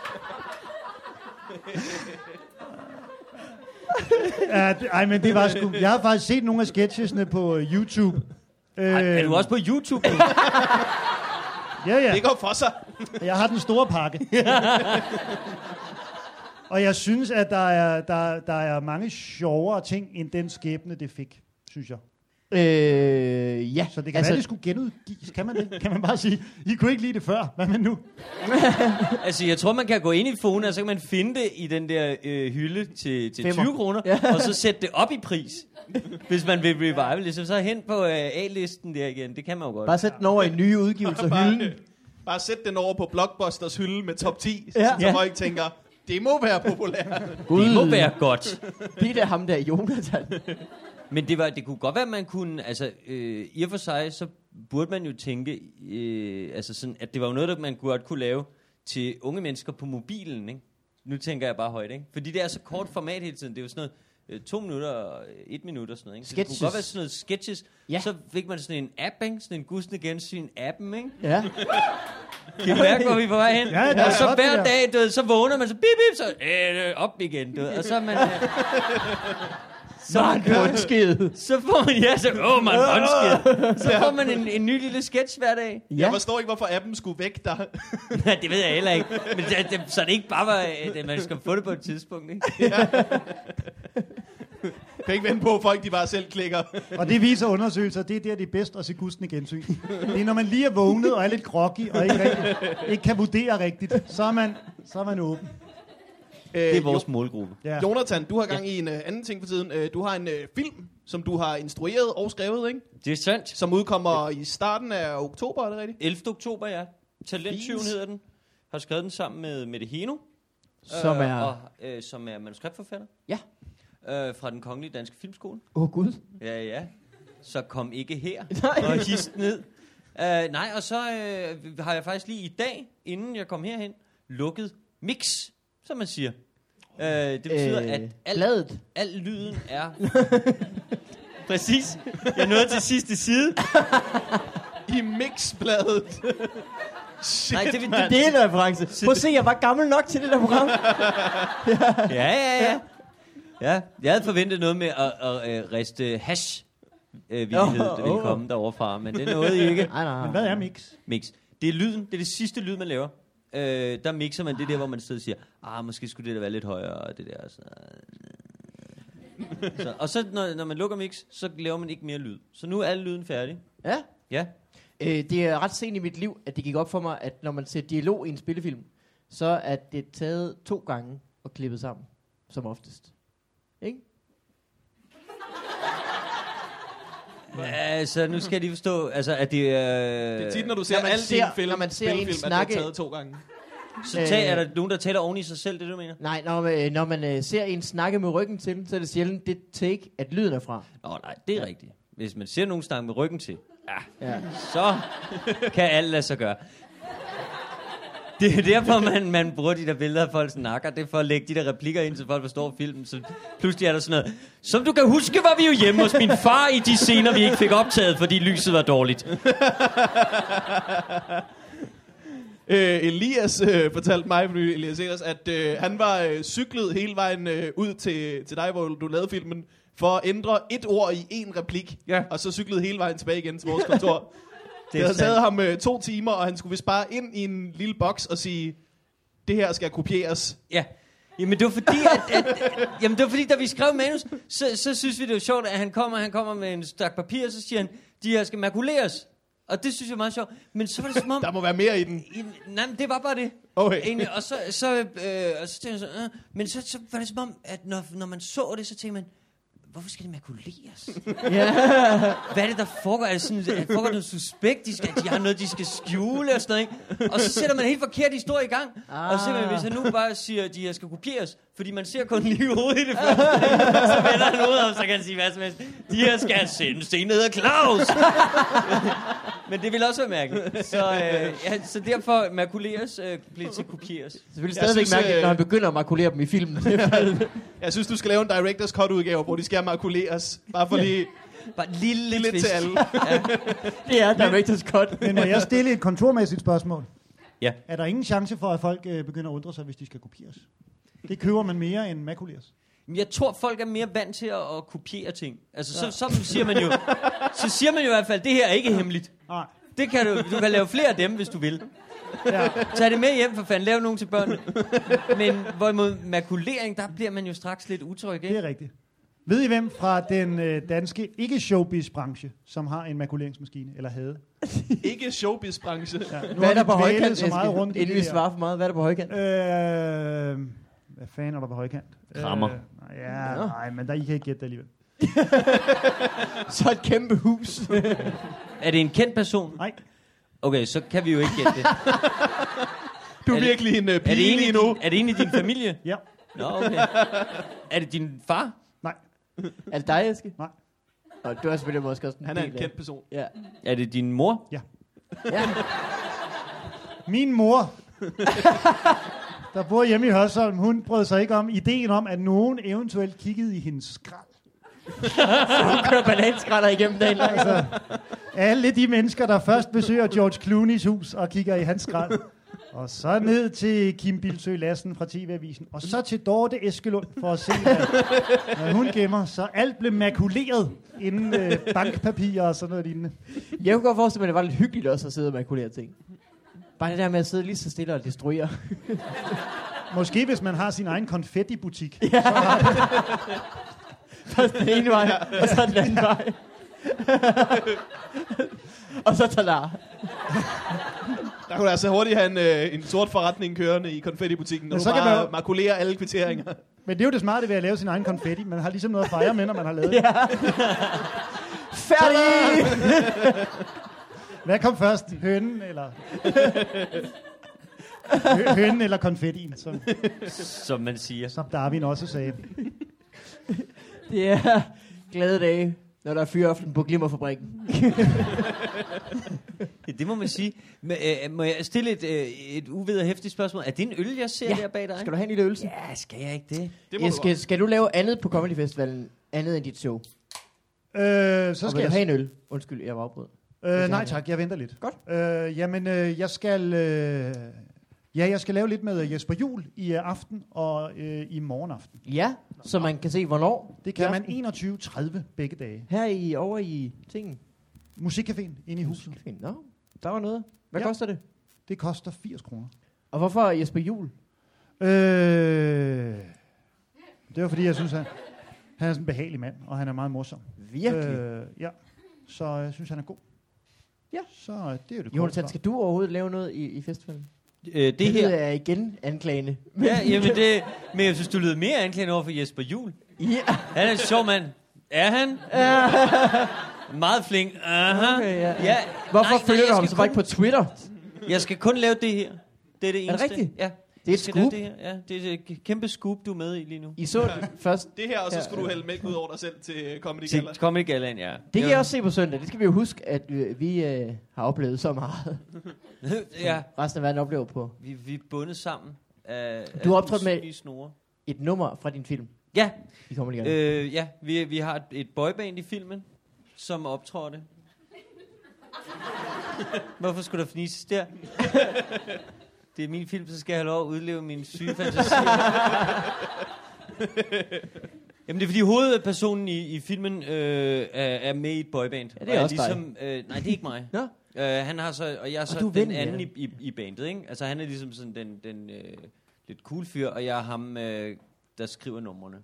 [SPEAKER 3] Ja, det- Ej, men det var sgu... Jeg har faktisk set nogle af sketchesne på øh, YouTube.
[SPEAKER 5] Ej, er du
[SPEAKER 3] Øh,
[SPEAKER 5] også på YouTube? *laughs* nu?
[SPEAKER 3] Ja, ja.
[SPEAKER 2] Det går for sig.
[SPEAKER 3] Jeg har den store pakke. og jeg synes, at der er, der, der er mange sjovere ting, end den skæbne, det fik, synes jeg.
[SPEAKER 1] Øh, ja.
[SPEAKER 3] Så det kan altså, være, det skulle genudgives. Kan man, det? kan man bare sige, I kunne ikke lide det før, hvad med nu?
[SPEAKER 5] altså, jeg tror, man kan gå ind i Fona, og så kan man finde det i den der øh, hylde til, til
[SPEAKER 1] Femmer.
[SPEAKER 5] 20 kroner, ja. og så sætte det op i pris, hvis man vil revival. Ligesom så hen på øh, A-listen der igen. Det kan man jo godt.
[SPEAKER 1] Bare sæt den over i nye udgivelser hylden.
[SPEAKER 2] Bare, øh, bare sæt den over på Blockbusters hylde med top 10,
[SPEAKER 1] Ja.
[SPEAKER 2] ja. så
[SPEAKER 1] Ja.
[SPEAKER 2] folk tænker, det må være populært.
[SPEAKER 1] Gud,
[SPEAKER 5] Det må være godt.
[SPEAKER 1] Det er da ham der, Jonathan.
[SPEAKER 5] Men det, var, det kunne godt være, at man kunne... Altså, øh, i og for sig, så burde man jo tænke, øh, altså sådan, at det var jo noget, der man godt kunne lave til unge mennesker på mobilen, ikke? Nu tænker jeg bare højt, ikke? Fordi det er så kort format hele tiden. Det er jo sådan noget øh, to minutter og øh, et minut og sådan noget, ikke? Så det
[SPEAKER 1] Sketches.
[SPEAKER 5] kunne godt være sådan noget sketches.
[SPEAKER 1] Ja.
[SPEAKER 5] Ja. Så fik man sådan en app, ikke? Sådan en gudsende gensyn appen, ikke?
[SPEAKER 1] Ja.
[SPEAKER 5] Kan I mærke, hvor vi er på vej hen?
[SPEAKER 3] Ja, det er
[SPEAKER 5] og så
[SPEAKER 3] godt, det
[SPEAKER 5] hver
[SPEAKER 3] der.
[SPEAKER 5] dag, du ved, så vågner man, så bip, bip, så øh, øh, op igen, du ved. Og så er man... Øh, så er man
[SPEAKER 1] Mark Bundsted.
[SPEAKER 5] så får man, ja, så, åh, man er håndsked. Så får man en, en ny lille sketch hver dag.
[SPEAKER 2] Ja. Jeg forstår ikke, hvorfor appen skulle væk der.
[SPEAKER 5] Nej, det ved jeg heller ikke. Men det, det, så det ikke bare var, øh, at man skal få det på et tidspunkt, ikke?
[SPEAKER 2] Kan ikke vente på, at folk de bare selv klikker. Øh,
[SPEAKER 3] Og det viser undersøgelser, det er der, det er bedst at se gusten i gensyn. Det er, når man lige er vågnet og er lidt groggy og ikke, rigtig, ikke kan vurdere rigtigt, så er man, så er man åben.
[SPEAKER 5] Det er vores målgruppe.
[SPEAKER 3] Ja.
[SPEAKER 2] Jonathan, du har gang i en uh, anden ting for tiden. Uh, du har en uh, film, som du har instrueret og skrevet, ikke?
[SPEAKER 5] Det er sandt.
[SPEAKER 2] som udkommer i starten af oktober, er det rigtigt?
[SPEAKER 5] 11. oktober, ja. Talenttyven hedder den. Har skrevet den sammen med Mette Heno.
[SPEAKER 1] Som er-
[SPEAKER 5] Og, øh, som er manuskriptforfatter.
[SPEAKER 1] Ja.
[SPEAKER 5] Øh, fra den kongelige danske filmskole.
[SPEAKER 1] Åh oh, gud.
[SPEAKER 5] Ja, ja. Så kom ikke her
[SPEAKER 1] Nej.
[SPEAKER 5] *laughs* og hist ned. Uh, nej, og så uh, har jeg faktisk lige i dag, inden jeg kom herhen, lukket mix, som man siger. Uh, det betyder, øh, at al,
[SPEAKER 1] bladet.
[SPEAKER 5] al lyden er... *laughs* Præcis. Jeg nåede til sidste side.
[SPEAKER 2] I mixbladet. Shit,
[SPEAKER 5] Nej,
[SPEAKER 2] Nej,
[SPEAKER 5] det, det,
[SPEAKER 1] Det er en
[SPEAKER 5] *laughs*
[SPEAKER 1] reference. Prøv at se, jeg var gammel nok til det der *laughs* program.
[SPEAKER 5] Ja, ja, ja. Ja, jeg havde forventet noget med at, at, at riste hash. Øh,
[SPEAKER 1] Åh,
[SPEAKER 5] vildighed, der ville
[SPEAKER 1] åh.
[SPEAKER 5] komme derovre fra, men det nåede I ikke.
[SPEAKER 1] Nej, nej.
[SPEAKER 3] Men hvad er mix?
[SPEAKER 5] mix. Det er lyden, det er det sidste lyd, man laver. Øh, der mixer man det der, hvor man sidder og siger, ah, måske skulle det da være lidt højere, og det der. Så, så, og så, når, når man lukker mix, så laver man ikke mere lyd. Så nu er al lyden færdig.
[SPEAKER 1] Ja.
[SPEAKER 5] Ja.
[SPEAKER 1] Øh, det er ret sent i mit liv, at det gik op for mig, at når man ser dialog i en spillefilm, så er det taget to gange og klippet sammen, som oftest. Ikke?
[SPEAKER 5] Altså, nu skal jeg lige forstå, altså, at det er...
[SPEAKER 2] det er tit, når du ser
[SPEAKER 1] Øh, Når man
[SPEAKER 2] alle
[SPEAKER 1] ser-
[SPEAKER 2] dine film,
[SPEAKER 1] når man ser en
[SPEAKER 2] spillefilm,
[SPEAKER 1] snakke-
[SPEAKER 2] at det er taget to gange.
[SPEAKER 5] så tag, er der nogen, der taler oven i sig selv, det er det, du mener?
[SPEAKER 1] Nej, når man, øh, når man øh, ser en snakke med ryggen til, så er det sjældent det take, at lyden er fra.
[SPEAKER 5] Nå, nej, det er rigtigt. Hvis man ser nogen snakke med ryggen til,
[SPEAKER 1] Ja.
[SPEAKER 5] så kan alt lade sig gøre. Det er derfor, man, man bruger de der billeder af folk snakker. Det er for at lægge de der replikker ind, så folk forstår filmen. Så pludselig er der sådan noget. Som du kan huske, var vi jo hjemme hos min far i de scener, vi ikke fik optaget, fordi lyset var dårligt.
[SPEAKER 2] Øh, Elias øh, fortalte mig, for nylig, Elias Ehlers, at øh, han var øh, cyklet hele vejen øh, ud til, til dig, hvor du lavede filmen, for at ændre et ord i en replik,
[SPEAKER 5] Ja.
[SPEAKER 2] og så cyklede hele vejen tilbage igen til vores
[SPEAKER 1] *laughs*
[SPEAKER 2] kontor. det
[SPEAKER 5] er
[SPEAKER 2] havde
[SPEAKER 5] sandt.
[SPEAKER 2] taget ham øh, to timer, og han skulle vist bare ind i en lille boks og sige, det her skal kopieres.
[SPEAKER 5] Ja. Jamen det var fordi, at, at, jamen det var fordi, da vi skrev manus, så, så synes vi, det var sjovt, at han kommer, han kommer med en stak papir, og så siger han, de her skal makuleres. Og det synes jeg er meget sjovt. Men så var det som om...
[SPEAKER 2] Der må være mere i den.
[SPEAKER 5] I- Nej, men det var bare det.
[SPEAKER 2] Okay.
[SPEAKER 5] Egentlig, og så, så, øh, og så tænkte jeg så, øh, men så, så var det som om, at når, når man så det, så tænkte man, hvorfor skal det makuleres? Hvad er det, der foregår? Er det sådan, er foregår der noget suspekt? De, skal, de har noget, de skal skjule og sådan noget, ikke? Og så sætter man en helt forkert historie i gang. Ah. Og simpelthen, hvis han nu bare siger, at de her skal kopieres, fordi man ser kun lige hovedet i det første, så vender han hovedet om, så kan han sige hvad som helst. De her skal sendes, det hedder Claus. *laughs* Men det vil også være mærkeligt. Så, øh, ja, så derfor makuleres øh, blev til kopieres.
[SPEAKER 1] Selvfølgelig
[SPEAKER 2] Jeg
[SPEAKER 1] stadigvæk
[SPEAKER 2] synes,
[SPEAKER 1] mærkeligt,
[SPEAKER 2] øh,
[SPEAKER 1] når han begynder at makulere dem i
[SPEAKER 2] *laughs*
[SPEAKER 1] filmen.
[SPEAKER 2] Jeg synes, du skal lave en Directors Cut-udgave, hvor de skal markuleres. Bare for lige
[SPEAKER 5] Bare en lille,
[SPEAKER 2] lidt
[SPEAKER 5] twist.
[SPEAKER 2] til alle.
[SPEAKER 1] det er director's cut.
[SPEAKER 3] Men må jeg stille et kontormæssigt spørgsmål?
[SPEAKER 5] Ja.
[SPEAKER 3] Er der ingen chance for, at folk øh, begynder at undre sig, hvis de skal kopieres? Det køber man mere end makuleres.
[SPEAKER 5] Men Jeg tror, folk er mere vant til at, at kopiere ting. Altså, så, så, siger man jo, så siger man jo i hvert fald, det her er ikke hemmeligt.
[SPEAKER 3] Nej.
[SPEAKER 5] Det kan du, du kan lave flere af dem, hvis du vil.
[SPEAKER 3] Ja.
[SPEAKER 5] Tag det med hjem, for fanden. Lav nogen til børnene. Men hvorimod makulering, der bliver man jo straks lidt utryg,
[SPEAKER 3] Det
[SPEAKER 5] ikke?
[SPEAKER 3] er rigtigt. Ved I hvem fra den øh, danske ikke-showbiz-branche, som har en makuleringsmaskine, eller havde?
[SPEAKER 2] Ikke showbiz-branche.
[SPEAKER 3] Ja, nu
[SPEAKER 1] Hvad
[SPEAKER 3] har
[SPEAKER 1] er der
[SPEAKER 3] vi
[SPEAKER 1] på
[SPEAKER 3] dvælet
[SPEAKER 1] højkant,
[SPEAKER 3] så meget rundt i
[SPEAKER 1] inden vi
[SPEAKER 3] det her.
[SPEAKER 1] svarer for meget? Hvad er der på højkant?
[SPEAKER 3] Øh, hvad fanden er der på højkant?
[SPEAKER 5] Krammer.
[SPEAKER 3] Øh, nej, ja, nej, men der, I kan ikke gætte det alligevel.
[SPEAKER 1] Så et kæmpe
[SPEAKER 2] *laughs*
[SPEAKER 1] hus.
[SPEAKER 5] Er det en kendt person?
[SPEAKER 3] Nej,
[SPEAKER 5] Okay, så kan vi jo ikke gætte det.
[SPEAKER 2] *laughs* Du er
[SPEAKER 5] Er det-
[SPEAKER 2] virkelig en uh,
[SPEAKER 5] Er det
[SPEAKER 2] pige
[SPEAKER 5] en, i
[SPEAKER 2] lige
[SPEAKER 5] din,
[SPEAKER 2] nu.
[SPEAKER 5] er det en i din
[SPEAKER 2] *laughs*
[SPEAKER 5] familie?
[SPEAKER 3] ja,
[SPEAKER 5] Nå, okay. Er det din far?
[SPEAKER 3] nej.
[SPEAKER 1] er det dig, Eske?
[SPEAKER 3] Nej.
[SPEAKER 1] Og du er selvfølgelig måske også en
[SPEAKER 2] Han er en
[SPEAKER 1] del af-
[SPEAKER 2] kendt person.
[SPEAKER 1] Ja.
[SPEAKER 5] Er det din mor?
[SPEAKER 1] ja.
[SPEAKER 3] Min mor, der bor hjemme i Hørsholm, hun brød sig ikke om ideen om, at nogen eventuelt kiggede i hendes skrald.
[SPEAKER 1] Du kører bananskralder igennem dagen lang.
[SPEAKER 3] Altså, alle de mennesker, der først besøger George Clooney's hus og kigger i hans skrald. Og så ned til Kim Bilsø Lassen fra TV-avisen. Og så til Dorte Eskelund for at se, hvad, hvad hun gemmer. Så alt blev makuleret inden øh, bankpapirer og sådan noget lignende.
[SPEAKER 1] Jeg kunne godt forestille mig, at det var lidt hyggeligt også at sidde og makulere ting. Bare det der med at sidde lige så stille og
[SPEAKER 2] *laughs*
[SPEAKER 1] destruere.
[SPEAKER 3] Måske hvis man har sin egen konfettibutik.
[SPEAKER 1] Først den ene vej, og så den anden vej. og så talar.
[SPEAKER 2] Der kunne du altså hurtigt have en, øh, en sort forretning kørende i konfettibutikken, når
[SPEAKER 3] Men
[SPEAKER 2] du
[SPEAKER 3] så kan
[SPEAKER 2] bare
[SPEAKER 3] man jo-
[SPEAKER 2] makulerer alle kvitteringer.
[SPEAKER 3] Men det er jo det smarte ved at lave sin egen konfetti. Man har ligesom noget at fejre med, når man har lavet det.
[SPEAKER 1] Færdig!
[SPEAKER 3] Hvad kom først? Hønen eller... Hø- Hønen eller konfettien, som,
[SPEAKER 5] Som man siger.
[SPEAKER 3] som Darwin også sagde.
[SPEAKER 1] Det er glade dage, når der er fyraften på Glimmerfabrikken.
[SPEAKER 5] Ja, Det må man sige. Men, øh, må jeg stille et, øh, et uvederhæftigt spørgsmål? Er det en øl, jeg ser
[SPEAKER 1] Ja.
[SPEAKER 5] der bag dig?
[SPEAKER 1] Skal du have en lille øl?
[SPEAKER 5] Ja, skal jeg ikke det?
[SPEAKER 2] Det må
[SPEAKER 1] Ja,
[SPEAKER 2] du
[SPEAKER 1] skal, skal du lave andet på Comedy Festivalen, andet end dit show?
[SPEAKER 3] Øh, så
[SPEAKER 1] Og
[SPEAKER 3] skal
[SPEAKER 1] vil
[SPEAKER 3] jeg
[SPEAKER 1] du have en øl? Undskyld, jeg var afbrudt.
[SPEAKER 3] Øh,
[SPEAKER 1] Hvis jeg
[SPEAKER 3] nej
[SPEAKER 1] har-
[SPEAKER 3] tak, jeg venter lidt.
[SPEAKER 1] Godt.
[SPEAKER 3] Øh, jamen, øh, jeg skal... Øh, ja, jeg skal lave lidt med øh, Jesper Jul i øh, aften og øh, i morgenaften.
[SPEAKER 1] Ja, så man kan se, hvornår.
[SPEAKER 3] Det kan man
[SPEAKER 1] aften.
[SPEAKER 3] 21.30 begge dage.
[SPEAKER 1] Her i, over i tingen.
[SPEAKER 3] Musikcaféen inde i huset.
[SPEAKER 1] Fint. Nå, der var noget. Hvad
[SPEAKER 3] Ja.
[SPEAKER 1] ja. koster det?
[SPEAKER 3] Det koster 80 kroner.
[SPEAKER 1] Og hvorfor er Jesper Jul?
[SPEAKER 3] Øh, det var fordi, jeg synes, han, han er sådan en behagelig mand, og han er meget morsom.
[SPEAKER 1] Virkelig. Øh,
[SPEAKER 3] Øh, ja. Så jeg synes, han er god.
[SPEAKER 1] Ja.
[SPEAKER 3] Så øh, det er jo det
[SPEAKER 1] Jonathan,
[SPEAKER 3] korte
[SPEAKER 1] skal du overhovedet lave noget i, i festivalen?
[SPEAKER 5] Øh, det
[SPEAKER 1] lyder
[SPEAKER 5] her.
[SPEAKER 1] er igen anklagende.
[SPEAKER 5] Ja, jamen det, men jeg synes, du lyder mere anklagende over for Jesper Jul.
[SPEAKER 1] *laughs* Ja.
[SPEAKER 5] Han er en sjov mand. Er han? *laughs* Meget flink. Aha.
[SPEAKER 1] Okay, ja, ja.
[SPEAKER 5] ja.
[SPEAKER 1] Hvorfor
[SPEAKER 5] nej,
[SPEAKER 1] følger
[SPEAKER 5] jeg
[SPEAKER 1] du ham
[SPEAKER 5] skal
[SPEAKER 1] så bare ikke
[SPEAKER 5] kun,
[SPEAKER 1] på Twitter?
[SPEAKER 5] Jeg skal kun lave det her. Det er det
[SPEAKER 1] Er det
[SPEAKER 5] eneste.
[SPEAKER 1] rigtigt?
[SPEAKER 5] Ja.
[SPEAKER 1] Det er
[SPEAKER 5] Jeg
[SPEAKER 1] et
[SPEAKER 5] skal lave
[SPEAKER 1] scoop.
[SPEAKER 5] Det her. Ja, det er et kæmpe scoop, du er med i lige nu.
[SPEAKER 1] I så det først.
[SPEAKER 2] Det her, og så
[SPEAKER 1] Ja,
[SPEAKER 2] skulle du
[SPEAKER 1] ja.
[SPEAKER 2] hælde mælk ud over dig selv til øh, Comedy Gala.
[SPEAKER 5] Til Comic Gallaen, ja.
[SPEAKER 1] Det kan jeg også se på søndag. Det skal vi jo huske, at øh, vi øh, har oplevet så meget.
[SPEAKER 5] *laughs* ja,
[SPEAKER 1] Resten af verden oplever på
[SPEAKER 5] vi, vi er bundet sammen. Af,
[SPEAKER 1] Du har
[SPEAKER 5] af
[SPEAKER 1] optrådt med-
[SPEAKER 5] usynlige Snore.
[SPEAKER 1] et nummer fra din film.
[SPEAKER 5] Ja,
[SPEAKER 1] I kommer lige øh.
[SPEAKER 5] Øh, ja, vi, vi har et, et boyband i filmen, som optrådte. *laughs* Hvorfor skulle der fnises der? *laughs* Det er min film, så skal jeg have lov at udleve min syge fantasi. *laughs* Jamen det er fordi hovedpersonen i, i filmen øh, er, er med i et boyband.
[SPEAKER 1] Ja, det er
[SPEAKER 5] og
[SPEAKER 1] også dig.
[SPEAKER 5] Øh, nej, det er ikke mig.
[SPEAKER 1] Nå.
[SPEAKER 5] Øh, han har så, og jeg er så
[SPEAKER 1] du er
[SPEAKER 5] den
[SPEAKER 1] ven med
[SPEAKER 5] anden i,
[SPEAKER 1] ham.
[SPEAKER 5] i, i bandet, ikke? Altså han er ligesom sådan den, den øh, lidt cool fyr, og jeg er ham, øh, der skriver numrene.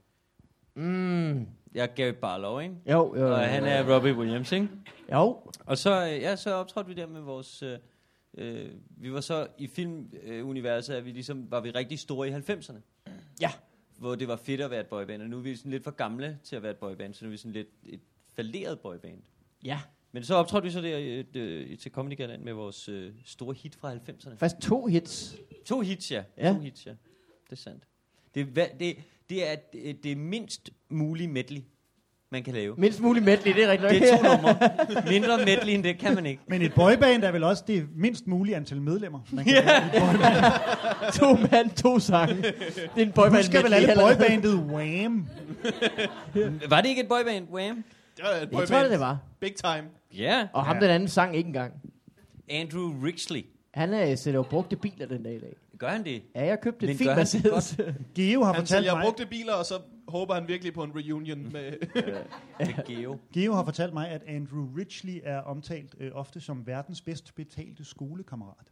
[SPEAKER 1] Mm.
[SPEAKER 5] Jeg er Gary Barlow, ikke?
[SPEAKER 1] Jo, jo, jo.
[SPEAKER 5] Og han er Robbie Williams, ikke?
[SPEAKER 1] Jo,
[SPEAKER 5] Og så, øh, ja, så optrådte vi der med vores... Øh, øh, vi var så i filmuniverset, at vi ligesom, var vi rigtig store i 90'erne.
[SPEAKER 1] Ja.
[SPEAKER 5] Hvor det var fedt at være et boyband, og nu er vi sådan lidt for gamle til at være et boyband, så nu er vi sådan lidt et falderet boyband.
[SPEAKER 1] ja.
[SPEAKER 5] Men så optrådte vi så der øh, øh, til Comedy Galand med vores øh, store hit fra 90'erne.
[SPEAKER 1] Faktisk to hits.
[SPEAKER 5] To hits, ja.
[SPEAKER 1] Ja.
[SPEAKER 5] To hits, ja. Det er sandt. Det er, hva- det, det er det, det er mindst mulig medley, man kan lave.
[SPEAKER 1] Mindst muligt medley, det er rigtigt.
[SPEAKER 5] Det er to numre. Mindre medley end det kan man ikke.
[SPEAKER 3] Men et boyband er vel også det mindst mulige antal medlemmer. Man kan
[SPEAKER 1] *laughs* to mand, to
[SPEAKER 5] *laughs*
[SPEAKER 1] sange. Det er en *laughs* boyband
[SPEAKER 3] Nu skal vel
[SPEAKER 1] medley
[SPEAKER 3] alle
[SPEAKER 1] allerede.
[SPEAKER 3] boybandet Wham.
[SPEAKER 5] Var det ikke et boyband, Wham?
[SPEAKER 2] Det var et
[SPEAKER 1] Jeg
[SPEAKER 2] boyband.
[SPEAKER 1] tror, det, det var.
[SPEAKER 2] Big time.
[SPEAKER 5] Ja.
[SPEAKER 1] Og ham
[SPEAKER 3] Ja.
[SPEAKER 1] den anden sang ikke engang.
[SPEAKER 5] Yeah. Andrew Rixley.
[SPEAKER 1] Han er sætter jo brugte biler den dag i dag.
[SPEAKER 5] Gør han det?
[SPEAKER 1] Ja, jeg købte
[SPEAKER 5] Men
[SPEAKER 1] et fint
[SPEAKER 5] gør han det
[SPEAKER 1] Mercedes.
[SPEAKER 3] Geo har,
[SPEAKER 2] Han
[SPEAKER 3] fortalt
[SPEAKER 2] sælger
[SPEAKER 3] mig,
[SPEAKER 2] brugte biler, og så håber han virkelig på en reunion. Med
[SPEAKER 5] Med Geo.
[SPEAKER 3] Geo har fortalt mig, at Andrew Ridgely er omtalt øh, ofte som verdens bedst betalte skolekammerat.
[SPEAKER 1] *laughs*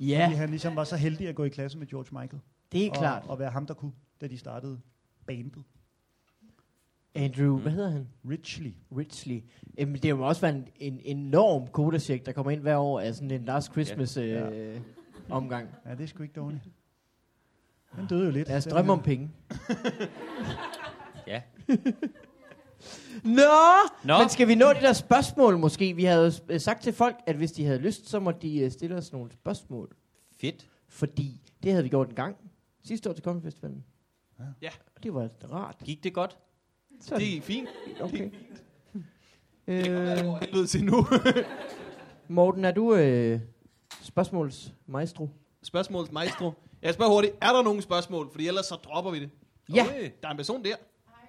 [SPEAKER 1] ja,
[SPEAKER 3] Ja. Fordi han ligesom var så heldig at gå i klasse med George Michael.
[SPEAKER 1] det er
[SPEAKER 3] og,
[SPEAKER 1] klart.
[SPEAKER 3] Og være ham, der kunne, da de startede bandet.
[SPEAKER 1] Andrew,
[SPEAKER 5] Mm.
[SPEAKER 1] hvad hedder han?
[SPEAKER 3] Ridgely.
[SPEAKER 1] Ridgely. Jamen, det har jo også været en, en enorm kodasjek, der kommer ind hver år af sådan en Last Christmas øh,
[SPEAKER 3] Ja.
[SPEAKER 1] omgang.
[SPEAKER 3] Ja, det er sgu ikke dårligt. Han døde jo lidt.
[SPEAKER 1] Lad os
[SPEAKER 3] Den
[SPEAKER 1] drømme
[SPEAKER 3] her.
[SPEAKER 1] om penge.
[SPEAKER 5] Ja.
[SPEAKER 1] Nå!
[SPEAKER 5] Nå.
[SPEAKER 1] Men skal vi nå de der spørgsmål måske? Vi havde jo s- øh, sagt til folk, at hvis de havde lyst, så må de øh, stille os nogle spørgsmål.
[SPEAKER 5] Fedt.
[SPEAKER 1] Fordi det havde vi gjort en gang sidste år til Kongefestivalen.
[SPEAKER 3] Ja.
[SPEAKER 2] Ja.
[SPEAKER 1] Og det var rart.
[SPEAKER 5] Gik det godt?
[SPEAKER 1] Sådan.
[SPEAKER 2] det er fint.
[SPEAKER 1] okay.
[SPEAKER 2] Ja, det
[SPEAKER 1] Øh,
[SPEAKER 2] går helvede til *laughs* nu.
[SPEAKER 1] Morten, er du øh, spørgsmålsmaestro?
[SPEAKER 2] Spørgsmålet maestro. Jeg spørger hurtigt, er der nogen spørgsmål? Fordi ellers så dropper vi det.
[SPEAKER 1] Ja.
[SPEAKER 5] Okay.
[SPEAKER 2] Der er en person der.
[SPEAKER 6] Hej.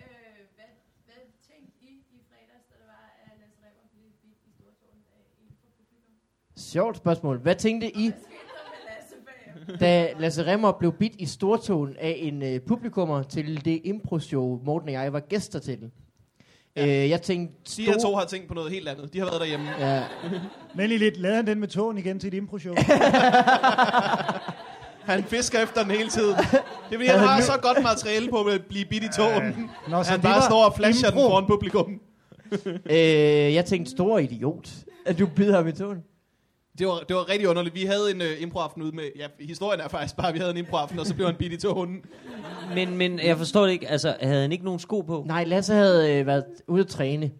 [SPEAKER 6] Øh, hvad, hvad tænkte I i fredags, da det var, at Lasse Remmer blev bidt i stortårnet af en fra publikum?
[SPEAKER 1] Sjovt spørgsmål. Hvad tænkte I,
[SPEAKER 6] Hvad skete der med Lasse bagefter?
[SPEAKER 1] da Lasse Remmer blev bidt i stortåen af en øh, publikummer til det impro-show, Morten og jeg var gæster til? Ja. Øh, jeg tænkte...
[SPEAKER 2] De her
[SPEAKER 1] store-
[SPEAKER 2] to har tænkt på noget helt andet. De har været derhjemme.
[SPEAKER 1] Ja.
[SPEAKER 3] Men lige lidt, lavede han den med tågen igen til et impro-show.
[SPEAKER 2] *laughs* Han fisker efter den hele tiden. *laughs* Det er fordi, han
[SPEAKER 1] Havde
[SPEAKER 2] har
[SPEAKER 1] nu-
[SPEAKER 2] så godt materiale på at blive bidt i tågen.
[SPEAKER 3] Nå,
[SPEAKER 2] Han bare
[SPEAKER 3] var
[SPEAKER 2] står og flasher den
[SPEAKER 3] impro. *laughs*
[SPEAKER 2] foran publikum.
[SPEAKER 1] øh, jeg tænkte, stor idiot, at du bider ham i tåen.
[SPEAKER 2] Det var, det var rigtig underligt. Vi havde en øh, improaften ude med... Ja, historien er faktisk bare, at vi havde en improaften, og så blev han bidt i tågen.
[SPEAKER 5] Men, men jeg forstår det ikke. Altså, havde han ikke nogen sko på?
[SPEAKER 1] Nej, Lasse havde øh, været ude at træne,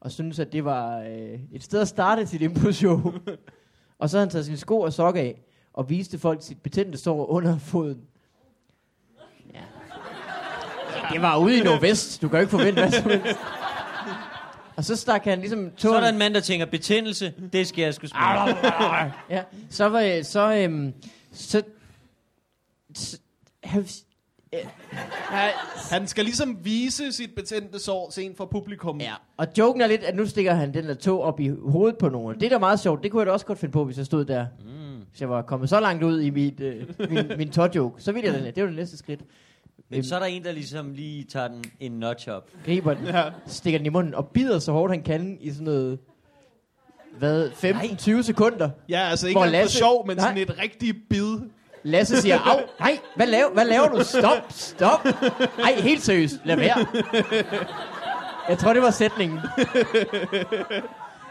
[SPEAKER 1] og syntes, at det var øh, et sted at starte sit impulsshow. og så havde han taget sine sko og sokker af, og viste folk sit betændte sår under foden. Ja. Det var ude i Nordvest. Du kan jo ikke forvente hvad som helst. Og så stak han ligesom
[SPEAKER 5] Så er der
[SPEAKER 1] tåen.
[SPEAKER 5] en mand, der tænker, betændelse, det skal jeg sgu smage.
[SPEAKER 1] Ja, så var øh, så... Øhm, så, så have, øh, ja,
[SPEAKER 2] Han skal ligesom vise sit betændte sår sent for publikum.
[SPEAKER 1] Ja, og joken er lidt, at nu stikker han den der tog op i hovedet på nogen. Det der er meget sjovt, det kunne jeg da også godt finde på, hvis jeg stod der. Mm. Hvis jeg var kommet så langt ud i mit, øh, min, min tåjoke, så ville jeg den Det var det næste skridt.
[SPEAKER 5] Men så er der en, der ligesom lige tager den en notch op.
[SPEAKER 1] Øh, Griber den, ja. stikker den i munden og bider så hårdt han kan i sådan noget... Hvad? 15-20 sekunder.
[SPEAKER 2] Ja, altså
[SPEAKER 1] Hvor
[SPEAKER 2] ikke engang for
[SPEAKER 1] Lasse-
[SPEAKER 2] sjov, men
[SPEAKER 1] Nej.
[SPEAKER 2] sådan et rigtigt bid.
[SPEAKER 1] Lasse siger, au, nej, hvad laver, hvad laver du? Stop, stop. Nej, helt seriøst, lad være. Jeg tror, det var sætningen.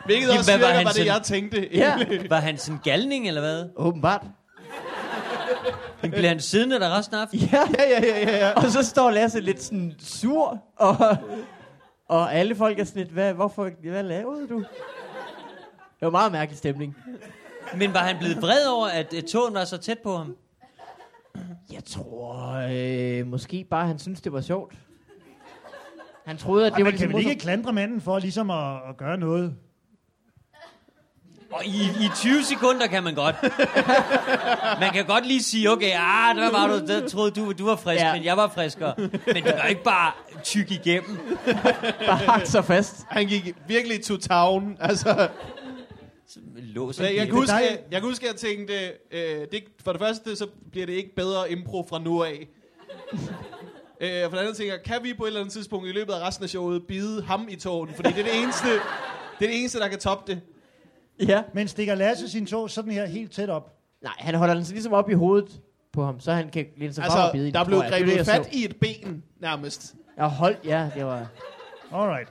[SPEAKER 2] Hvilket
[SPEAKER 5] Jamen,
[SPEAKER 2] også
[SPEAKER 5] hvad var
[SPEAKER 2] virker,
[SPEAKER 5] han
[SPEAKER 2] var det,
[SPEAKER 5] sådan-
[SPEAKER 2] jeg tænkte.
[SPEAKER 1] Ja,
[SPEAKER 5] Var han sådan en galning, eller hvad?
[SPEAKER 1] åbenbart.
[SPEAKER 5] Men Blev han siddende der resten af aftenen?
[SPEAKER 1] Ja,
[SPEAKER 2] *laughs* Ja, ja, ja, ja, ja.
[SPEAKER 1] Og så står Lasse lidt sådan sur, og, og alle folk er sådan lidt, hvad, hvorfor, hvad lavede du? Det var meget mærkelig stemning.
[SPEAKER 5] Men var han blevet vred over, at øh, tågen var så tæt på ham?
[SPEAKER 1] Jeg tror øh, måske bare, han synes det var sjovt. Han troede, at det
[SPEAKER 3] Det
[SPEAKER 1] var
[SPEAKER 3] man kan
[SPEAKER 1] ligesom
[SPEAKER 3] vel ikke
[SPEAKER 1] ikke...
[SPEAKER 3] klandre manden for ligesom at, at gøre noget.
[SPEAKER 5] Og i, i 20 sekunder kan man
[SPEAKER 3] *laughs*
[SPEAKER 5] godt. Man kan godt lige sige, okay, ah, der var du, der troede du, du var frisk,
[SPEAKER 1] Ja.
[SPEAKER 5] ja. men jeg var friskere. Men du kan ikke bare tykke igennem.
[SPEAKER 1] bare hak sig fast.
[SPEAKER 2] *laughs* Han gik virkelig to town. Altså,
[SPEAKER 5] Så Lås
[SPEAKER 2] jeg, jeg,
[SPEAKER 5] ikke
[SPEAKER 2] kan huske,
[SPEAKER 5] helt.
[SPEAKER 2] jeg, jeg kan huske, at jeg tænkte, øh, det, for det første, så bliver det ikke bedre impro fra nu af. *laughs* øh, og for det andet tænker jeg, kan vi på et eller andet tidspunkt i løbet af resten af showet bide ham i tågen? Fordi det er det eneste, det er det eneste der kan toppe det.
[SPEAKER 1] Ja.
[SPEAKER 3] Men stikker Lasse sin tå sådan her helt tæt op.
[SPEAKER 1] Nej, han holder den så ligesom op i hovedet. på ham, så han kan læne sig frem og bide i den,
[SPEAKER 2] Altså, der blev
[SPEAKER 1] tror jeg. Det er det,
[SPEAKER 2] grebet
[SPEAKER 1] jeg
[SPEAKER 2] fat
[SPEAKER 1] så.
[SPEAKER 2] i et ben, nærmest.
[SPEAKER 1] Ja, hold, ja, det var...
[SPEAKER 3] Alright.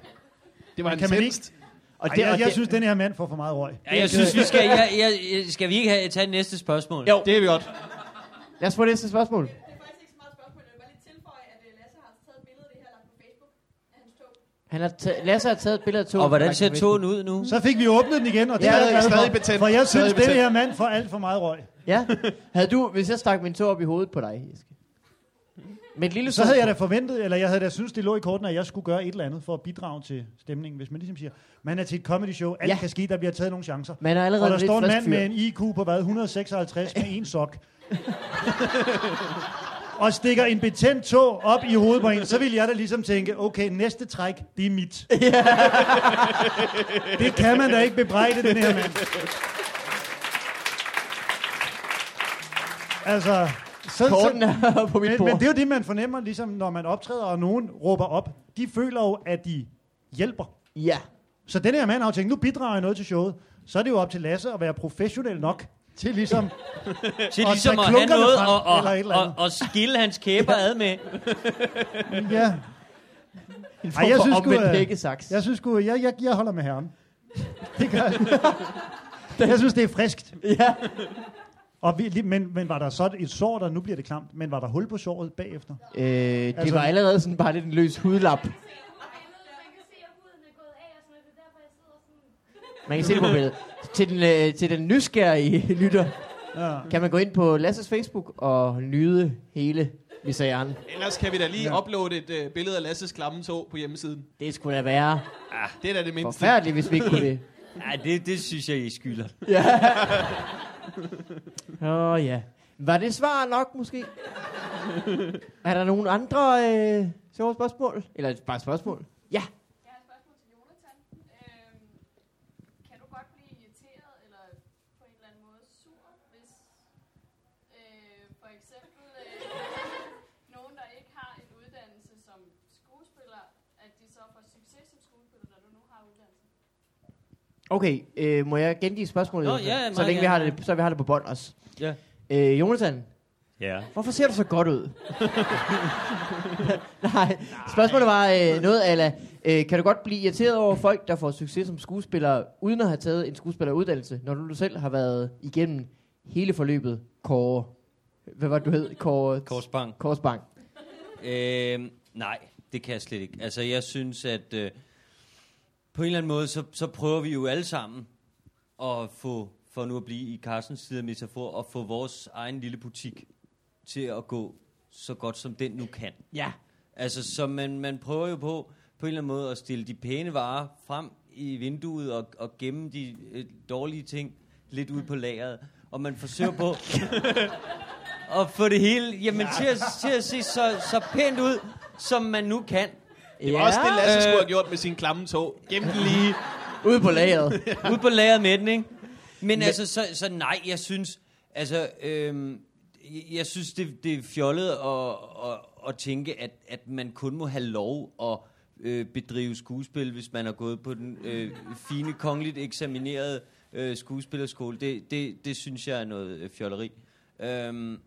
[SPEAKER 2] Det var
[SPEAKER 3] Men kan man
[SPEAKER 2] intenst.
[SPEAKER 1] Og
[SPEAKER 3] Ej,
[SPEAKER 1] det,
[SPEAKER 3] jeg,
[SPEAKER 1] og
[SPEAKER 3] jeg
[SPEAKER 1] det,
[SPEAKER 3] synes, den her mand får for meget røg.
[SPEAKER 5] Ja, jeg synes, vi skal, jeg, jeg, skal vi ikke have, tage næste spørgsmål?
[SPEAKER 1] Jo.
[SPEAKER 2] Det er vi godt.
[SPEAKER 1] Lad os få næste spørgsmål.
[SPEAKER 6] *laughs* Det er faktisk ikke så meget spørgsmål. Jeg vil bare lige tilføje, at øh, Lasse har taget et billede af det her lagt på Facebook af hans tog.
[SPEAKER 1] Han har taget, Lasse har taget et billede af toget.
[SPEAKER 5] Og hvordan
[SPEAKER 1] der
[SPEAKER 5] ser
[SPEAKER 1] kan
[SPEAKER 5] togen ud nu?
[SPEAKER 3] Så fik vi åbnet den igen, og det
[SPEAKER 1] Ja,
[SPEAKER 3] er jeg glad
[SPEAKER 2] stadig
[SPEAKER 3] for,
[SPEAKER 2] betændt.
[SPEAKER 3] for jeg
[SPEAKER 2] Stadig
[SPEAKER 3] synes, den
[SPEAKER 2] betændt.
[SPEAKER 3] her mand får alt for meget røg.
[SPEAKER 1] Ja. Havde du, hvis jeg stak min tog op i hovedet på dig, Eske. Med et lille
[SPEAKER 3] Så havde jeg da forventet, eller jeg havde da synes det lå i korten, at jeg skulle gøre et eller andet for at bidrage til stemningen, hvis man ligesom siger, man er til et comedy show, alt
[SPEAKER 1] Ja.
[SPEAKER 3] ja. kan ske, der bliver taget nogle chancer.
[SPEAKER 1] Man er allerede
[SPEAKER 3] Og der
[SPEAKER 1] lidt
[SPEAKER 3] står en
[SPEAKER 1] frisk
[SPEAKER 3] mand
[SPEAKER 1] fyr.
[SPEAKER 3] med en IQ på hvad, 156 med en sok. og stikker en betændt tog op i hovedet på en, så vil jeg da ligesom tænke, okay, næste træk, det er mit. det kan man da ikke bebrejde, den her mand. Altså, sådan,
[SPEAKER 1] Korten er på mit
[SPEAKER 3] men,
[SPEAKER 1] bord.
[SPEAKER 3] men det er jo det, man fornemmer, ligesom når man optræder, og nogen råber op. De føler jo, at de hjælper.
[SPEAKER 1] Ja.
[SPEAKER 3] Så den her mand har jo tænkt, nu bidrager jeg noget til showet. Så er det jo op til Lasse at være professionel nok til ligesom...
[SPEAKER 5] Til
[SPEAKER 3] Og
[SPEAKER 5] ligesom
[SPEAKER 3] tage
[SPEAKER 5] at have
[SPEAKER 3] klunkerne
[SPEAKER 5] noget
[SPEAKER 3] frem,
[SPEAKER 5] og, og,
[SPEAKER 3] eller et eller
[SPEAKER 5] og,
[SPEAKER 3] andet.
[SPEAKER 5] og skille hans kæber ad med.
[SPEAKER 3] Ja,
[SPEAKER 1] En form
[SPEAKER 3] Ej, jeg
[SPEAKER 1] for
[SPEAKER 3] synes sgu,
[SPEAKER 1] omvendt
[SPEAKER 3] øh,
[SPEAKER 1] hækkesaks.
[SPEAKER 3] jeg synes sgu, jeg, jeg, jeg holder med herren. Det gør jeg. Jeg synes, det er friskt.
[SPEAKER 1] Ja.
[SPEAKER 3] Og vi, lige- men, men var der så et sår, der nu bliver det klamt, men var der hul på såret bagefter?
[SPEAKER 1] Øh, det
[SPEAKER 3] Altså-
[SPEAKER 1] var allerede sådan bare lidt en løs hudlap.
[SPEAKER 6] Og billedet, man kan se, at huden er gået af, og sådan noget. Det er derfor,
[SPEAKER 1] Man
[SPEAKER 6] jeg sidder sådan...
[SPEAKER 1] kan se det på billedet. Til den, øh, til den nysgerrige *laughs* lytter,
[SPEAKER 3] Ja.
[SPEAKER 1] kan man gå ind på Lasses Facebook og nyde hele misæren.
[SPEAKER 2] Ellers kan vi da lige
[SPEAKER 3] Ja.
[SPEAKER 2] uploade et øh, billede af Lasses klamme tog på hjemmesiden.
[SPEAKER 1] Det skulle da være
[SPEAKER 2] Det er da det mindste.
[SPEAKER 1] forfærdeligt, hvis vi ikke kunne det.
[SPEAKER 5] Ja, det, det synes jeg, I skylder.
[SPEAKER 1] Åh oh, ja. Var det svar nok måske? er der nogen andre øh, sjove spørgsmål? Eller bare spørgsmål? Ja.
[SPEAKER 6] Jeg har et spørgsmål til Jonathan. Øhm, kan du godt blive irriteret eller på en eller anden måde sur, hvis øh, for eksempel øh, nogen, der ikke har en uddannelse som skuespiller, at de så får succes som skuespiller, når du nu har uddannelse?
[SPEAKER 1] Okay, øh, må jeg gengive spørgsmålet?
[SPEAKER 5] Nå,
[SPEAKER 1] Jonathan?
[SPEAKER 5] ja, ja, meget
[SPEAKER 1] så længe vi
[SPEAKER 5] gerne.
[SPEAKER 1] har det, så vi har det på bånd også.
[SPEAKER 5] Ja.
[SPEAKER 1] Øh, Jonathan,
[SPEAKER 5] Ja.
[SPEAKER 1] hvorfor ser du så godt *laughs* ud? Nej, spørgsmålet var øh, noget ala, øh, kan du godt blive irriteret over folk, der får succes som skuespiller, uden at have taget en skuespilleruddannelse, når du selv har været igennem hele forløbet, Kåre? Hvad var det, du hed? Kåre?
[SPEAKER 5] Korsbang.
[SPEAKER 1] Korsbang.
[SPEAKER 5] Øh, nej, det kan jeg slet ikke. Altså, jeg synes, at øh, på en eller anden måde, så, så prøver vi jo alle sammen at få, for nu at blive i Carstens side af metafor, at få vores egen lille butik til at gå så godt, som den nu kan.
[SPEAKER 1] Ja.
[SPEAKER 5] Altså, så man, man prøver jo på, på en eller anden måde, at stille de pæne varer frem i vinduet og, og gemme de øh, dårlige ting lidt ud på lageret. Og man forsøger på at få det hele jamen, til, at, til at se så, så pænt ud, som man nu kan.
[SPEAKER 2] Det var også det, Lasse skulle have gjort med sin klamme tog. Gem den lige.
[SPEAKER 1] Ude på lageret.
[SPEAKER 5] Ude på lageret med den, ikke? Men, Men altså, så, så nej, jeg synes, altså, øhm, jeg- jeg synes, det, det er fjollet at, at, at tænke, at, at man kun må have lov at øh, bedrive skuespil, hvis man har gået på den øh, fine, kongeligt eksaminerede øh, skuespillerskole. Det, det, det synes jeg er noget øh, fjolleri. Øhm,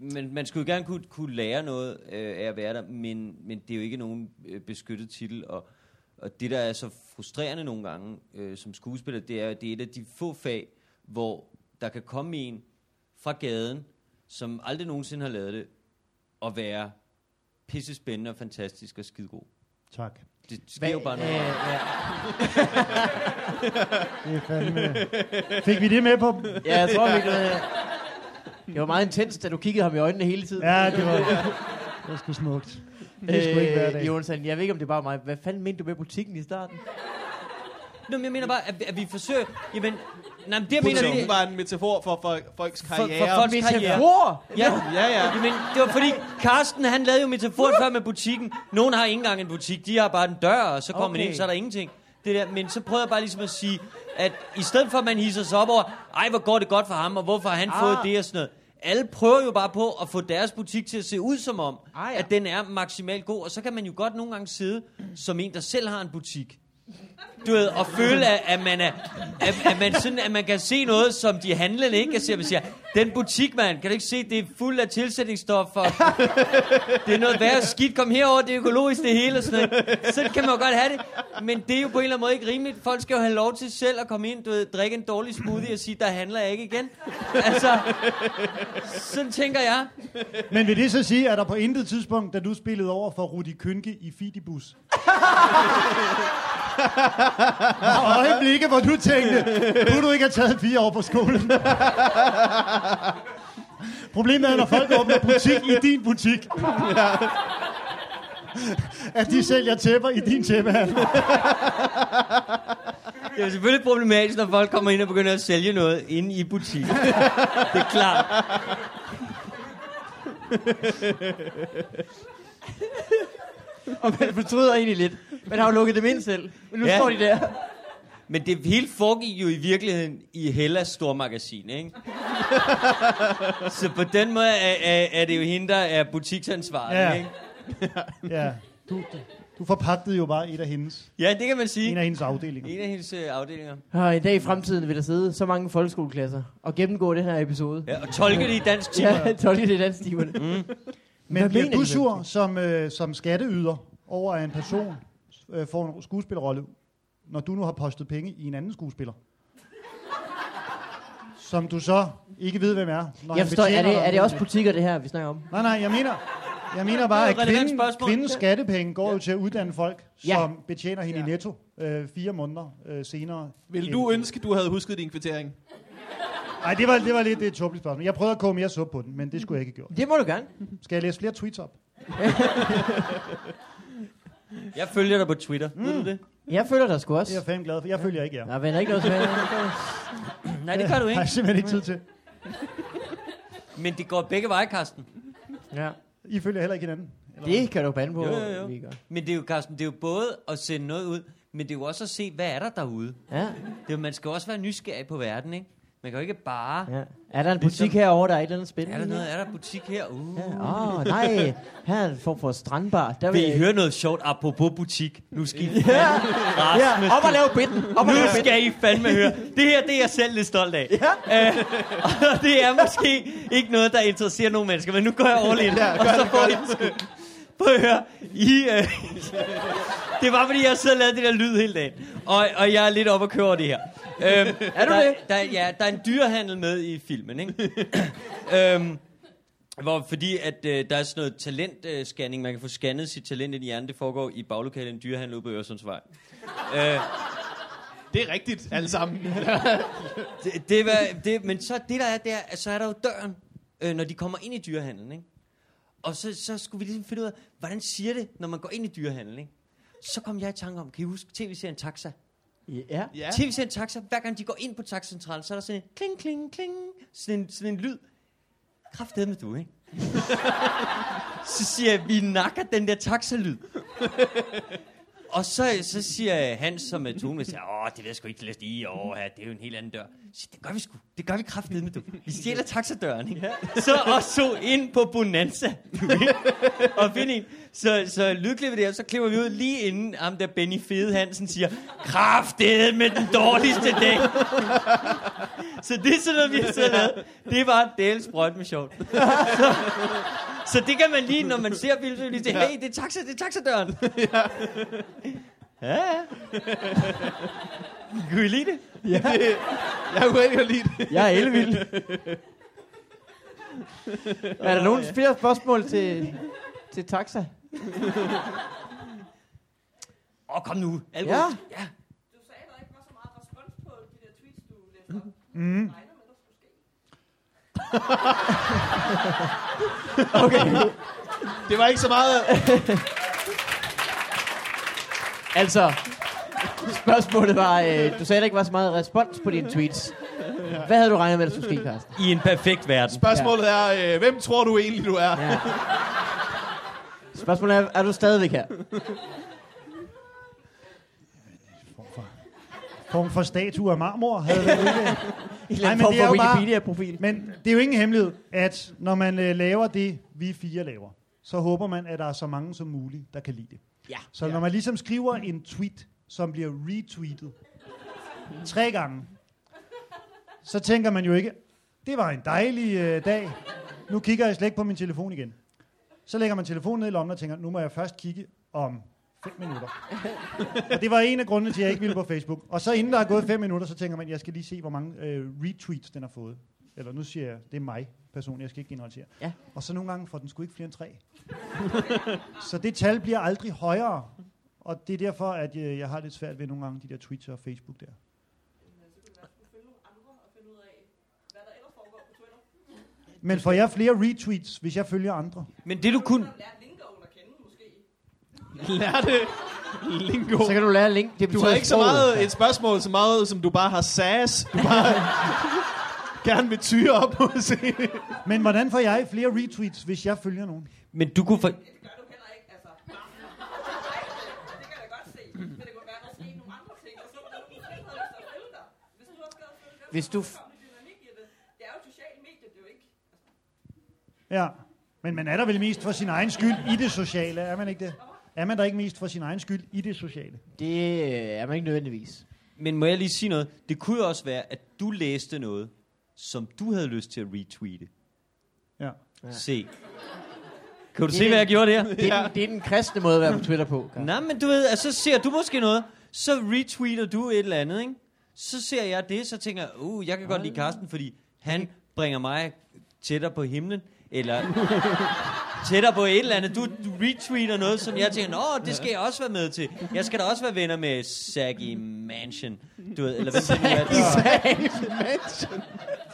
[SPEAKER 5] men man skulle jo gerne kunne, kunne lære noget øh, af at være der, men, men det er jo ikke nogen øh, beskyttet titel, og, og det, der er så frustrerende nogle gange øh, som skuespiller, det er, at det er et af de få fag, hvor der kan komme en fra gaden, som aldrig nogensinde har lavet det, og være pisse spændende og fantastisk og skidegod.
[SPEAKER 3] Tak.
[SPEAKER 5] *laughs* Det sker jo bare noget.
[SPEAKER 1] øh, ja.
[SPEAKER 3] Det er fandme... Fik vi det med på?
[SPEAKER 1] ja, jeg tror virkelig, det det var meget intens, da du kiggede ham i øjnene hele tiden.
[SPEAKER 3] Ja, det var... Det var sgu smukt. Det er sgu ikke hver dag.
[SPEAKER 1] Jonsen, Øh, jeg ved ikke, om det er bare mig. Hvad fanden mente du med butikken i starten?
[SPEAKER 5] Nå, men jeg mener bare, at, at vi forsøger... Jamen, nej, men det jeg mener,
[SPEAKER 2] Butikken
[SPEAKER 5] det,
[SPEAKER 2] var en metafor for, for folks
[SPEAKER 5] for
[SPEAKER 2] karriere.
[SPEAKER 5] folks karriere.
[SPEAKER 1] Metafor!
[SPEAKER 5] ja,
[SPEAKER 2] Ja, ja.
[SPEAKER 5] Men det var fordi, Carsten han lavede jo metaforen før med butikken. Nogen har ikke engang en butik, de har bare en dør, og så kommer okay. man
[SPEAKER 1] Okay.
[SPEAKER 5] ind, så er der ingenting. Det der. Men så prøvede jeg bare ligesom at sige, at i stedet for at man hisser sig op over, ej hvor går det godt for ham, og hvorfor har han
[SPEAKER 1] Ah.
[SPEAKER 5] ah. fået det og sådan noget. Alle prøver jo bare på at få deres butik til at se ud som om,
[SPEAKER 1] Ah, ja.
[SPEAKER 5] at den er maksimalt god. Og så kan man jo godt nogle gange sidde som en, der selv har en butik. Du ved, og føle, at, at man er, at, at, man sådan, at man kan se noget, som de handlende ikke kan se. Man siger, den butik, man, kan du ikke se, det er fuld af tilsætningsstoffer. Det er noget værre skidt, kom herover, det er økologisk det hele og sådan noget. Sådan kan man jo godt have det, men det er jo på en eller anden måde ikke rimeligt. Folk skal jo have lov til selv at komme ind, du ved, drikke en dårlig smoothie og sige, der handler jeg ikke igen. Altså, sådan tænker jeg.
[SPEAKER 3] Men vil det så sige, at der på intet tidspunkt, da du spillede over for Rudi Kønke i Fidibus, var øjeblikke, hvor du tænkte, kunne du ikke have taget fire år på skolen? Problemet er, når folk åbner butik i din butik. At de sælger tæpper i din tæppehandel.
[SPEAKER 5] Det er jo selvfølgelig problematisk, når folk kommer ind og begynder at sælge noget inde i butikken. *laughs* Det er klart.
[SPEAKER 1] Og man fortryder egentlig lidt. Man har jo lukket dem ind selv. Men nu
[SPEAKER 5] Ja.
[SPEAKER 1] ja. står de der.
[SPEAKER 5] Men det hele foregik jo i virkeligheden i Hellas
[SPEAKER 3] *laughs*
[SPEAKER 5] stormagasin, ikke? Så på den måde er, er, er det jo hende, der er butiksansvarlig,
[SPEAKER 3] Ja.
[SPEAKER 5] ja. ikke?
[SPEAKER 3] Ja, du, du- du forpagtede jo bare et af hendes,
[SPEAKER 5] Ja, det kan man sige.
[SPEAKER 3] en af hendes afdelinger.
[SPEAKER 5] En af hendes øh, afdelinger.
[SPEAKER 1] Og en dag i fremtiden vil der sidde så mange folkeskoleklasser og gennemgå den her episode.
[SPEAKER 5] Ja, og tolke det i dansk timer.
[SPEAKER 1] Ja, *laughs* tolke det i
[SPEAKER 5] Mm.
[SPEAKER 1] dansstimerne.
[SPEAKER 3] Men
[SPEAKER 1] Hvad
[SPEAKER 3] bliver
[SPEAKER 1] mener
[SPEAKER 3] du
[SPEAKER 1] de så?
[SPEAKER 3] sur som, øh, som skatteyder over, at en person øh, får en skuespillerrolle, når du nu har postet penge i en anden skuespiller? Som du så ikke ved, hvem er. Når
[SPEAKER 1] Jeg
[SPEAKER 3] han
[SPEAKER 1] forstår, er
[SPEAKER 3] betjener
[SPEAKER 1] det,
[SPEAKER 3] dig.
[SPEAKER 1] er det også butikker, det her, vi snakker om?
[SPEAKER 3] Nej, nej, jeg mener, jeg mener bare,
[SPEAKER 5] Det
[SPEAKER 3] at
[SPEAKER 5] er et relevant
[SPEAKER 3] kvinden,
[SPEAKER 5] spørgsmål.
[SPEAKER 3] kvindens skattepenge går jo til at uddanne folk,
[SPEAKER 1] Ja.
[SPEAKER 3] som betjener hende
[SPEAKER 2] Ja.
[SPEAKER 3] i netto øh, fire måneder øh, senere.
[SPEAKER 2] Vil du ønske, du havde husket din kvittering?
[SPEAKER 3] Nej, det var, det var lidt det er et tåbeligt spørgsmål. Jeg prøvede at koge mere suppe på den, men det skulle jeg ikke have gjort.
[SPEAKER 1] Det må du gerne.
[SPEAKER 3] Skal jeg læse flere tweets op?
[SPEAKER 5] Jeg følger dig på Twitter. Mm. Ved du det?
[SPEAKER 1] Jeg føler dig sgu
[SPEAKER 3] Det er jeg
[SPEAKER 1] også.
[SPEAKER 3] fandme glad for. Jeg følger ikke jer.
[SPEAKER 1] Der vender ikke noget
[SPEAKER 3] *laughs*
[SPEAKER 1] tilbage.
[SPEAKER 5] Nej, det gør du
[SPEAKER 3] Det har
[SPEAKER 5] ikke.
[SPEAKER 3] jeg simpelthen ikke tid til.
[SPEAKER 5] Men det går begge veje, Karsten.
[SPEAKER 1] Ja.
[SPEAKER 3] I følger heller ikke hinanden. Eller hvad?
[SPEAKER 1] Det kan du bande på.
[SPEAKER 5] Jo, jo, jo.
[SPEAKER 1] vi gør.
[SPEAKER 5] Men det er jo, Karsten, det er jo både at sende noget ud, men det er jo også at se, hvad er der derude.
[SPEAKER 1] Ja.
[SPEAKER 5] Det er, jo- man skal jo også være nysgerrig på verden, ikke? Man kan jo ikke bare...
[SPEAKER 1] ja. Er der en
[SPEAKER 5] Ligesom-
[SPEAKER 1] butik herovre, der er et eller andet spændende?
[SPEAKER 5] Er der noget? Er der butik her? Uh.
[SPEAKER 1] Ja. Åh, oh, nej. Her er en form for strandbar. Der
[SPEAKER 5] Vil I høre noget sjovt apropos butik? Nu skal I fandme,
[SPEAKER 1] Ja. Ja,
[SPEAKER 5] Rasmus,
[SPEAKER 1] op og lave bitten. Op og lave
[SPEAKER 5] nu
[SPEAKER 1] bitten.
[SPEAKER 5] skal I fandme høre. Det her, det er jeg selv lidt stolt af. Ja. Øh, og det er måske ikke noget, der interesserer nogen mennesker, men nu går jeg all in, ja, og så får I den sgu. Prøv at høre. I, øh, det var, fordi jeg sad og lavede det der lyd hele dagen. Og, og jeg er lidt oppe at køre over det her. Øhm, er
[SPEAKER 1] du
[SPEAKER 5] der,
[SPEAKER 1] det?
[SPEAKER 5] Der, ja, der er en dyrehandel med i filmen, ikke? *clears throat* øhm, hvor, fordi at øh, der er sådan noget talentscanning, øh, scanning. man kan få scannet sit talent ind i hjernen, det foregår i baglokalet i en dyrehandel ude på Øresundsvej.
[SPEAKER 2] Det er rigtigt, alle sammen.
[SPEAKER 5] Det, det var, det, men så det der er der, at så er der jo døren, øh, når de kommer ind i dyrehandlen, ikke? Og så, så skulle vi ligesom finde ud af, hvordan siger det, når man går ind i dyrehandlen, ikke? Så kom jeg i tanke om, kan I huske tv-serien Taxa?
[SPEAKER 1] Ja.
[SPEAKER 2] ja.
[SPEAKER 5] TV-serien Taxa, hver gang de går ind på taxacentralen, så er der sådan en kling, kling, kling, sådan en, sådan en lyd. Kræftet med du, ikke? så siger jeg, vi nakker den der taxalyd. Og så, så siger Hans, som er tone, siger, åh, det vil jeg sgu ikke læse i over her, det er jo en helt anden dør. Så siger, det gør vi sgu, det gør vi kraftedet med du. Vi stjæler taxadøren, ikke? Så og så ind på Bonanza, du ved, og find en. Så, så lydklippet der, så klipper vi ud lige inden ham der Benny Fede Hansen siger, kraftedet med den dårligste dag. så det er sådan noget, vi har siddet og lavet. Det var dels sprøjt med sjovt. Så det kan man lige, når man ser filmen, så lige sige, hey, det er, taxa, det er taxadøren. ja. ja. Kunne I lide det?
[SPEAKER 2] Jeg kunne rigtig godt lide det.
[SPEAKER 1] Jeg er elvild. er der nogen flere spørgsmål til, til taxa?
[SPEAKER 5] Åh, oh, kom nu. Alkohol.
[SPEAKER 1] Ja.
[SPEAKER 5] ja.
[SPEAKER 6] Du sagde, der ikke var så meget respons på de der tweets, du læste op.
[SPEAKER 3] Mm.
[SPEAKER 6] Regner med, der skulle ske.
[SPEAKER 1] Okay.
[SPEAKER 2] Det var ikke så meget...
[SPEAKER 1] Altså, spørgsmålet var, øh, du sagde, der ikke var så meget respons på dine tweets. Hvad havde du regnet med, der skulle ske, Carsten?
[SPEAKER 5] I en perfekt verden.
[SPEAKER 2] Spørgsmålet er, øh, hvem tror du egentlig, du er?
[SPEAKER 1] Ja. Spørgsmålet er, er du stadigvæk her?
[SPEAKER 3] Form for, form for statue af marmor havde det ikke.
[SPEAKER 1] I en
[SPEAKER 3] Nej, men
[SPEAKER 1] form
[SPEAKER 3] det er
[SPEAKER 1] for
[SPEAKER 3] jo bare-
[SPEAKER 1] Wikipedia-profil.
[SPEAKER 3] Men det er jo ingen hemmelighed, at når man øh, laver det, vi fire laver, så håber man, at der er så mange som muligt, der kan lide det.
[SPEAKER 5] Ja.
[SPEAKER 3] Så når man ligesom skriver en tweet, som bliver retweetet. Tre gange. Så tænker man jo ikke, det var en dejlig øh, dag. Nu kigger jeg slet ikke på min telefon igen. Så lægger man telefonen ned i lommen og tænker, nu må jeg først kigge om fem minutter. og det var en af grundene til, at jeg ikke ville på Facebook. Og så inden der er gået fem minutter, så tænker man, jeg skal lige se, hvor mange øh, retweets den har fået. Eller nu siger jeg, det er mig personligt, jeg skal ikke generalisere.
[SPEAKER 1] Ja.
[SPEAKER 3] Og så nogle gange får den sgu ikke flere end tre. *laughs* så det tal bliver aldrig højere. Og det er derfor, at øh, jeg, jeg har lidt svært ved nogle gange de der tweets og Facebook der.
[SPEAKER 6] altså,
[SPEAKER 3] Men får jeg flere retweets, hvis jeg følger andre?
[SPEAKER 5] Men det du kunne...
[SPEAKER 2] Lær det. Lingo.
[SPEAKER 1] Så kan du lære link. Det
[SPEAKER 2] Du
[SPEAKER 1] betyder
[SPEAKER 2] har ikke så
[SPEAKER 1] sproget.
[SPEAKER 2] meget et spørgsmål, så meget som du bare har sas. Du bare gerne vil tyre op hos
[SPEAKER 3] Men hvordan får jeg flere retweets, hvis jeg følger nogen?
[SPEAKER 5] Men du kunne for...
[SPEAKER 7] Det gør du heller ikke, altså. Det kan jeg da godt se. Men det kunne være, at der skete nogle andre ting, og så ville du ikke have lyst til at følge dig. Hvis du også gad at følge dem,
[SPEAKER 1] Hvis
[SPEAKER 7] så
[SPEAKER 1] du
[SPEAKER 7] er der
[SPEAKER 1] f-
[SPEAKER 7] fuldkommen dynamik i det. Det er jo et socialt medie, det er jo ikke...
[SPEAKER 3] Ja. Men man er der vel mest for sin egen skyld i det sociale, er man ikke det? Er man der ikke mest for sin egen skyld i det sociale?
[SPEAKER 1] Det øh, er man ikke nødvendigvis.
[SPEAKER 5] Men må jeg lige sige noget? Det kunne jo også være, at du læste noget, som du havde lyst til at retweete.
[SPEAKER 3] Ja.
[SPEAKER 1] Ja.
[SPEAKER 5] Se. Kan du
[SPEAKER 1] Det
[SPEAKER 5] se,
[SPEAKER 1] er-
[SPEAKER 5] hvad jeg gjorde der?
[SPEAKER 1] Det er, den, det er den kristne måde at være på Twitter på. Carsten.
[SPEAKER 5] Nej, men du ved, altså, så ser du måske noget, så retweeter du et eller andet, ikke? Så ser jeg det, så tænker jeg, uh, jeg kan godt lide Carsten, fordi han bringer mig tættere på himlen, eller tættere på et eller andet. Du, du retweeter noget, som jeg tænker, nå, det skal jeg også være med til. Jeg skal da også være venner med Saggy Mansion. Du ved, eller hvad det nu er.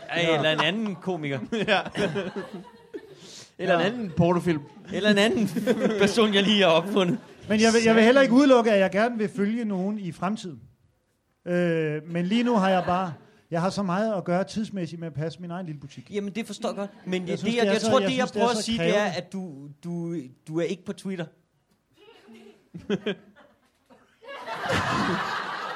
[SPEAKER 5] Ej, Eller en anden komiker.
[SPEAKER 1] *laughs* Eller en anden portofilm.
[SPEAKER 5] Eller en anden person, jeg lige har opfundet.
[SPEAKER 3] Men jeg vil, jeg vil heller ikke udelukke, at jeg gerne vil følge nogen i fremtiden. Øh, men lige nu har jeg bare... Jeg har så meget at gøre tidsmæssigt med at passe min egen lille butik.
[SPEAKER 5] Jamen, det forstår jeg godt. Men jeg,
[SPEAKER 3] synes,
[SPEAKER 5] det, jeg,
[SPEAKER 3] det er
[SPEAKER 5] jeg
[SPEAKER 3] så-
[SPEAKER 5] tror,
[SPEAKER 3] jeg
[SPEAKER 5] det, jeg
[SPEAKER 3] synes, det er
[SPEAKER 5] prøver at
[SPEAKER 3] så
[SPEAKER 5] sige, det er,
[SPEAKER 3] krævende.
[SPEAKER 5] at du, du, du er ikke på Twitter. *laughs*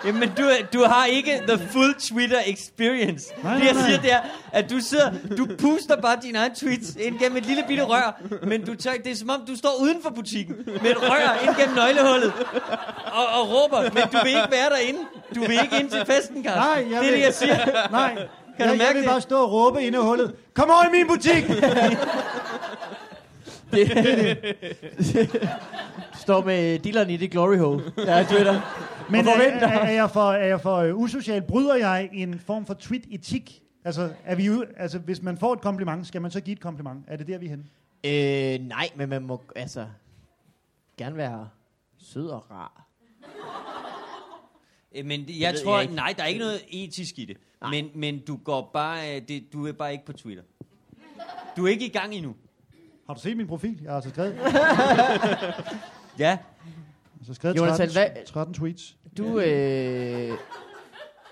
[SPEAKER 5] Jamen, du, er- du har ikke the full Twitter experience.
[SPEAKER 3] Nej,
[SPEAKER 5] det, jeg
[SPEAKER 3] nej, nej.
[SPEAKER 5] siger, det er, at du sidder, du puster bare dine egne tweets ind gennem et lille bitte rør, men du tør, ikke- det er som om, du står uden for butikken med et rør ind gennem nøglehullet og, og råber, men du vil ikke være derinde. Du vil ikke ind til festen, Carsten.
[SPEAKER 3] Nej, jeg
[SPEAKER 5] det er
[SPEAKER 3] vil-
[SPEAKER 5] det, jeg siger.
[SPEAKER 3] Nej,
[SPEAKER 5] Kan
[SPEAKER 3] kan jeg,
[SPEAKER 5] du mærke
[SPEAKER 3] jeg vil
[SPEAKER 5] det?
[SPEAKER 3] bare stå og råbe ind i hullet. Kom over i min
[SPEAKER 5] *laughs*
[SPEAKER 3] butik!
[SPEAKER 1] *laughs* Står med dealeren i det glory hole. Der er Twitter.
[SPEAKER 3] Men
[SPEAKER 1] Og
[SPEAKER 3] er,
[SPEAKER 1] forventer.
[SPEAKER 3] er, er, jeg for, er jeg for øh, usocial? Bryder jeg en form for tweet-etik? Altså, er vi, ude- altså, hvis man får et kompliment, skal man så give et kompliment? Er det der, vi er henne?
[SPEAKER 1] Øh, nej, men man må altså gerne være sød og rar.
[SPEAKER 5] Øh, Men det-
[SPEAKER 1] Det
[SPEAKER 5] jeg
[SPEAKER 1] ved
[SPEAKER 5] tror,
[SPEAKER 1] jeg
[SPEAKER 5] jeg
[SPEAKER 1] ikke.
[SPEAKER 5] nej, der er ikke noget etisk i det. Men, men du går bare, øh, det, du er bare ikke på Twitter. Du er ikke i gang endnu.
[SPEAKER 3] Har du set min profil? Jeg har altså skrevet,
[SPEAKER 5] Ja,
[SPEAKER 3] altså skrevet
[SPEAKER 1] Jonathan,
[SPEAKER 3] 13,
[SPEAKER 1] hvad-
[SPEAKER 3] 13 tweets.
[SPEAKER 1] Du øh,
[SPEAKER 5] Jeg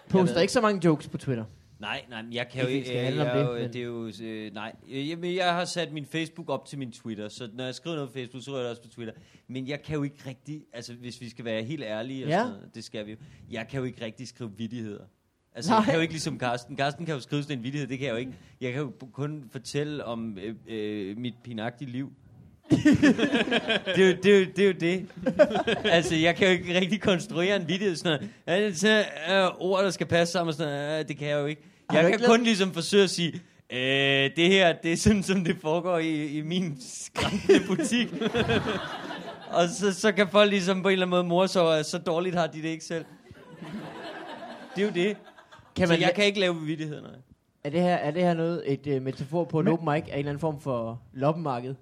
[SPEAKER 1] poster
[SPEAKER 5] ved.
[SPEAKER 1] ikke så mange jokes på Twitter.
[SPEAKER 5] nej, nej, men jeg kan
[SPEAKER 1] Ikke,
[SPEAKER 5] jo
[SPEAKER 1] det skal
[SPEAKER 5] ikke. øh,
[SPEAKER 1] handle om
[SPEAKER 5] Jeg, er jo-
[SPEAKER 1] det, men-
[SPEAKER 5] det er jo, øh, nej. Øh, Jamen, jeg har sat min Facebook op til min Twitter, så når jeg skriver noget på Facebook, så rører det også på Twitter. Men jeg kan jo ikke rigtig, altså hvis vi skal være helt ærlige, og
[SPEAKER 1] Ja.
[SPEAKER 5] ja. sådan noget, det skal vi jo. Jeg kan jo ikke rigtig skrive vittigheder. Altså,
[SPEAKER 1] Nej.
[SPEAKER 5] jeg kan jo ikke ligesom Karsten. Karsten kan jo skrive sådan en vittighed, det kan jeg jo ikke. Jeg kan jo kun fortælle om øh, øh, mit pinagtige liv. *laughs* det, er jo, det, er jo, det er jo det. altså, jeg kan jo ikke rigtig konstruere en video. Sådan noget. Ja, så, øh, ord, der skal passe sammen, og sådan noget. Øh, det kan jeg jo ikke.
[SPEAKER 1] du
[SPEAKER 5] Jeg
[SPEAKER 1] ikke
[SPEAKER 5] kan
[SPEAKER 1] lavet-
[SPEAKER 5] kun ligesom forsøge at sige, øh, det her, det er sådan, som det foregår i, i min skræmmende
[SPEAKER 1] *laughs*
[SPEAKER 5] butik. og så, så kan folk ligesom på en eller anden måde morse over, at så dårligt har de det ikke selv. Det er jo det.
[SPEAKER 1] Kan
[SPEAKER 5] så
[SPEAKER 1] man,
[SPEAKER 5] jeg kan ikke lave vittigheder, nej.
[SPEAKER 1] er, det her, er det her noget, et øh, metafor på en
[SPEAKER 3] Men-
[SPEAKER 1] open mic af en eller anden form for loppemarked?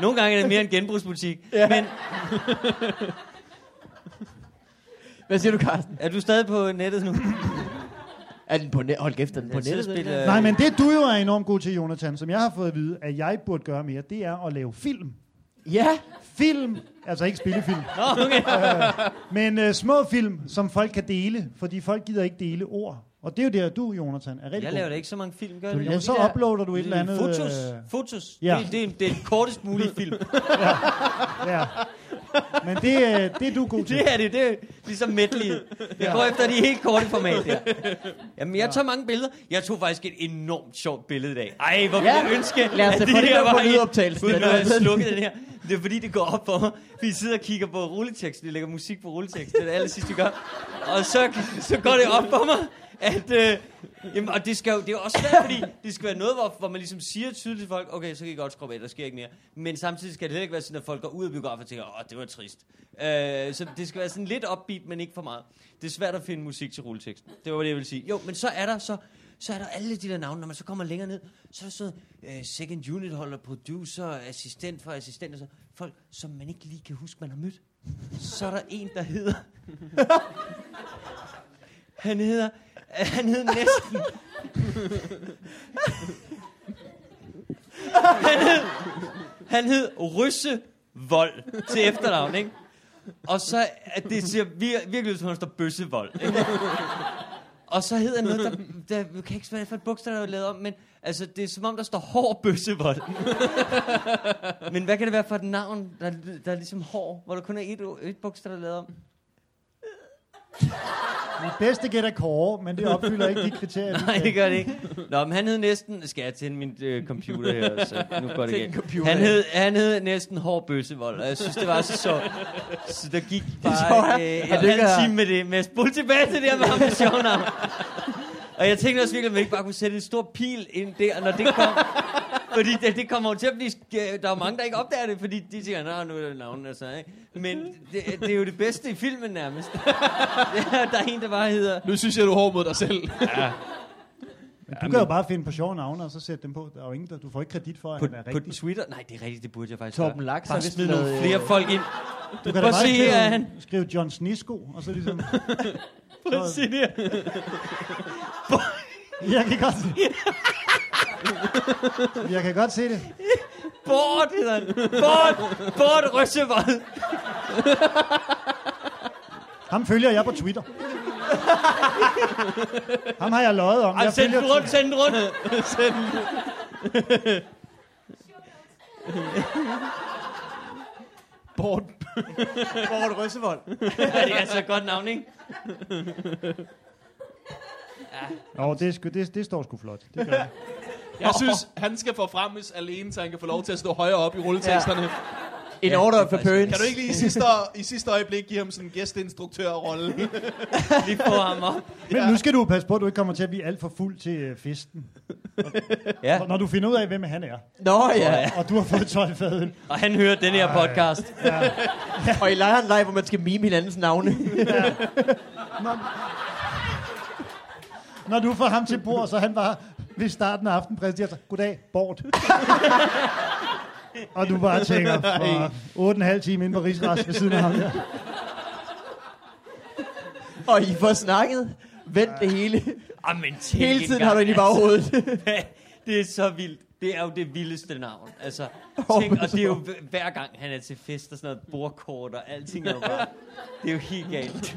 [SPEAKER 5] Nogle gange er det mere en
[SPEAKER 1] *laughs*
[SPEAKER 5] genbrugsbutik. ja. Men
[SPEAKER 1] Hvad siger du, Carsten?
[SPEAKER 5] er du stadig på nettet nu?
[SPEAKER 1] Er den på net? Hold kæft, er den på
[SPEAKER 5] Jeg sidder
[SPEAKER 1] nettet?
[SPEAKER 5] og
[SPEAKER 1] den
[SPEAKER 5] spiller-
[SPEAKER 1] her?
[SPEAKER 3] Nej, men det du jo er enormt god til, Jonathan, som jeg har fået at vide, at jeg burde gøre mere, det er at lave film.
[SPEAKER 1] Ja,
[SPEAKER 3] Film, altså ikke spillefilm,
[SPEAKER 5] Nå, okay.
[SPEAKER 3] men øh, små film, som folk kan dele, fordi folk gider ikke dele ord. Og det er jo der, du, Jonathan, er rigtig
[SPEAKER 5] Jeg
[SPEAKER 3] god.
[SPEAKER 5] laver da ikke så mange film, gør
[SPEAKER 1] Du
[SPEAKER 5] jeg det?
[SPEAKER 1] laver
[SPEAKER 3] Jamen, så
[SPEAKER 1] de der-
[SPEAKER 3] uploader du et eller andet...
[SPEAKER 5] Fotos.
[SPEAKER 3] øh,
[SPEAKER 5] Fotos.
[SPEAKER 3] Ja.
[SPEAKER 5] Ja. Det, det, det er den kortest mulige film.
[SPEAKER 3] ja. Men det, øh, det er du god til.
[SPEAKER 5] *laughs* *laughs* Det er det, det er ligesom medley. Jeg går efter de helt korte format her. Jamen, jeg tager mange billeder. Jeg tog faktisk et enormt sjovt billede i dag. Ej, hvor ville
[SPEAKER 1] Ja.
[SPEAKER 5] jeg ønske,
[SPEAKER 1] Lad os da
[SPEAKER 5] at det
[SPEAKER 1] få det
[SPEAKER 5] her
[SPEAKER 1] der på
[SPEAKER 5] var
[SPEAKER 1] lydoptagelsen.
[SPEAKER 5] Uden at
[SPEAKER 1] Eller
[SPEAKER 5] have
[SPEAKER 1] hvad?
[SPEAKER 5] slukket den her. Det er fordi, det går op for mig. Vi sidder og kigger på rulleteksten. Vi lægger musik på rulleteksten. Det er det aller sidste, vi gør. Og så, så går det op for mig, at... Øh, jamen, og det, skal jo, det er jo også svært, fordi det skal være noget, hvor, hvor man ligesom siger tydeligt til folk, okay, så kan I godt skrubbe af, der sker ikke mere. Men samtidig skal det heller ikke være sådan, at folk går ud af biografen og tænker, åh, det var trist. Øh, så det skal være sådan lidt upbeat, men ikke for meget. Det er svært at finde musik til rulleteksten. Det var det, jeg ville sige. Jo, men så er der så så er der alle de der navne, når man så kommer længere ned, så er der sådan noget, øh, second unit holder, producer, assistent for assistent, og så folk, som man ikke lige kan huske, man har mødt. Så er der en, der hedder... *laughs* han hedder... Han hed næsten... han hed... Han hed Rysse Vold til efternavn, ikke? Og så at det ser vir- virkelig ud som, om der står bøssevold. Ikke? Og så hedder noget, der, der, jeg kan ikke svare for et bogstav, der er lavet om, men altså, det er som om, der står hård bøssevold. men hvad kan det være for et navn, der, der er ligesom hård, hvor der kun er et, o- et bogstav, der er lavet om?
[SPEAKER 3] Mit bedste gæt er Kåre, men det opfylder ikke de kriterier. du
[SPEAKER 5] *laughs* Nej,
[SPEAKER 3] sagde.
[SPEAKER 5] det gør det ikke. Nå, men han hed næsten... Skal jeg tænde min øh, computer her? Så nu går det
[SPEAKER 1] Tænd
[SPEAKER 5] igen.
[SPEAKER 1] computeren.
[SPEAKER 5] Han hed, han hed næsten hård bøssevold, og jeg synes, det var så sjovt. Så der gik
[SPEAKER 1] sjovt,
[SPEAKER 5] bare øh, en
[SPEAKER 1] at du ikke
[SPEAKER 5] halv
[SPEAKER 1] har-
[SPEAKER 5] time med det. Men jeg spurgte tilbage til det her med ham med sjovt navn. Og jeg tænkte også virkelig, at man ikke bare kunne sætte en stor pil ind der, når det kom. Fordi det, det kommer jo til at blive... sk- øh, Der er jo mange, der ikke opdager det, fordi de tænker, nej, nu er det navnet altså, ikke? Men det, det, er jo det bedste i filmen nærmest. *laughs* der er en, der bare hedder...
[SPEAKER 2] Nu synes jeg, du er hård mod dig selv.
[SPEAKER 3] Du kan jo bare finde på sjove navne, og så sætte dem på. Der er jo ingen, der, du får ikke kredit for, at
[SPEAKER 5] På,
[SPEAKER 3] han er
[SPEAKER 5] på
[SPEAKER 3] rigtig.
[SPEAKER 5] Twitter? Nej, det er rigtigt, det burde jeg faktisk
[SPEAKER 1] Torben
[SPEAKER 5] gøre.
[SPEAKER 1] Laks har
[SPEAKER 5] Bare
[SPEAKER 1] vist
[SPEAKER 5] smid nogle
[SPEAKER 1] lavet,
[SPEAKER 5] flere
[SPEAKER 1] øh,
[SPEAKER 5] folk
[SPEAKER 1] *laughs*
[SPEAKER 5] ind.
[SPEAKER 3] Du
[SPEAKER 5] Prøv at se, her er han.
[SPEAKER 3] skrive, skrive John Snisko, og så ligesom...
[SPEAKER 5] Prøv at se det her.
[SPEAKER 3] Jeg kan godt se Jeg kan godt se det.
[SPEAKER 5] Bort hedder han. Bort, Bort Røssevold.
[SPEAKER 3] Ham følger jeg på Twitter. Ham har jeg løjet om.
[SPEAKER 5] Ej,
[SPEAKER 3] Jeg
[SPEAKER 5] send
[SPEAKER 3] følger
[SPEAKER 5] den rundt, send den
[SPEAKER 1] *laughs*
[SPEAKER 5] rundt. send den.
[SPEAKER 2] Bort.
[SPEAKER 1] Bort Røssevold.
[SPEAKER 5] Ja, det er altså et godt navn, ikke?
[SPEAKER 3] Nå, det, er sgu, det, det står sgu flot. Det gør
[SPEAKER 5] *laughs*
[SPEAKER 3] jeg.
[SPEAKER 2] Jeg synes, han skal forfremmes alene, så han kan få lov til at stå højere op i rulleteksterne. Ja.
[SPEAKER 1] In
[SPEAKER 5] Ja,
[SPEAKER 1] order
[SPEAKER 5] det er
[SPEAKER 1] of
[SPEAKER 5] faktisk-
[SPEAKER 1] appearance.
[SPEAKER 2] Kan du ikke lige i sidste, i sidste øjeblik give ham sådan en gæsteinstruktørrolle?
[SPEAKER 5] Vi får ham op.
[SPEAKER 3] Men nu skal du passe på, at du ikke kommer til at blive alt for fuld til øh, festen.
[SPEAKER 5] Ja,
[SPEAKER 3] Og Når du finder ud af, hvem han er,
[SPEAKER 1] Nå ja.
[SPEAKER 3] og du har fået 12 fadøl.
[SPEAKER 5] og han hører den her podcast.
[SPEAKER 1] Og I leger en leg, hvor man skal mime hinandens navne.
[SPEAKER 3] Når du får ham til bord, så han var ved starten af aftenen præsenterer sig, goddag, Bort. og du bare tænker, for 8,5 time inde på Rigsrets ved siden af ham. Der.
[SPEAKER 1] og I får snakket. Vent det hele.
[SPEAKER 5] Ah, men tænk
[SPEAKER 1] Hele tiden
[SPEAKER 5] engang,
[SPEAKER 1] har du ind i
[SPEAKER 5] altså.
[SPEAKER 1] baghovedet.
[SPEAKER 5] Hvad? *laughs* det er så vildt. Det er jo det vildeste navn. Altså,
[SPEAKER 1] *laughs* Åh,
[SPEAKER 5] tænk, og det er jo
[SPEAKER 1] men
[SPEAKER 5] hv- hver gang, han er til fest og sådan noget, bordkort og alting er jo bare... Det er jo helt
[SPEAKER 1] *laughs*
[SPEAKER 5] galt.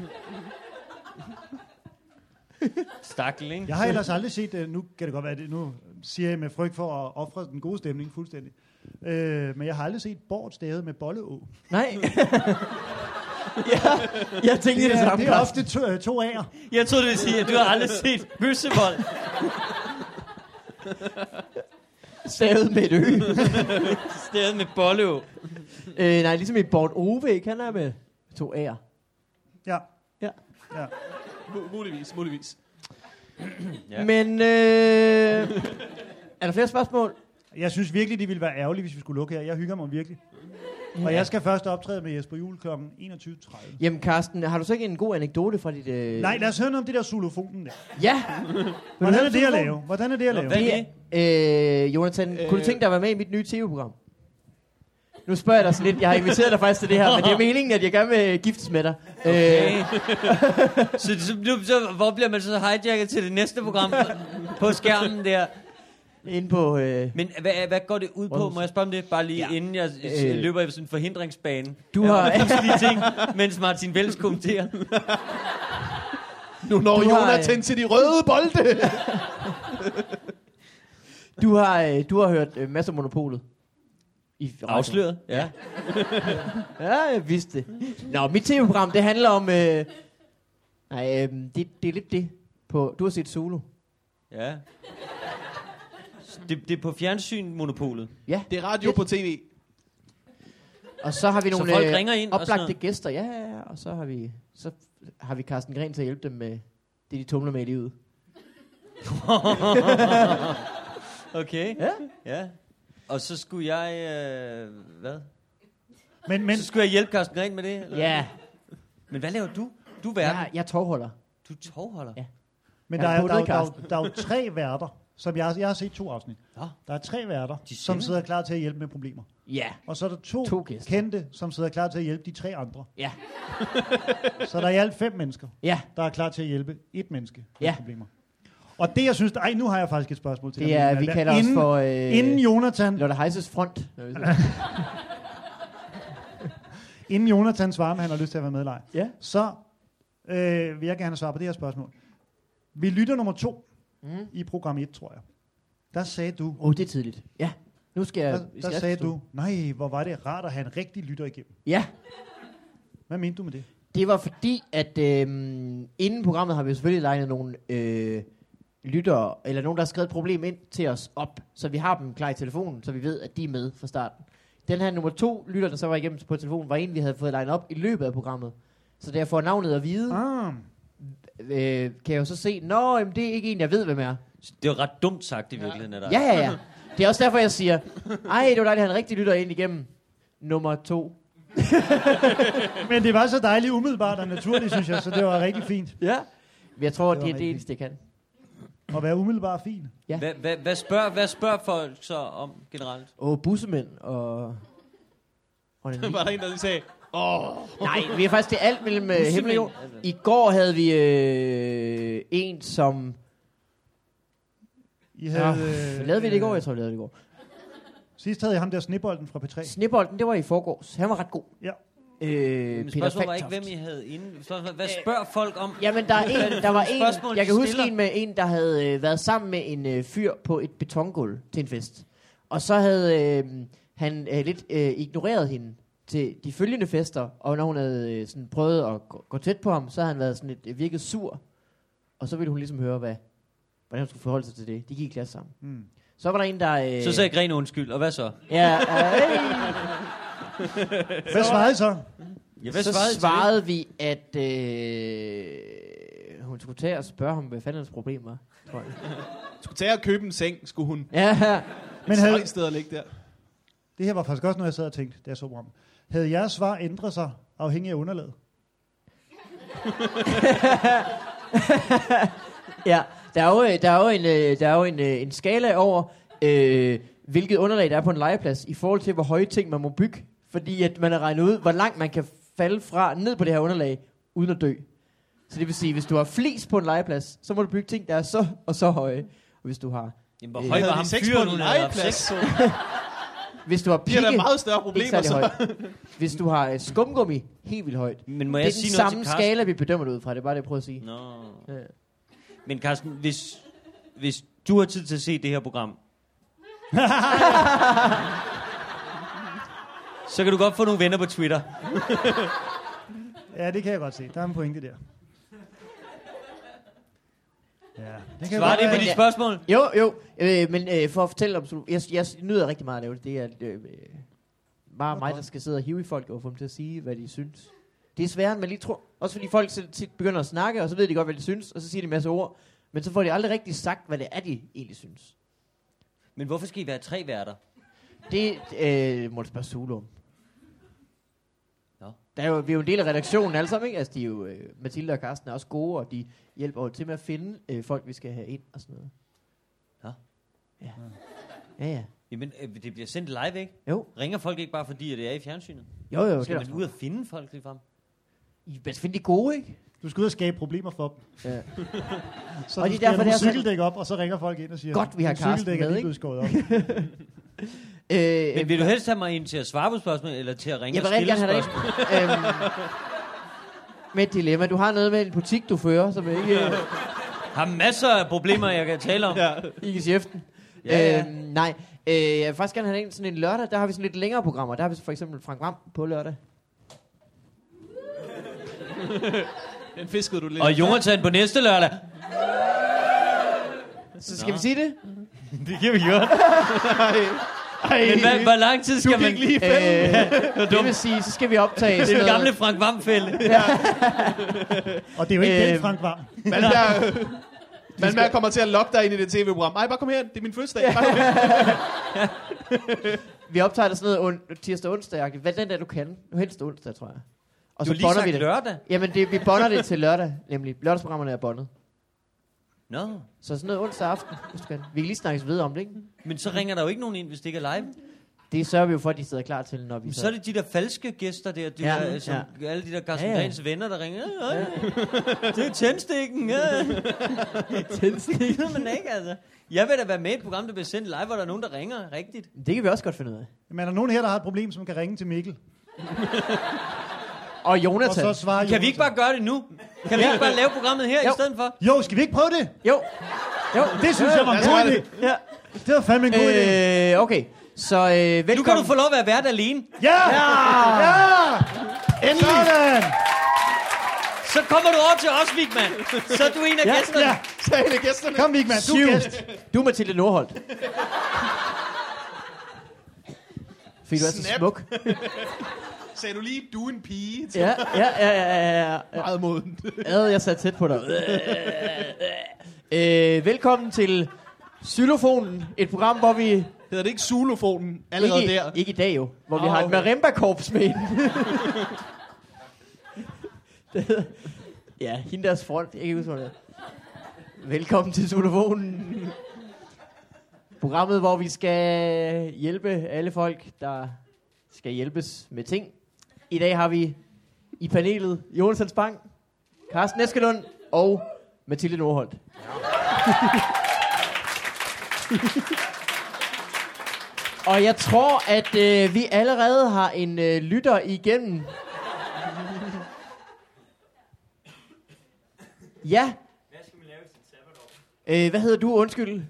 [SPEAKER 5] Stakkel, ikke?
[SPEAKER 3] Jeg har ellers aldrig set, øh, nu kan det godt være, det nu siger jeg med frygt for at ofre den gode stemning fuldstændig, øh, men jeg har aldrig set Bort stavet med bolleå.
[SPEAKER 1] Nej. ja, jeg tænkte det,
[SPEAKER 3] det, er,
[SPEAKER 1] samme.
[SPEAKER 3] det er
[SPEAKER 1] Carsten.
[SPEAKER 3] ofte to, øh, to A'er.
[SPEAKER 5] Jeg troede, du ville sige, at du har aldrig set bøssevold.
[SPEAKER 1] Stavet med et ø.
[SPEAKER 5] Stedet med Bolleå.
[SPEAKER 1] øh, nej, ligesom i Bort Ove, ikke? Han er med to A'er.
[SPEAKER 3] Ja.
[SPEAKER 2] Mu- *laughs* muligvis, muligvis.
[SPEAKER 5] Ja.
[SPEAKER 1] Ja. Men øh, er der flere spørgsmål?
[SPEAKER 3] Jeg synes virkelig, det ville være ærgerligt, hvis vi skulle lukke her. Jeg hygger mig virkelig. Og jeg skal først optræde med Jesper Juhl kl. 21.30.
[SPEAKER 1] Jamen Karsten, har du så ikke en god anekdote fra dit... Øh...
[SPEAKER 3] Nej, lad os høre noget om det der solofonen der.
[SPEAKER 1] Ja.
[SPEAKER 3] Hvordan er det at
[SPEAKER 1] Hvordan-
[SPEAKER 3] lave? Hvordan er det at lave?
[SPEAKER 5] hvad-
[SPEAKER 1] Det
[SPEAKER 5] er
[SPEAKER 1] er, øh, Jonathan, øh... kunne du
[SPEAKER 2] Øh.
[SPEAKER 1] tænke dig at være med i mit nye tv-program? Nu spørger jeg dig sådan lidt. Jeg har inviteret dig faktisk til det her, men det er meningen, at jeg gerne vil giftes med dig. Øh,
[SPEAKER 5] Okay. så, så, nu- så, hvor bliver man så hijacket til det næste program på skærmen der?
[SPEAKER 1] inde på... Øh...
[SPEAKER 5] Men hvad, hvad går det ud på? Må jeg spørge om det? Bare lige ja.
[SPEAKER 1] Ja.
[SPEAKER 5] inden jeg øh.
[SPEAKER 1] Øh.
[SPEAKER 5] løber i sådan en forhindringsbane.
[SPEAKER 1] Du
[SPEAKER 5] Jeg
[SPEAKER 1] har-
[SPEAKER 5] må huske de ting, mens Martin Vels kommenterer.
[SPEAKER 2] Nu når
[SPEAKER 1] Du har,
[SPEAKER 2] Jonas
[SPEAKER 1] øh,
[SPEAKER 2] tændt til de røde bolde.
[SPEAKER 1] øh, Du har, øh, du har hørt øh, masser af Monopolet I
[SPEAKER 5] Afsløret, ja.
[SPEAKER 1] Ja, jeg vidste det. Nå, mit tv-program, det handler om... Øh, nej, øh, det, det er lidt det. På, du har set Solo.
[SPEAKER 5] ja. Det, det er på fjernsynmonopolet.
[SPEAKER 1] Ja,
[SPEAKER 2] Det er radio på tv.
[SPEAKER 1] og så har vi
[SPEAKER 5] Så
[SPEAKER 1] nogle øh,
[SPEAKER 5] folk ringer ind og sådan
[SPEAKER 1] oplagte
[SPEAKER 5] noget. *laughs*
[SPEAKER 1] gæster. Ja, ja, ja, og så har vi, så har vi Carsten Gren til at hjælpe dem med det, de tumler med i livet.
[SPEAKER 5] Okay.
[SPEAKER 1] Ja.
[SPEAKER 5] ja. Og så skulle jeg... Øh, hvad?
[SPEAKER 3] Men, men
[SPEAKER 5] Men så skulle jeg hjælpe Carsten Gren med det? Eller?
[SPEAKER 1] Ja,
[SPEAKER 5] Men hvad laver du? Du er
[SPEAKER 1] jeg,
[SPEAKER 5] verden.
[SPEAKER 1] jeg er tovholder.
[SPEAKER 5] Du er tovholder.
[SPEAKER 1] Ja.
[SPEAKER 3] Men
[SPEAKER 1] Ja,
[SPEAKER 3] der er, jo-
[SPEAKER 1] på
[SPEAKER 3] der, er, jo-
[SPEAKER 1] det,
[SPEAKER 3] der, er,
[SPEAKER 1] Carsten.
[SPEAKER 3] jo- der er jo tre værter, som jeg, jeg har set to afsnit.
[SPEAKER 5] Nå.
[SPEAKER 3] Der er tre værter,
[SPEAKER 5] De
[SPEAKER 3] som
[SPEAKER 5] stemmer.
[SPEAKER 3] sidder klar til at hjælpe med problemer.
[SPEAKER 1] Ja,
[SPEAKER 3] Og så er der to,
[SPEAKER 1] To gæster.
[SPEAKER 3] kendte, som sidder klar til at hjælpe de tre andre.
[SPEAKER 1] ja,
[SPEAKER 3] Så der er i alt fem mennesker,
[SPEAKER 1] ja.
[SPEAKER 3] der er klar til at hjælpe et menneske med
[SPEAKER 1] Ja.
[SPEAKER 3] problemer. Og det, jeg synes... Der, ej, nu har jeg faktisk et spørgsmål til
[SPEAKER 1] Det
[SPEAKER 3] dig,
[SPEAKER 1] er,
[SPEAKER 3] Malene
[SPEAKER 1] vi
[SPEAKER 3] Malberg.
[SPEAKER 1] kalder os
[SPEAKER 3] inden,
[SPEAKER 1] for øh,
[SPEAKER 3] Inden Jonathan,
[SPEAKER 1] Lotte Heises front.
[SPEAKER 3] inden Jonathan svarer, om han har lyst til at være med eller ej,
[SPEAKER 1] Ja.
[SPEAKER 3] så øh, vil jeg gerne svare på det her spørgsmål. Vi lytter nummer to
[SPEAKER 1] Mm.
[SPEAKER 3] mm. i program 1, tror jeg. Der sagde du,
[SPEAKER 1] Åh, oh, det er tidligt. Ja, nu skal jeg...
[SPEAKER 3] der,
[SPEAKER 1] vi skal
[SPEAKER 3] der
[SPEAKER 1] have-
[SPEAKER 3] sagde du, nej, hvor var det rart at have en rigtig lytter igennem.
[SPEAKER 1] Ja,
[SPEAKER 3] Hvad mente du med det?
[SPEAKER 1] Det var fordi, at øhm, inden programmet har vi jo selvfølgelig legnet nogle øh, lyttere, eller nogen, der har skrevet et problem ind til os op, så vi har dem klar i telefonen, så vi ved, at de er med fra starten. Den her nummer to lytter, der så var igennem på telefonen, var en, vi havde fået legnet op i løbet af programmet. Så da jeg får navnet at vide,
[SPEAKER 3] Ah,
[SPEAKER 1] øh, kan jeg jo så se, nå, jamen, det er ikke en, jeg ved, hvem er.
[SPEAKER 5] Det er jo ret dumt sagt i virkeligheden af dig.
[SPEAKER 1] Ja, ja, ja. Det er også derfor, jeg siger, ej, det var dejligt, at han rigtig lytter ind igennem nummer to.
[SPEAKER 3] men det var så dejligt umiddelbart og naturligt, synes jeg, så det var rigtig fint
[SPEAKER 1] Ja. Men jeg tror, det,
[SPEAKER 3] Det var
[SPEAKER 1] det er det
[SPEAKER 3] rigtig.
[SPEAKER 1] eneste, jeg kan.
[SPEAKER 3] at være umiddelbart fin.
[SPEAKER 1] Ja.
[SPEAKER 5] Hvad, hvad, hvad, spørger, hvad spørger folk så om generelt?
[SPEAKER 1] Åh, bussemænd og... og en
[SPEAKER 2] *laughs* var der en, der lige sagde, åh,
[SPEAKER 1] Nej, vi er faktisk til alt mellem uh, himmel og jord.
[SPEAKER 5] Bussemænd.
[SPEAKER 1] I går havde vi øh, en, som...
[SPEAKER 3] I
[SPEAKER 1] Ja,
[SPEAKER 3] havde, øh,
[SPEAKER 1] lavede vi det i går? Jeg tror, vi lavede det i går.
[SPEAKER 3] Sidst havde jeg ham der snebolden fra P3.
[SPEAKER 1] Snebolden, det var i forgårs. Han var ret god.
[SPEAKER 3] Ja.
[SPEAKER 1] Øh,
[SPEAKER 5] Men
[SPEAKER 1] Peter
[SPEAKER 5] spørgsmålet var ikke,
[SPEAKER 1] Falktoft. Øh,
[SPEAKER 5] hvem I havde inden. Spørgsmålet, hvad spørger folk om?
[SPEAKER 1] Jamen, der, er
[SPEAKER 5] Hvad er det
[SPEAKER 1] en,
[SPEAKER 5] for
[SPEAKER 1] der var
[SPEAKER 5] nogle spørgsmål,
[SPEAKER 1] en, jeg
[SPEAKER 5] de
[SPEAKER 1] kan huske
[SPEAKER 5] stiller?
[SPEAKER 1] en med en, der havde øh, været sammen med en øh, fyr på et betongulv til en fest. Og så havde øh, han øh, lidt øh, ignoreret hende til de følgende fester, og når hun havde øh, sådan prøvet at gå, gå tæt på ham, så havde han været sådan lidt, øh, virket sur. Og så ville hun ligesom høre, hvad, hvordan hun skulle forholde sig til det. De gik i klasse sammen. *laughs*
[SPEAKER 3] Mm.
[SPEAKER 1] Så var der en, der... Øh,
[SPEAKER 5] Så sagde Gren undskyld, og hvad så? *laughs*
[SPEAKER 1] Ja, og, øh,
[SPEAKER 3] Hvad svarede I så?
[SPEAKER 5] Ja,
[SPEAKER 1] Hvad
[SPEAKER 5] hvad
[SPEAKER 1] så
[SPEAKER 5] svarede
[SPEAKER 1] svarede,
[SPEAKER 5] I til det?
[SPEAKER 1] svarede vi, at øh, hun skulle tage og spørge ham, hvad fanden hans problem var, tror
[SPEAKER 5] *laughs*
[SPEAKER 1] jeg.
[SPEAKER 2] skulle tage og købe en seng, skulle hun.
[SPEAKER 1] Ja,
[SPEAKER 3] Men
[SPEAKER 2] havde...
[SPEAKER 3] havde,
[SPEAKER 2] Et sted at ligge der.
[SPEAKER 3] det her var faktisk også noget, jeg sad og tænkte, da jeg så programmet. Havde jeres svar ændret sig afhængig af underlaget?
[SPEAKER 1] ja. Der er jo, øh, der er jo, en, øh, der er jo en, øh, en skala over, øh, hvilket underlag der er på en legeplads, i forhold til, hvor høje ting man må bygge. Fordi at man har regnet ud, hvor langt man kan falde fra ned på det her underlag, uden at dø. Så det vil sige, hvis du har flis på en legeplads, så må du bygge ting, der er så og så høje. Og hvis du har,
[SPEAKER 5] Jamen, hvor
[SPEAKER 1] Øh,
[SPEAKER 5] høj
[SPEAKER 2] Havde
[SPEAKER 5] var
[SPEAKER 2] de
[SPEAKER 5] ham
[SPEAKER 2] sex på
[SPEAKER 5] fyren,
[SPEAKER 2] en
[SPEAKER 5] hun havde haft
[SPEAKER 2] legeplads?
[SPEAKER 5] sex?
[SPEAKER 1] hvis du har
[SPEAKER 2] De
[SPEAKER 1] pigge,
[SPEAKER 2] har da meget større
[SPEAKER 1] ikke
[SPEAKER 2] problemer,
[SPEAKER 1] særlig
[SPEAKER 2] så.
[SPEAKER 1] højt. Hvis du har øh, skumgummi, helt vildt højt.
[SPEAKER 5] Men må
[SPEAKER 1] det er
[SPEAKER 5] jeg
[SPEAKER 1] den
[SPEAKER 5] sige noget til Mm.
[SPEAKER 1] samme
[SPEAKER 5] Carsten?
[SPEAKER 1] skala, vi bedømmer det ud fra. Det er bare det, jeg prøver at sige.
[SPEAKER 5] Nå.
[SPEAKER 1] Ja.
[SPEAKER 5] Men Carsten, hvis, hvis du har tid til at se det her program, *laughs* så kan du godt få nogle venner på Twitter.
[SPEAKER 3] Ja, det kan jeg godt se. Der er en pointe der. Ja, det kan
[SPEAKER 5] Svarer
[SPEAKER 3] godt
[SPEAKER 5] det på
[SPEAKER 3] være.
[SPEAKER 5] de spørgsmål?
[SPEAKER 1] Jo, jo. Øh, men øh, for at fortælle om... Zulu- Jeg, jeg nyder rigtig meget at lave det. Det er øh, øh, bare mig, der skal sidde og hive i folk og få dem til at sige, hvad de synes. Det er sværere, end man lige tror. Også fordi folk selv tit begynder at snakke, og så ved de godt, hvad de synes, og så siger de en masse ord. Men så får de aldrig rigtig sagt, hvad det er, de egentlig synes.
[SPEAKER 5] Men hvorfor skal I være tre værter?
[SPEAKER 1] Det øh, må du spørge Zulu om.
[SPEAKER 5] Nå.
[SPEAKER 1] Der er jo, vi er jo en del af redaktionen alle sammen, ikke? Altså, de er jo, øh, Mathilde og Karsten er også gode, og de hjælper jo til med at finde øh, folk, vi skal have ind og sådan noget.
[SPEAKER 5] Nå.
[SPEAKER 1] Ja. Ja, ja.
[SPEAKER 5] Jamen, øh, det bliver sendt live, ikke?
[SPEAKER 1] Jo.
[SPEAKER 5] Ringer folk ikke bare fordi, at det er i fjernsynet?
[SPEAKER 1] Jo, jo, det
[SPEAKER 5] Skal
[SPEAKER 1] er
[SPEAKER 5] man
[SPEAKER 1] også
[SPEAKER 5] ud og finde folk lige frem?
[SPEAKER 1] I bedst finde de gode, ikke?
[SPEAKER 3] Du skal ud og skabe problemer for dem. *laughs*
[SPEAKER 1] Ja.
[SPEAKER 3] Så
[SPEAKER 1] Og
[SPEAKER 3] og
[SPEAKER 1] det
[SPEAKER 3] du
[SPEAKER 1] er derfor,
[SPEAKER 3] skal have
[SPEAKER 1] det er
[SPEAKER 3] nogle
[SPEAKER 1] så-
[SPEAKER 3] cykeldæk op, og så ringer folk ind og siger,
[SPEAKER 1] Godt, vi har
[SPEAKER 3] "Din
[SPEAKER 1] Carsten
[SPEAKER 3] cykeldæk er
[SPEAKER 1] med,
[SPEAKER 3] lige
[SPEAKER 1] ikke?"
[SPEAKER 3] blevet skåret op.
[SPEAKER 1] Øh,
[SPEAKER 5] Men vil du helst have mig ind til at svare på spørgsmål, eller til at ringe
[SPEAKER 1] jeg vil rigtig
[SPEAKER 5] og stille
[SPEAKER 1] gerne have dig ind.
[SPEAKER 5] spørgsmål?
[SPEAKER 1] øhm, med et dilemma. Du har noget med en butik, du fører, som ikke øh,
[SPEAKER 5] har masser af problemer, jeg kan tale om.
[SPEAKER 1] ikke i cheften.
[SPEAKER 5] Ja,
[SPEAKER 1] Ja, øhm, nej, øh, jeg vil faktisk gerne have en sådan en lørdag. Der har vi sådan lidt længere programmer. Der har vi for eksempel Frank Ram på lørdag.
[SPEAKER 2] Den fiskede du lidt.
[SPEAKER 5] Og Jonathan på næste lørdag.
[SPEAKER 1] Så skal
[SPEAKER 5] Nå.
[SPEAKER 1] vi sige det?
[SPEAKER 5] *laughs* Det kan vi godt. Men hvad, hvor lang tid skal man...
[SPEAKER 1] Øh,
[SPEAKER 5] *laughs*
[SPEAKER 1] det vil sige, så skal vi optage
[SPEAKER 5] Det er
[SPEAKER 1] sådan
[SPEAKER 5] den
[SPEAKER 1] noget.
[SPEAKER 5] gamle Frank Vamfælde.
[SPEAKER 3] Og det er jo ikke øh,
[SPEAKER 1] Øhm.
[SPEAKER 3] den, Frank var.
[SPEAKER 2] Malmberg, Malmberg kommer til at lokke dig ind i det tv-program. Nej, bare kom her. Det er min fødselsdag. Bare kom her.
[SPEAKER 1] Vi optager det sådan noget on- tirsdag og onsdag. Hvad er den der, du kan? Nu helst onsdag, tror jeg. Og
[SPEAKER 5] Du
[SPEAKER 1] så
[SPEAKER 5] har lige
[SPEAKER 1] bonder
[SPEAKER 5] sagt
[SPEAKER 1] vi det.
[SPEAKER 5] lørdag.
[SPEAKER 1] Jamen, det, vi bonder det til lørdag, nemlig. Lørdagsprogrammerne er bondet.
[SPEAKER 5] Nå,
[SPEAKER 1] Så sådan noget onsdag aften, hvis du kan. Vi kan lige snakkes ved om det, ikke?
[SPEAKER 5] men så ringer der jo ikke nogen ind, hvis det ikke er live.
[SPEAKER 1] Det sørger vi jo for, at de sidder klar til, når vi
[SPEAKER 5] Men så er det de der falske gæster der, de ja,
[SPEAKER 1] Ja,
[SPEAKER 5] der som, ja. alle de der Carsten
[SPEAKER 1] Ja,
[SPEAKER 5] ja,
[SPEAKER 1] ja.
[SPEAKER 5] Dahls venner, der ringer. Øh, øh, det er tændstikken. Øh.
[SPEAKER 1] *laughs*
[SPEAKER 5] det gider *laughs* man ikke, altså. Jeg vil da være med i et program, der bliver sendt live, hvor der er nogen, der ringer rigtigt.
[SPEAKER 1] Det kan vi også godt finde ud af.
[SPEAKER 3] Men er der nogen her, der har et problem, som kan ringe til Mikkel?
[SPEAKER 1] Og
[SPEAKER 3] Og så
[SPEAKER 1] Jonathan.
[SPEAKER 3] svarer
[SPEAKER 5] Kan vi ikke bare gøre det nu? Kan vi ikke bare lave programmet her i
[SPEAKER 1] Jo.
[SPEAKER 5] stedet for?
[SPEAKER 3] Jo, skal vi ikke prøve det?
[SPEAKER 1] Jo. Jo.
[SPEAKER 3] Det synes jeg var en
[SPEAKER 2] lad os
[SPEAKER 3] god
[SPEAKER 2] gøre
[SPEAKER 3] idé.
[SPEAKER 1] Ja.
[SPEAKER 3] Det var fandme en god idé.
[SPEAKER 1] Øh, okay. Så øh, velkommen.
[SPEAKER 5] Nu kan du få lov at være vært alene.
[SPEAKER 3] Ja! Ja! Endelig! Sådan!
[SPEAKER 5] Så kommer du over til os, Vigman. Så er du en af
[SPEAKER 1] Ja,
[SPEAKER 5] gæsterne.
[SPEAKER 3] Ja,
[SPEAKER 2] Sagde alle gæsterne.
[SPEAKER 3] kom Vigman, du er
[SPEAKER 1] Syv.
[SPEAKER 3] gæst.
[SPEAKER 1] Du er Mathilde Nordholt. Fordi du er så
[SPEAKER 2] Snap.
[SPEAKER 1] smuk.
[SPEAKER 2] Sagde du lige, du er en pige. Det
[SPEAKER 1] Ja, ja, ja, ja, ja,
[SPEAKER 2] er
[SPEAKER 1] ja.
[SPEAKER 2] Meget modent.
[SPEAKER 1] Ad, jeg sat tæt på dig. Øh, velkommen til Xylofonen, et program, hvor vi...
[SPEAKER 2] Hedder det ikke Zulofonen allerede
[SPEAKER 1] Ikke,
[SPEAKER 2] der?
[SPEAKER 1] ikke i dag jo, hvor vi
[SPEAKER 2] Nå,
[SPEAKER 1] har et
[SPEAKER 2] okay.
[SPEAKER 1] marimba-korps med inden. *laughs* Det hedder- Ja, hende deres front, jeg kan ikke huske, hvad hun hedder. Velkommen til Xylofonen. Programmet, hvor vi skal hjælpe alle folk, der skal hjælpes med ting. I dag har vi i panelet Jonas Bang, Carsten Eskelund og Mathilde Nordholt. og jeg tror, at øh, vi allerede har en øh, lytter igennem. ja. Hvad skal vi lave til øh, Hvad hedder du? Undskyld.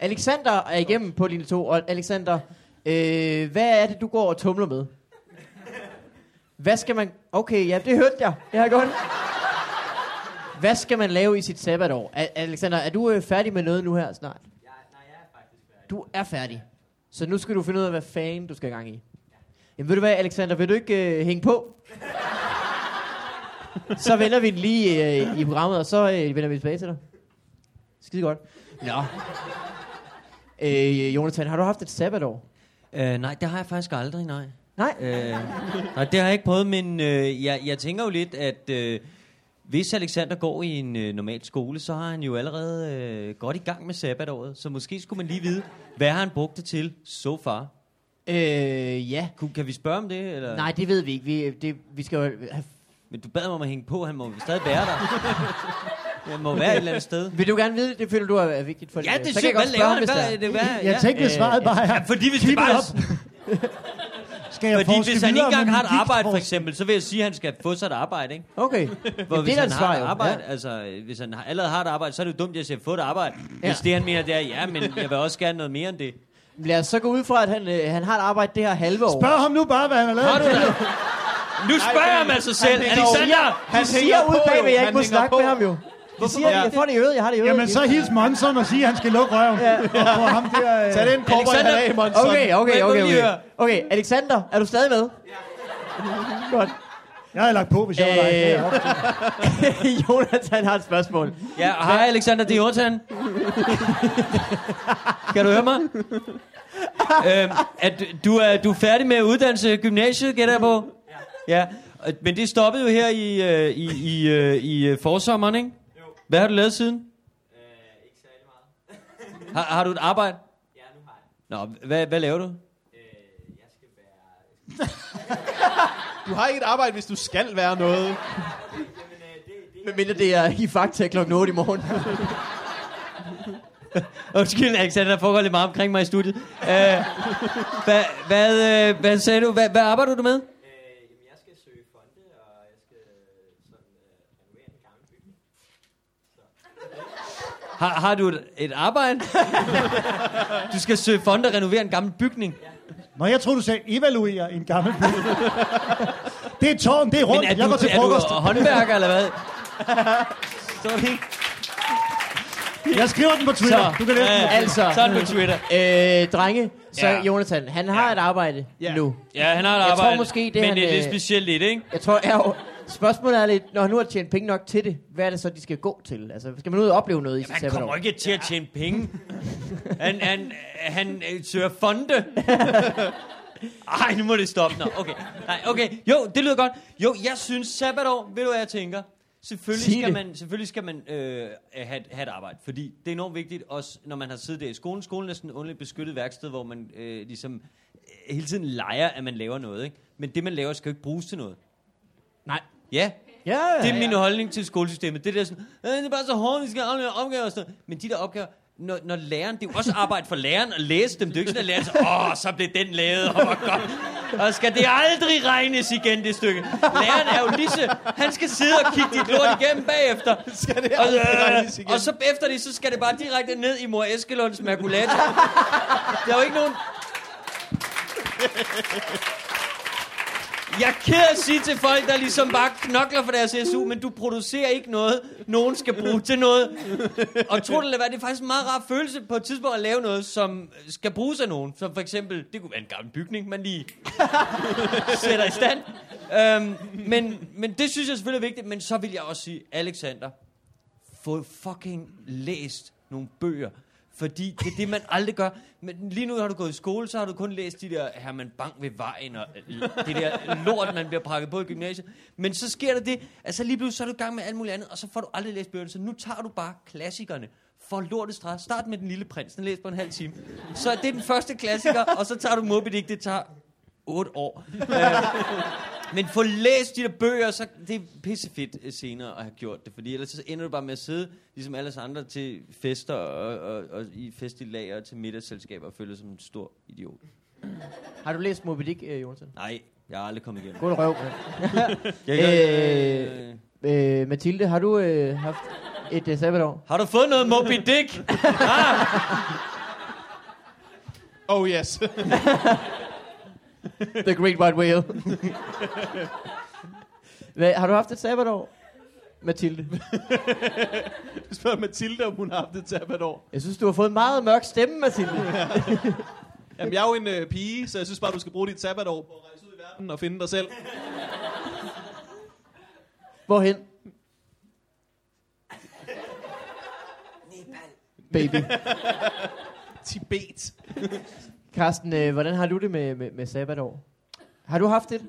[SPEAKER 1] Alexander er igennem på linje 2, og Alexander, øh, hvad er det, du går og tumler med? Hvad skal man... Okay, ja, det hørte jeg. Det har jeg godt. Hvad skal man lave i sit sabbatår? A- Alexander, er du øh, færdig med noget nu her snart?
[SPEAKER 4] Ja, nej, jeg er faktisk færdig.
[SPEAKER 1] Du er færdig. Så nu skal du finde ud af, hvad fanden du skal i gang i. Jamen ved du hvad, Alexander, vil du ikke øh, hænge på? så vender vi den lige øh, i programmet, og så øh, vender vi tilbage til dig. Skide godt. Nå. Øh, Jonathan, har du haft et sabbatår?
[SPEAKER 5] Øh, nej, det har jeg faktisk aldrig, nej.
[SPEAKER 1] Nej.
[SPEAKER 5] Øh, nej, det har jeg ikke prøvet, men øh, jeg, jeg tænker jo lidt, at øh, hvis Alexander går i en øh, normal skole, så har han jo allerede øh, godt i gang med sabbatåret. Så måske skulle man lige vide, hvad har han brugt det til so far?
[SPEAKER 1] Øh, ja.
[SPEAKER 5] Kun, kan vi spørge om det? Eller?
[SPEAKER 1] Nej, det ved vi ikke. Vi, øh, det, vi skal jo have
[SPEAKER 5] Men du bad mig om at hænge på, han må stadig være der. jeg må være et eller andet sted.
[SPEAKER 1] Vil du gerne vide det? Det føler du er, er vigtigt for dig.
[SPEAKER 5] Ja, det
[SPEAKER 1] øh, Så
[SPEAKER 5] er
[SPEAKER 1] kan jeg
[SPEAKER 5] sygt. Hvad
[SPEAKER 1] godt spørge
[SPEAKER 5] laver
[SPEAKER 1] ham,
[SPEAKER 5] han?
[SPEAKER 1] hvis
[SPEAKER 5] Hvad,
[SPEAKER 1] der
[SPEAKER 5] det, hvad,
[SPEAKER 3] Jeg
[SPEAKER 5] ja. Øh,
[SPEAKER 3] tænkte, hvis svaret bare er,
[SPEAKER 5] Ja, fordi hvis det
[SPEAKER 3] keep it
[SPEAKER 5] bare...
[SPEAKER 3] up. skal jeg
[SPEAKER 5] Fordi
[SPEAKER 3] forske
[SPEAKER 5] hvis han ikke
[SPEAKER 3] videre
[SPEAKER 5] engang
[SPEAKER 3] med
[SPEAKER 5] har
[SPEAKER 3] min
[SPEAKER 5] et arbejde, for
[SPEAKER 3] gigtforsk-
[SPEAKER 5] eksempel, så vil jeg sige, at han skal få sig et arbejde, ikke?
[SPEAKER 1] er. Okay.
[SPEAKER 5] Hvor
[SPEAKER 1] Jamen,
[SPEAKER 5] hvis
[SPEAKER 1] da
[SPEAKER 5] han
[SPEAKER 1] et
[SPEAKER 5] har et
[SPEAKER 1] jo.
[SPEAKER 5] arbejde, ja. altså øh, hvis han har- allerede har et arbejde, så er det jo dumt, at jeg siger, få et arbejde. Ja.
[SPEAKER 1] Ja.
[SPEAKER 5] Hvis det han mener, det er, ja, men jeg vil også gerne noget mere end det.
[SPEAKER 1] Ja. Lad os så gå ud fra, at han, øh, han har et arbejde det her halve år.
[SPEAKER 3] Spørg ham nu bare, hvad han har lavet.
[SPEAKER 5] Har du noget? Nu spørger jeg ham altså selv.
[SPEAKER 2] hænger
[SPEAKER 5] Alexander,
[SPEAKER 2] Han
[SPEAKER 1] Han siger ud bag, at jeg ikke må snakke med ham jo. De siger,
[SPEAKER 2] Ja.
[SPEAKER 1] jeg får det i øret, jeg har det i øret.
[SPEAKER 3] Jamen, så hils Monson og sige, at han skal lukke røven. Ja. Og få ham der... Øh,
[SPEAKER 2] Tag den kopper, jeg
[SPEAKER 5] Alexander-
[SPEAKER 2] havde af, Monson.
[SPEAKER 1] Okay, okay,
[SPEAKER 5] Må jeg
[SPEAKER 1] okay,
[SPEAKER 5] lige
[SPEAKER 1] okay.
[SPEAKER 5] høre?
[SPEAKER 1] Okay, Alexander, er du stadig
[SPEAKER 5] *laughs*
[SPEAKER 1] med? Ja. Godt.
[SPEAKER 3] Jeg har lagt på, hvis jeg var
[SPEAKER 5] Øh.
[SPEAKER 3] dig. Det er op til.
[SPEAKER 1] Jonathan har et spørgsmål.
[SPEAKER 5] Ja, hej Alexander, det er Jonathan. kan du høre mig? øhm, at du er, du er færdig med uddannelse i gymnasiet, gætter jeg på? Ja. ja. Og- Men det stoppede jo her i, øh, i, i, øh, i øh, forsommeren, ikke? Jo. Hvad har du lavet siden?
[SPEAKER 4] Øh, ikke særlig meget.
[SPEAKER 5] Har, har du et arbejde?
[SPEAKER 4] Ja, nu har jeg.
[SPEAKER 5] Nå, hvad, hvad laver du?
[SPEAKER 4] Øh, jeg skal være...
[SPEAKER 2] Du har ikke et arbejde, hvis du skal være noget.
[SPEAKER 4] Jamen, øh, det, det,
[SPEAKER 1] Men mindre det er i Fakta klokken 8 i morgen.
[SPEAKER 5] Undskyld, Alexander, der foregår lidt meget omkring mig i studiet. Øh, hvad, hvad, øh, hvad sagde du? Hvad, hvad arbejder du med?
[SPEAKER 4] øh, jamen, jeg skal søge fonde, og jeg skal øh, sådan, øh, renovere en gammel bygning.
[SPEAKER 5] Har, har du et, et arbejde? du skal søge fonde og renovere en gammel bygning.
[SPEAKER 3] Nå, jeg troede, du sagde evaluere en gammel by. det er et tårn, det er rundt,
[SPEAKER 5] Men er
[SPEAKER 3] jeg
[SPEAKER 5] du,
[SPEAKER 3] går til
[SPEAKER 5] er
[SPEAKER 3] frokost.
[SPEAKER 5] du håndværker, eller
[SPEAKER 4] *laughs*
[SPEAKER 5] hvad? Så er det ikke.
[SPEAKER 3] Jeg skriver den på Twitter,
[SPEAKER 5] Så,
[SPEAKER 3] du kan læse den.
[SPEAKER 5] ja,
[SPEAKER 1] Altså.
[SPEAKER 5] Så er det på Twitter.
[SPEAKER 1] Øh, drenge, så
[SPEAKER 5] Ja.
[SPEAKER 1] ja. Jonathan, han har
[SPEAKER 5] Ja.
[SPEAKER 1] ja. et arbejde
[SPEAKER 2] Ja.
[SPEAKER 1] ja. nu.
[SPEAKER 5] Ja, han har et
[SPEAKER 1] Jeg tror
[SPEAKER 5] arbejde.
[SPEAKER 1] måske, det
[SPEAKER 5] men
[SPEAKER 1] han,
[SPEAKER 5] det er lidt
[SPEAKER 1] øh,
[SPEAKER 5] specielt i det, ikke?
[SPEAKER 1] Jeg tror, jeg, spørgsmålet er lidt, når han nu har tjent penge nok til det, hvad er det så, de skal gå til? Altså, skal man ud og opleve noget i sit
[SPEAKER 5] Han kommer
[SPEAKER 1] sabbatår?
[SPEAKER 5] ikke til at tjene
[SPEAKER 1] *laughs*
[SPEAKER 5] penge. Han, han, han øh, søger
[SPEAKER 1] *laughs*
[SPEAKER 5] fonde. Ej, nu må det stoppe. Nå, okay. Nej, okay. Jo, det lyder godt. Jo, jeg synes sabbatår, ved du hvad jeg tænker? Selvfølgelig
[SPEAKER 1] Sig
[SPEAKER 5] skal,
[SPEAKER 1] det.
[SPEAKER 5] man, selvfølgelig skal man øh, have, have et arbejde, fordi det er enormt vigtigt, også når man har siddet der i skolen. Skolen er sådan et underligt beskyttet værksted, hvor man øh, ligesom øh, hele tiden leger, at man laver noget. Ikke? Men det, man laver, skal jo ikke bruges til noget.
[SPEAKER 1] Nej.
[SPEAKER 5] Ja,
[SPEAKER 1] Ja,
[SPEAKER 5] det er min holdning til skolesystemet. Det der sådan, "Øh, det er bare så hårdt, vi skal aflevere opgaver og sådan noget." Men de der opgaver, når, når læreren, det er jo også arbejde for læreren at læse dem. Det er jo ikke sådan, at læreren siger, åh, så blev den lavet, og hvor godt. Og skal det aldrig regnes igen, det stykke. Læreren er jo lige så, han skal sidde og kigge dit lort igennem bagefter.
[SPEAKER 2] Skal det
[SPEAKER 5] Og,
[SPEAKER 2] aldrig regnes
[SPEAKER 5] øh,
[SPEAKER 2] igen?
[SPEAKER 5] og så efter det, så skal det bare direkte ned i mor Eskelunds makulator. Der er jo ikke nogen... Jeg er ked af at sige til folk, der ligesom bare knokler for deres SU, men du producerer ikke noget, nogen skal bruge til noget. Og tro det eller hvad, det er faktisk en meget rar følelse på et tidspunkt at lave noget, som skal bruges af nogen. Som for eksempel, det kunne være en gammel bygning, man lige sætter i stand. Øhm, men, men det synes jeg selvfølgelig er vigtigt, men så vil jeg også sige, Alexander, få fucking læst nogle bøger. Fordi det er det, man aldrig gør. Men lige nu har du gået i skole, så har du kun læst de der Herman Bang ved vejen, og øh, det der lort, man bliver pakket på i gymnasiet. Men så sker der det, at så lige pludselig så er du i gang med alt muligt andet, og så får du aldrig læst bøgerne. Så nu tager du bare klassikerne for lortet stress. Start med Den Lille Prins, den læser på en halv time. Så det er den første klassiker, og så tager du Moby Dick, det tager otte år. Men få læst de der bøger, så det er pissefedt øh, senere at have gjort det, fordi ellers så ender du bare med at sidde, ligesom alle os andre, til fester og, og, og i festilager og til middagsselskaber og føle dig som en stor idiot.
[SPEAKER 1] Har du læst Moby Dick, øh, Jonathan?
[SPEAKER 5] Nej, jeg har aldrig kommet igennem.
[SPEAKER 1] God røv. mand.
[SPEAKER 5] Jeg
[SPEAKER 1] Øh. øh, Mathilde, har du øh, haft et øh, sabbatår?
[SPEAKER 5] Har du fået noget Moby Dick?
[SPEAKER 2] Oh yes. *laughs*
[SPEAKER 1] The Great White Whale. Hvad, har du haft et sabbatår, Mathilde?
[SPEAKER 2] Du spørger Mathilde, om hun har haft et sabbatår.
[SPEAKER 1] Jeg synes, du har fået en meget mørk stemme, Mathilde.
[SPEAKER 2] Jamen, jeg er jo en øh, pige, så jeg synes bare, du skal bruge dit sabbatår på at rejse ud i verden og finde dig selv.
[SPEAKER 1] Hvorhen? Baby.
[SPEAKER 2] Tibet.
[SPEAKER 1] Carsten, øh, hvordan har du det med, med, med sabbatår? Har du haft det?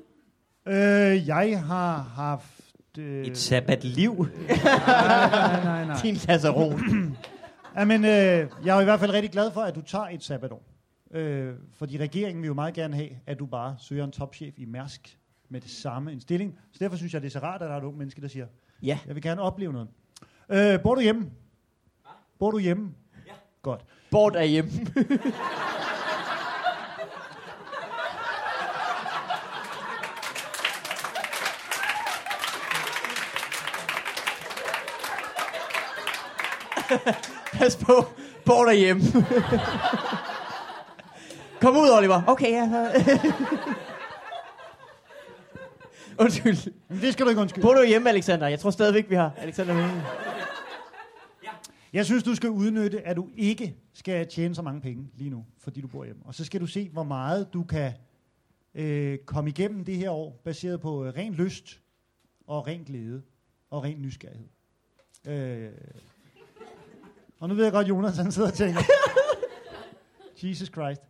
[SPEAKER 3] Øh, jeg har haft... Øh,
[SPEAKER 5] Et sabbatliv.
[SPEAKER 3] nej, nej, nej.
[SPEAKER 1] Din kasseron.
[SPEAKER 3] *clears throat* Ja, men, øh, jeg er jo i hvert fald rigtig glad for, at du tager et sabbatår. Øh, fordi regeringen vil jo meget gerne have, at du bare søger en topchef i Mærsk med det samme en stilling. Så derfor synes jeg, det er så rart, at der er et ung menneske, der siger,
[SPEAKER 1] Ja.
[SPEAKER 3] jeg vil gerne opleve noget. Øh, bor du hjemme? Bor du hjemme?
[SPEAKER 4] Ja.
[SPEAKER 3] Godt.
[SPEAKER 1] Bort af hjemme. Pas på. Bort af hjemme. Kom ud, Oliver. Okay, ja. så- Undskyld.
[SPEAKER 3] Men det skal du ikke undskylde.
[SPEAKER 1] Bor du hjemme, Alexander? Jeg tror stadigvæk, vi har Alexander med.
[SPEAKER 3] Jeg synes, du skal udnytte, at du ikke skal tjene så mange penge lige nu, fordi du bor hjemme. Og så skal du se, hvor meget du kan øh, komme igennem det her år, baseret på øh, ren lyst og ren glæde og ren nysgerrighed. Øh. Og nu ved jeg godt, Jonas han sidder og tænker, *laughs* Jesus Christ.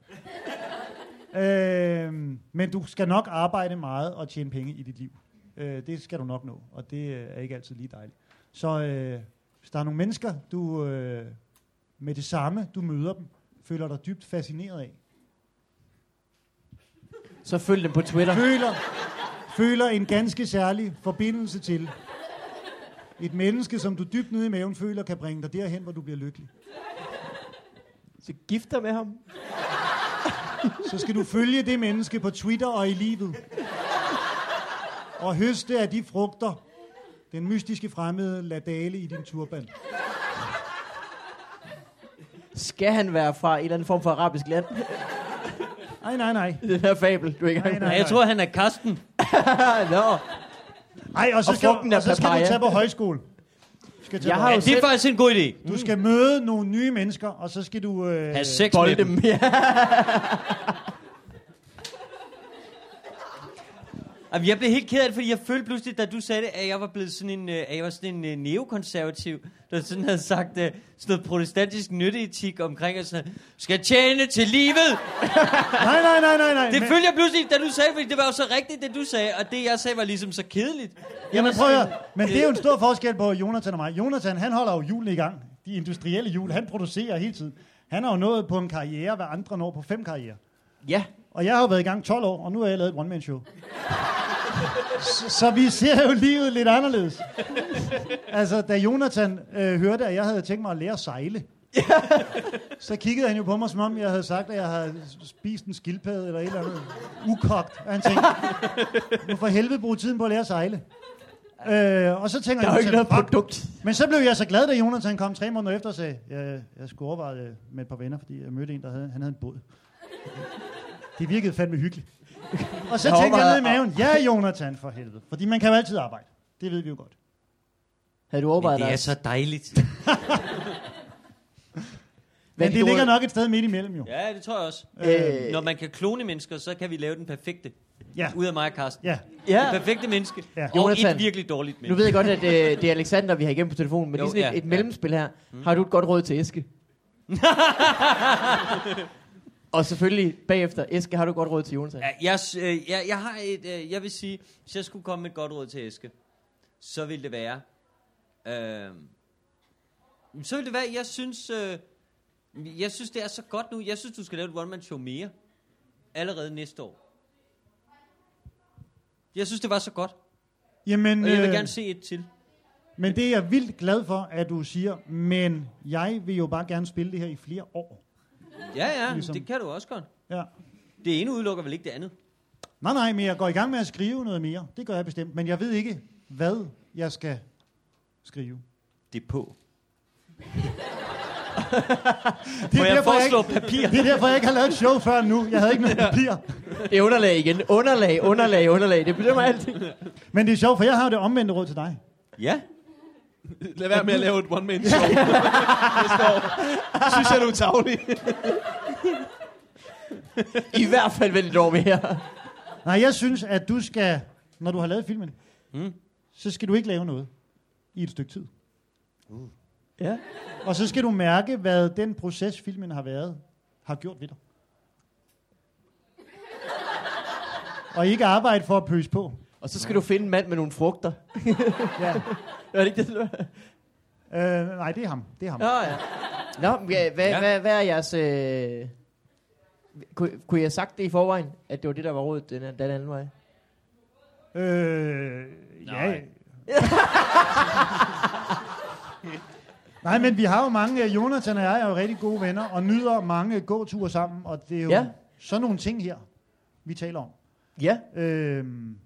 [SPEAKER 3] Øh, men du skal nok arbejde meget og tjene penge i dit liv. Øh, det skal du nok nå, og det øh, er ikke altid lige dejligt. Så øh, hvis der er nogle mennesker, du øh, med det samme, du møder dem, føler dig dybt fascineret af.
[SPEAKER 1] Så følg dem på Twitter.
[SPEAKER 3] Føler, føler en ganske særlig forbindelse til. Et menneske, som du dybt nede i maven føler, kan bringe dig derhen, hvor du bliver lykkelig.
[SPEAKER 1] Så gift dig med ham.
[SPEAKER 3] Så skal du følge det menneske på Twitter og i livet. Og høste af de frugter, den mystiske fremmede ladale i din turban.
[SPEAKER 1] Skal han være fra en eller anden form for arabisk land? *laughs*
[SPEAKER 3] Nej, nej, nej.
[SPEAKER 1] I den her fabel, du er i gang
[SPEAKER 3] Nej,
[SPEAKER 1] med.
[SPEAKER 5] Nej, jeg tror, han er Karsten.
[SPEAKER 1] Nå,
[SPEAKER 3] Ej, og så,
[SPEAKER 1] Og
[SPEAKER 3] skal,
[SPEAKER 1] frugten er
[SPEAKER 3] og så skal du
[SPEAKER 1] papaya.
[SPEAKER 3] tage på højskole. Du skal, tage
[SPEAKER 1] Jeg
[SPEAKER 3] på,
[SPEAKER 1] har
[SPEAKER 5] Ja,
[SPEAKER 1] jo
[SPEAKER 5] det er
[SPEAKER 1] selv-
[SPEAKER 5] faktisk en god idé.
[SPEAKER 3] du skal møde nogle nye mennesker, og så skal du... Øh,
[SPEAKER 5] Ha' sex
[SPEAKER 1] bolde
[SPEAKER 5] med dem.
[SPEAKER 1] dem. Ja.
[SPEAKER 5] Jamen, jeg blev helt ked af det, fordi jeg følte pludselig, da du sagde det, at jeg var blevet sådan en, øh, at jeg var sådan en øh, neokonservativ, der sådan havde sagt øh, sådan noget protestantisk nytteetik omkring, og sådan noget, skal tjene til livet.
[SPEAKER 3] Nej, nej, nej, nej, nej.
[SPEAKER 5] Det
[SPEAKER 3] men-
[SPEAKER 5] følte jeg pludselig, da du sagde, fordi det var jo så rigtigt, det du sagde, og det jeg sagde var ligesom så kedeligt.
[SPEAKER 3] Jamen prøv at høre. Men det er jo en stor forskel på Jonathan og mig. Jonathan, han holder jo hjulene i gang. De industrielle hjul, han producerer hele tiden. Han har jo nået på en karriere, hvad andre når på fem karrierer.
[SPEAKER 1] ja.
[SPEAKER 3] Og jeg har jo været i gang 12 år, og nu har jeg lavet et one-man-show. Så, så vi ser jo livet lidt anderledes. Altså, da Jonathan øh, hørte, at jeg havde tænkt mig at lære at sejle, så kiggede han jo på mig, som om jeg havde sagt, at jeg havde spist en skildpadde eller et eller andet ukogt. Og han tænkte, nu for helvede bruge tiden på at lære at sejle. Øh, og så tænker
[SPEAKER 1] Der er jo ikke
[SPEAKER 3] Jonathan,
[SPEAKER 1] noget
[SPEAKER 3] "Fuck."
[SPEAKER 1] produkt.
[SPEAKER 3] Men så blev jeg så glad, da Jonathan kom tre måneder efter og sagde, jeg, jeg skulle overveje det med et par venner, fordi jeg mødte en, der havde, han havde en båd. Det virkede fandme hyggeligt. Og så
[SPEAKER 1] Jeg
[SPEAKER 3] tænkte jeg ned i
[SPEAKER 1] overvejede-
[SPEAKER 3] maven, ja Jonathan for helvede, fordi man kan jo altid arbejde. Det ved vi jo godt.
[SPEAKER 1] Havde du
[SPEAKER 5] Men
[SPEAKER 1] overvejet
[SPEAKER 5] det er
[SPEAKER 1] dig?
[SPEAKER 5] så
[SPEAKER 1] *laughs*
[SPEAKER 5] dejligt.
[SPEAKER 1] Hvad
[SPEAKER 3] Men det
[SPEAKER 1] gjorde-
[SPEAKER 3] ligger nok et sted midt imellem jo.
[SPEAKER 5] Ja, det tror jeg også.
[SPEAKER 1] Øh.
[SPEAKER 5] Når man kan klone mennesker, så kan vi lave den perfekte.
[SPEAKER 3] Ja,
[SPEAKER 5] Ud af mig og Karsten.
[SPEAKER 3] ja.
[SPEAKER 1] Ja.
[SPEAKER 5] Den perfekte menneske.
[SPEAKER 3] Ja.
[SPEAKER 5] Og
[SPEAKER 1] Jonathan.
[SPEAKER 5] et virkelig dårligt
[SPEAKER 1] Nu
[SPEAKER 5] menneske.
[SPEAKER 1] ved jeg godt, at øh, det er Alexander, vi har igennem på telefonen, men
[SPEAKER 5] Jo,
[SPEAKER 1] jo, lige sådan
[SPEAKER 5] ja, Mm.
[SPEAKER 1] et, et
[SPEAKER 5] ja.
[SPEAKER 1] mellemspil her. Har du et godt råd til
[SPEAKER 5] *laughs*
[SPEAKER 1] Eske? Og selvfølgelig bagefter, Eske, har du et godt råd til Jonathan?
[SPEAKER 5] Ja, Jeg, s- øh, jeg, jeg, har et, øh, jeg vil sige, hvis jeg skulle komme med et godt råd til Eske, så ville det være... Øh, så ville det være, jeg synes... Øh, jeg synes, det er så godt nu. Jeg synes, du skal lave et one-man-show mere. Allerede næste år. Jeg synes, det var så godt.
[SPEAKER 3] Jamen,
[SPEAKER 5] Og jeg vil
[SPEAKER 3] øh,
[SPEAKER 5] gerne se et til.
[SPEAKER 3] men det er jeg vildt glad for, at du siger, men jeg vil jo bare gerne spille det her i flere år.
[SPEAKER 5] Ja, ja,
[SPEAKER 3] Ligesom.
[SPEAKER 5] det kan du også godt.
[SPEAKER 3] Ja.
[SPEAKER 5] Det ene udelukker vel ikke det andet.
[SPEAKER 3] Nej, nej, men jeg går i gang med at skrive noget mere. Det gør jeg bestemt, men jeg ved ikke, hvad jeg skal skrive.
[SPEAKER 5] Det er på.
[SPEAKER 3] Det
[SPEAKER 5] Må jeg
[SPEAKER 3] derfor, jeg
[SPEAKER 5] foreslå
[SPEAKER 3] ikke,
[SPEAKER 5] papir?
[SPEAKER 3] det er derfor, jeg ikke har lavet et show før nu. Jeg havde ikke
[SPEAKER 5] *laughs*
[SPEAKER 3] noget papir.
[SPEAKER 1] Det er underlag igen. Underlag, underlag, underlag. Det bedømmer alt.
[SPEAKER 3] Men det er sjovt, for jeg har jo det omvendte råd til dig.
[SPEAKER 5] Ja.
[SPEAKER 2] Lad være med at lave et *laughs* one-man-show. Næste år. Synes jeg, du er tavlig.
[SPEAKER 1] I hvert fald vent et år mere.
[SPEAKER 3] Nej, jeg synes, at du skal, når du har lavet filmen,
[SPEAKER 5] Mm.
[SPEAKER 3] så skal du ikke lave noget i et stykke tid.
[SPEAKER 1] Ja.
[SPEAKER 3] Og så skal du mærke, hvad den proces, filmen har været, har gjort ved dig. Og ikke arbejde for at pøse på.
[SPEAKER 1] Og så skal du finde en mand med nogle frugter.
[SPEAKER 3] Ja.
[SPEAKER 1] *laughs* Er det ikke det, du
[SPEAKER 3] Øh, nej, det er ham. Det er ham.
[SPEAKER 1] Nå, ja. Nå, men, ja, hvad,
[SPEAKER 5] Ja.
[SPEAKER 1] ja. Hvad, hvad er jeres... Øh... Kunne, kunne I have sagt det i forvejen, at det var det, der var rådet den, den anden vej?
[SPEAKER 3] Øh, ja.
[SPEAKER 5] Nej.
[SPEAKER 3] *laughs* Nej, men vi har jo mange, øh, Jonathan og jeg er jo rigtig gode venner, og nyder mange gåture sammen, og det er jo ja.
[SPEAKER 1] Ja.
[SPEAKER 3] sådan nogle ting her, vi taler om.
[SPEAKER 1] Ja.
[SPEAKER 3] Øhm,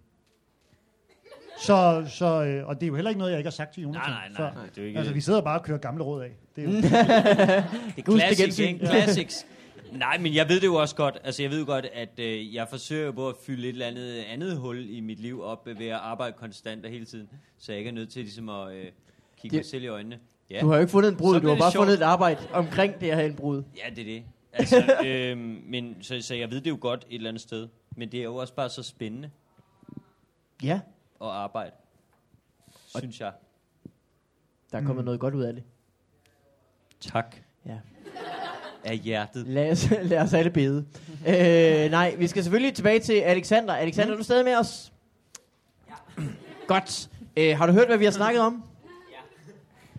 [SPEAKER 3] så, så, øh, og det er jo heller ikke noget, jeg ikke har sagt til Jonathan
[SPEAKER 5] Nej, nej, nej.
[SPEAKER 3] før.
[SPEAKER 5] nej det er jo ikke
[SPEAKER 3] Altså, vi sidder bare og kører gamle råd af. Det er jo,
[SPEAKER 5] Det er
[SPEAKER 1] Husk det
[SPEAKER 5] classics,
[SPEAKER 1] gensyn.
[SPEAKER 5] ikke? Classics. *laughs* Nej, men jeg ved det jo også godt. Altså, jeg ved jo godt, at øh, jeg forsøger jo på at fylde et eller andet andet hul i mit liv op øh, ved at arbejde konstant og hele tiden, så jeg ikke er nødt til ligesom at øh, kigge
[SPEAKER 1] Det-
[SPEAKER 5] mig selv i øjnene. Ja.
[SPEAKER 1] Du har jo ikke fundet en
[SPEAKER 5] Så
[SPEAKER 1] brud, du
[SPEAKER 5] bliver
[SPEAKER 1] har
[SPEAKER 5] det
[SPEAKER 1] bare
[SPEAKER 5] sjovt.
[SPEAKER 1] fundet et arbejde omkring det her indbrud.
[SPEAKER 5] Ja, det er det. Altså, *laughs* øh, men, så, så jeg ved det jo godt et eller andet sted. Men det er jo også bare så spændende
[SPEAKER 1] Ja.
[SPEAKER 5] at arbejde, synes jeg.
[SPEAKER 1] Der er kommet mm. noget godt ud af det.
[SPEAKER 5] Tak
[SPEAKER 1] Ja.
[SPEAKER 5] af hjertet.
[SPEAKER 1] Lad os, *laughs* lad os alle bede. øh, nej, vi skal selvfølgelig tilbage til Alexander. Alexander, mm. er du stadig med os? Ja. Godt. Øh, har du hørt, hvad vi har snakket om?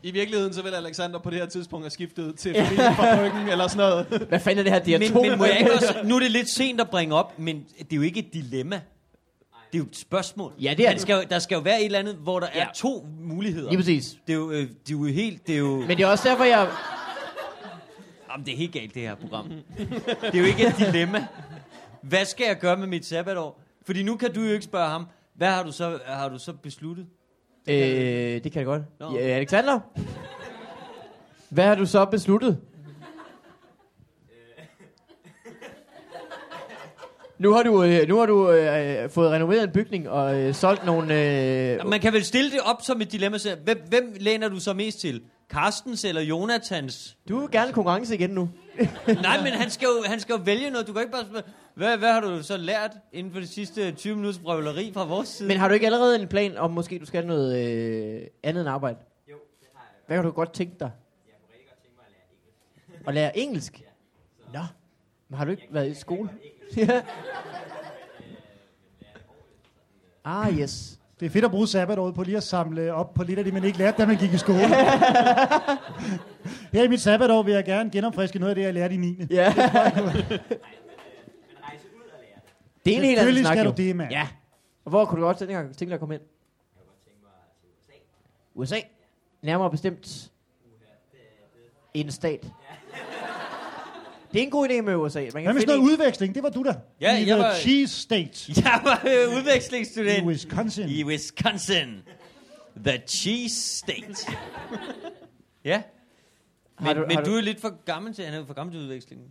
[SPEAKER 2] I virkeligheden, så vil Alexander på det her tidspunkt have skiftet til familien fra bryggen eller sådan noget.
[SPEAKER 1] Hvad fanden er det her
[SPEAKER 5] men,
[SPEAKER 1] diatom?
[SPEAKER 5] men må jeg ikke også, nu er det lidt sent at bringe op, men det er jo ikke et dilemma. Det er jo et spørgsmål.
[SPEAKER 1] Ja, det er
[SPEAKER 5] Man
[SPEAKER 1] det.
[SPEAKER 5] skal jo, der skal jo være et eller andet, hvor der ja.
[SPEAKER 1] Ja.
[SPEAKER 5] er to muligheder.
[SPEAKER 1] Lige præcis.
[SPEAKER 5] Det er jo, øh, det er jo helt, det er jo,
[SPEAKER 1] Men det er også derfor, jeg...
[SPEAKER 5] jamen, det er helt galt det her program. det er jo ikke et dilemma. Hvad skal jeg gøre med mit sabbatår? Fordi nu kan du jo ikke spørge ham, hvad har du så, har du så besluttet?
[SPEAKER 1] Øh, det kan jeg godt.
[SPEAKER 5] Nå.
[SPEAKER 1] Ja, Alexander? Hvad har du så besluttet? Nu har du, øh, nu har du øh, øh, fået renoveret en bygning og øh, solgt nogle... Øh,
[SPEAKER 5] Man kan vel stille det op som et dilemma. så Hvem, hvem læner du så mest til? Carstens eller Jonathans?
[SPEAKER 1] du vil gerne konkurrence igen nu.
[SPEAKER 5] Nej, men han skal, jo, han skal jo vælge noget. Du kan ikke bare spørge, hvad, hvad har du så lært inden for de sidste 20 minutters brøvleri fra vores side?
[SPEAKER 1] Men har du ikke allerede en plan om, måske du skal noget øh, andet end arbejde?
[SPEAKER 4] Jo, det har jeg.
[SPEAKER 1] Hvad kan du godt tænke dig?
[SPEAKER 4] Jeg kunne rigtig godt tænke mig at lære engelsk.
[SPEAKER 1] At lære engelsk? Nå. Men har du ikke været i skole? *laughs*
[SPEAKER 4] Øh,
[SPEAKER 1] Ja. Ah, yes.
[SPEAKER 3] Det er fedt at bruge sabbatåret på lige at samle op på lidt af det, man ikke lærte, da man gik i skole. Her i mit sabbatår vil jeg gerne genopfriske noget af det, jeg lærte i 9.
[SPEAKER 1] Ja.
[SPEAKER 4] Men rejse ud og lære det.
[SPEAKER 1] Det er en helt anden
[SPEAKER 3] Selvfølgelig
[SPEAKER 1] snak,
[SPEAKER 3] skal
[SPEAKER 1] jo.
[SPEAKER 3] du det, mand.
[SPEAKER 1] Ja. Og hvor kunne du godt tænke dig tænke dig at komme hen?
[SPEAKER 4] Jeg kunne godt tænke mig til USA.
[SPEAKER 1] USA. Nærmere bestemt en stat. Det er en god idé med USA. Man
[SPEAKER 3] Hvad
[SPEAKER 1] kan
[SPEAKER 3] med
[SPEAKER 1] finde
[SPEAKER 3] sådan
[SPEAKER 1] en,
[SPEAKER 3] noget udveksling? Det var du der.
[SPEAKER 5] Ja,
[SPEAKER 3] I
[SPEAKER 5] jeg
[SPEAKER 3] the
[SPEAKER 5] var-
[SPEAKER 3] Cheese State
[SPEAKER 5] *laughs* Jeg var øh,
[SPEAKER 3] i
[SPEAKER 5] udvekslingsstudent
[SPEAKER 3] Wisconsin.
[SPEAKER 5] i Wisconsin. The Cheese State. ja. Men,
[SPEAKER 1] Har du-
[SPEAKER 5] men
[SPEAKER 1] har
[SPEAKER 5] du,
[SPEAKER 1] du-
[SPEAKER 5] er lidt for gammel til, han er jo for gammel til udvekslingen.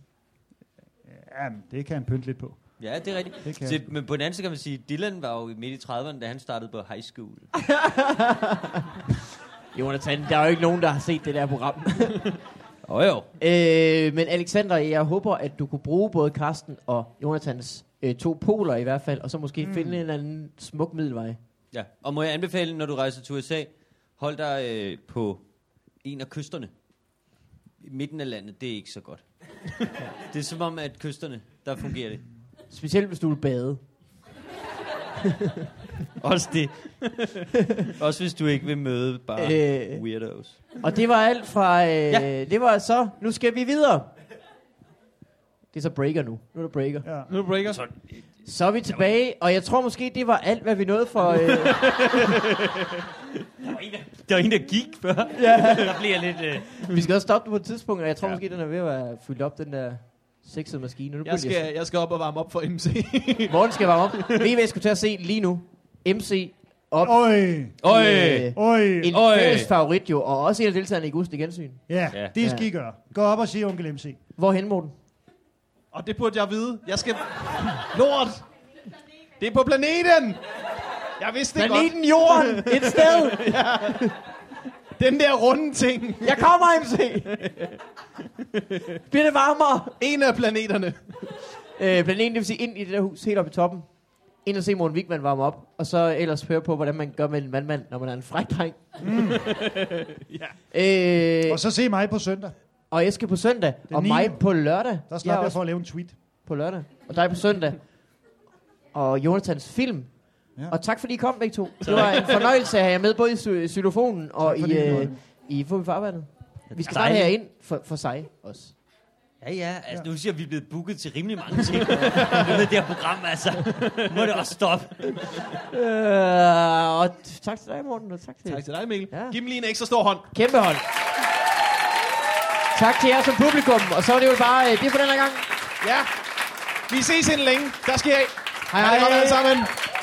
[SPEAKER 3] Jamen, det kan han pynte lidt på.
[SPEAKER 5] Ja, det er rigtigt.
[SPEAKER 3] Det kan
[SPEAKER 5] Så, men på den anden side kan man sige, at Dylan var jo midt i 30'erne, da han startede på high school.
[SPEAKER 1] Ah. Jonathan, der er jo ikke nogen, der har set det der program. *laughs*
[SPEAKER 5] Åh oh, jo.
[SPEAKER 1] øh, men Alexander, jeg håber, at du kunne bruge både Karsten og Jonathans øh, to poler i hvert fald, og så måske mm. finde en eller anden smuk middelvej.
[SPEAKER 5] Ja. Og må jeg anbefale, når du rejser til USA, hold dig øh, på en af kysterne. I midten af landet, det er ikke så godt. *laughs* det er som om, at kysterne, der fungerer det.
[SPEAKER 1] Specielt hvis du vil bade.
[SPEAKER 5] *laughs* Også det. *laughs* Også hvis du ikke vil møde bare
[SPEAKER 1] Øh.
[SPEAKER 5] øh. weirdos.
[SPEAKER 1] Og det var alt fra... Øh, ja.
[SPEAKER 5] Ja.
[SPEAKER 1] Det var så... Nu skal vi videre. Det er så breaker nu. Nu er det breaker.
[SPEAKER 3] Ja.
[SPEAKER 2] Nu breaker.
[SPEAKER 5] Altså,
[SPEAKER 1] Så er vi tilbage, og jeg tror måske, det var alt, hvad vi nåede for... Øh,
[SPEAKER 5] Der var en, der gik før. Ja. *laughs* der bliver lidt... Øh...
[SPEAKER 1] vi skal også stoppe det på et tidspunkt, og jeg tror ja. måske, den er ved at være fyldt op, den der sexede maskine. Nu
[SPEAKER 2] Jeg skal, jeg skal op og varme op for MC.
[SPEAKER 1] Morgen skal varme op. Ved I, hvad jeg skulle til at se lige nu? MC op.
[SPEAKER 3] Øj,
[SPEAKER 5] Øj!
[SPEAKER 1] Øh,
[SPEAKER 3] øj,
[SPEAKER 1] en
[SPEAKER 5] Øj.
[SPEAKER 1] fælles favorit jo, og også en af deltagerne i Gust i gensyn.
[SPEAKER 3] ja,
[SPEAKER 5] Ja.
[SPEAKER 3] det skal I gøre. Gå op og se onkel MC.
[SPEAKER 1] Hvorhen, Morten?
[SPEAKER 2] og det burde jeg vide. Jeg skal... Lort! Det er på planeten! Jeg vidste det
[SPEAKER 1] Planeten Jorden! Et sted!
[SPEAKER 2] godt. Den der runde ting.
[SPEAKER 1] Jeg kommer, MC! Bliver det varmere?
[SPEAKER 2] En af planeterne.
[SPEAKER 1] Øh, planeten, det vil sige ind i det der hus, helt oppe i toppen. Ind og se Morten Wigman varme op. Og så ellers høre på, hvordan man gør med en vandmand, når man er en fræk dreng. Mm. ja. øh,
[SPEAKER 3] Og så se mig på søndag.
[SPEAKER 1] og jeg skal på søndag.
[SPEAKER 3] Den
[SPEAKER 1] Og
[SPEAKER 3] niende.
[SPEAKER 1] mig på lørdag.
[SPEAKER 3] Der
[SPEAKER 1] Jeg
[SPEAKER 3] slap
[SPEAKER 1] er
[SPEAKER 3] jeg
[SPEAKER 1] også
[SPEAKER 3] for at lave en tweet.
[SPEAKER 1] på lørdag. Og dig på søndag. Og Jonathans film. Ja.
[SPEAKER 3] Ja.
[SPEAKER 1] Og tak fordi I kom begge to. Det var en fornøjelse at have jer med både i sy- xylofonen og
[SPEAKER 3] Tak fordi
[SPEAKER 1] i,
[SPEAKER 3] I
[SPEAKER 1] øh,
[SPEAKER 3] nåede.
[SPEAKER 1] i Få Farvandet. Vi skal starte
[SPEAKER 5] Dejligt.
[SPEAKER 1] herind for, for sig også.
[SPEAKER 5] Ja, ja. Altså, nu siger jeg, at vi er blevet booket til rimelig mange ting. *laughs* med det her program, altså. Må det også stoppe.
[SPEAKER 1] Øh, og t- tak til dig, Morten, og tak til
[SPEAKER 2] Tak til dig, Mikkel.
[SPEAKER 1] Ja.
[SPEAKER 2] Ja. Giv mig lige en ekstra stor hånd.
[SPEAKER 1] Kæmpe hånd. Tak til jer som publikum, og så er det jo bare øh, det for den her gang.
[SPEAKER 2] Ja. Vi ses inden længe. Der skal jeg af. Hej, hej.
[SPEAKER 1] hej.
[SPEAKER 2] Hej, alle sammen.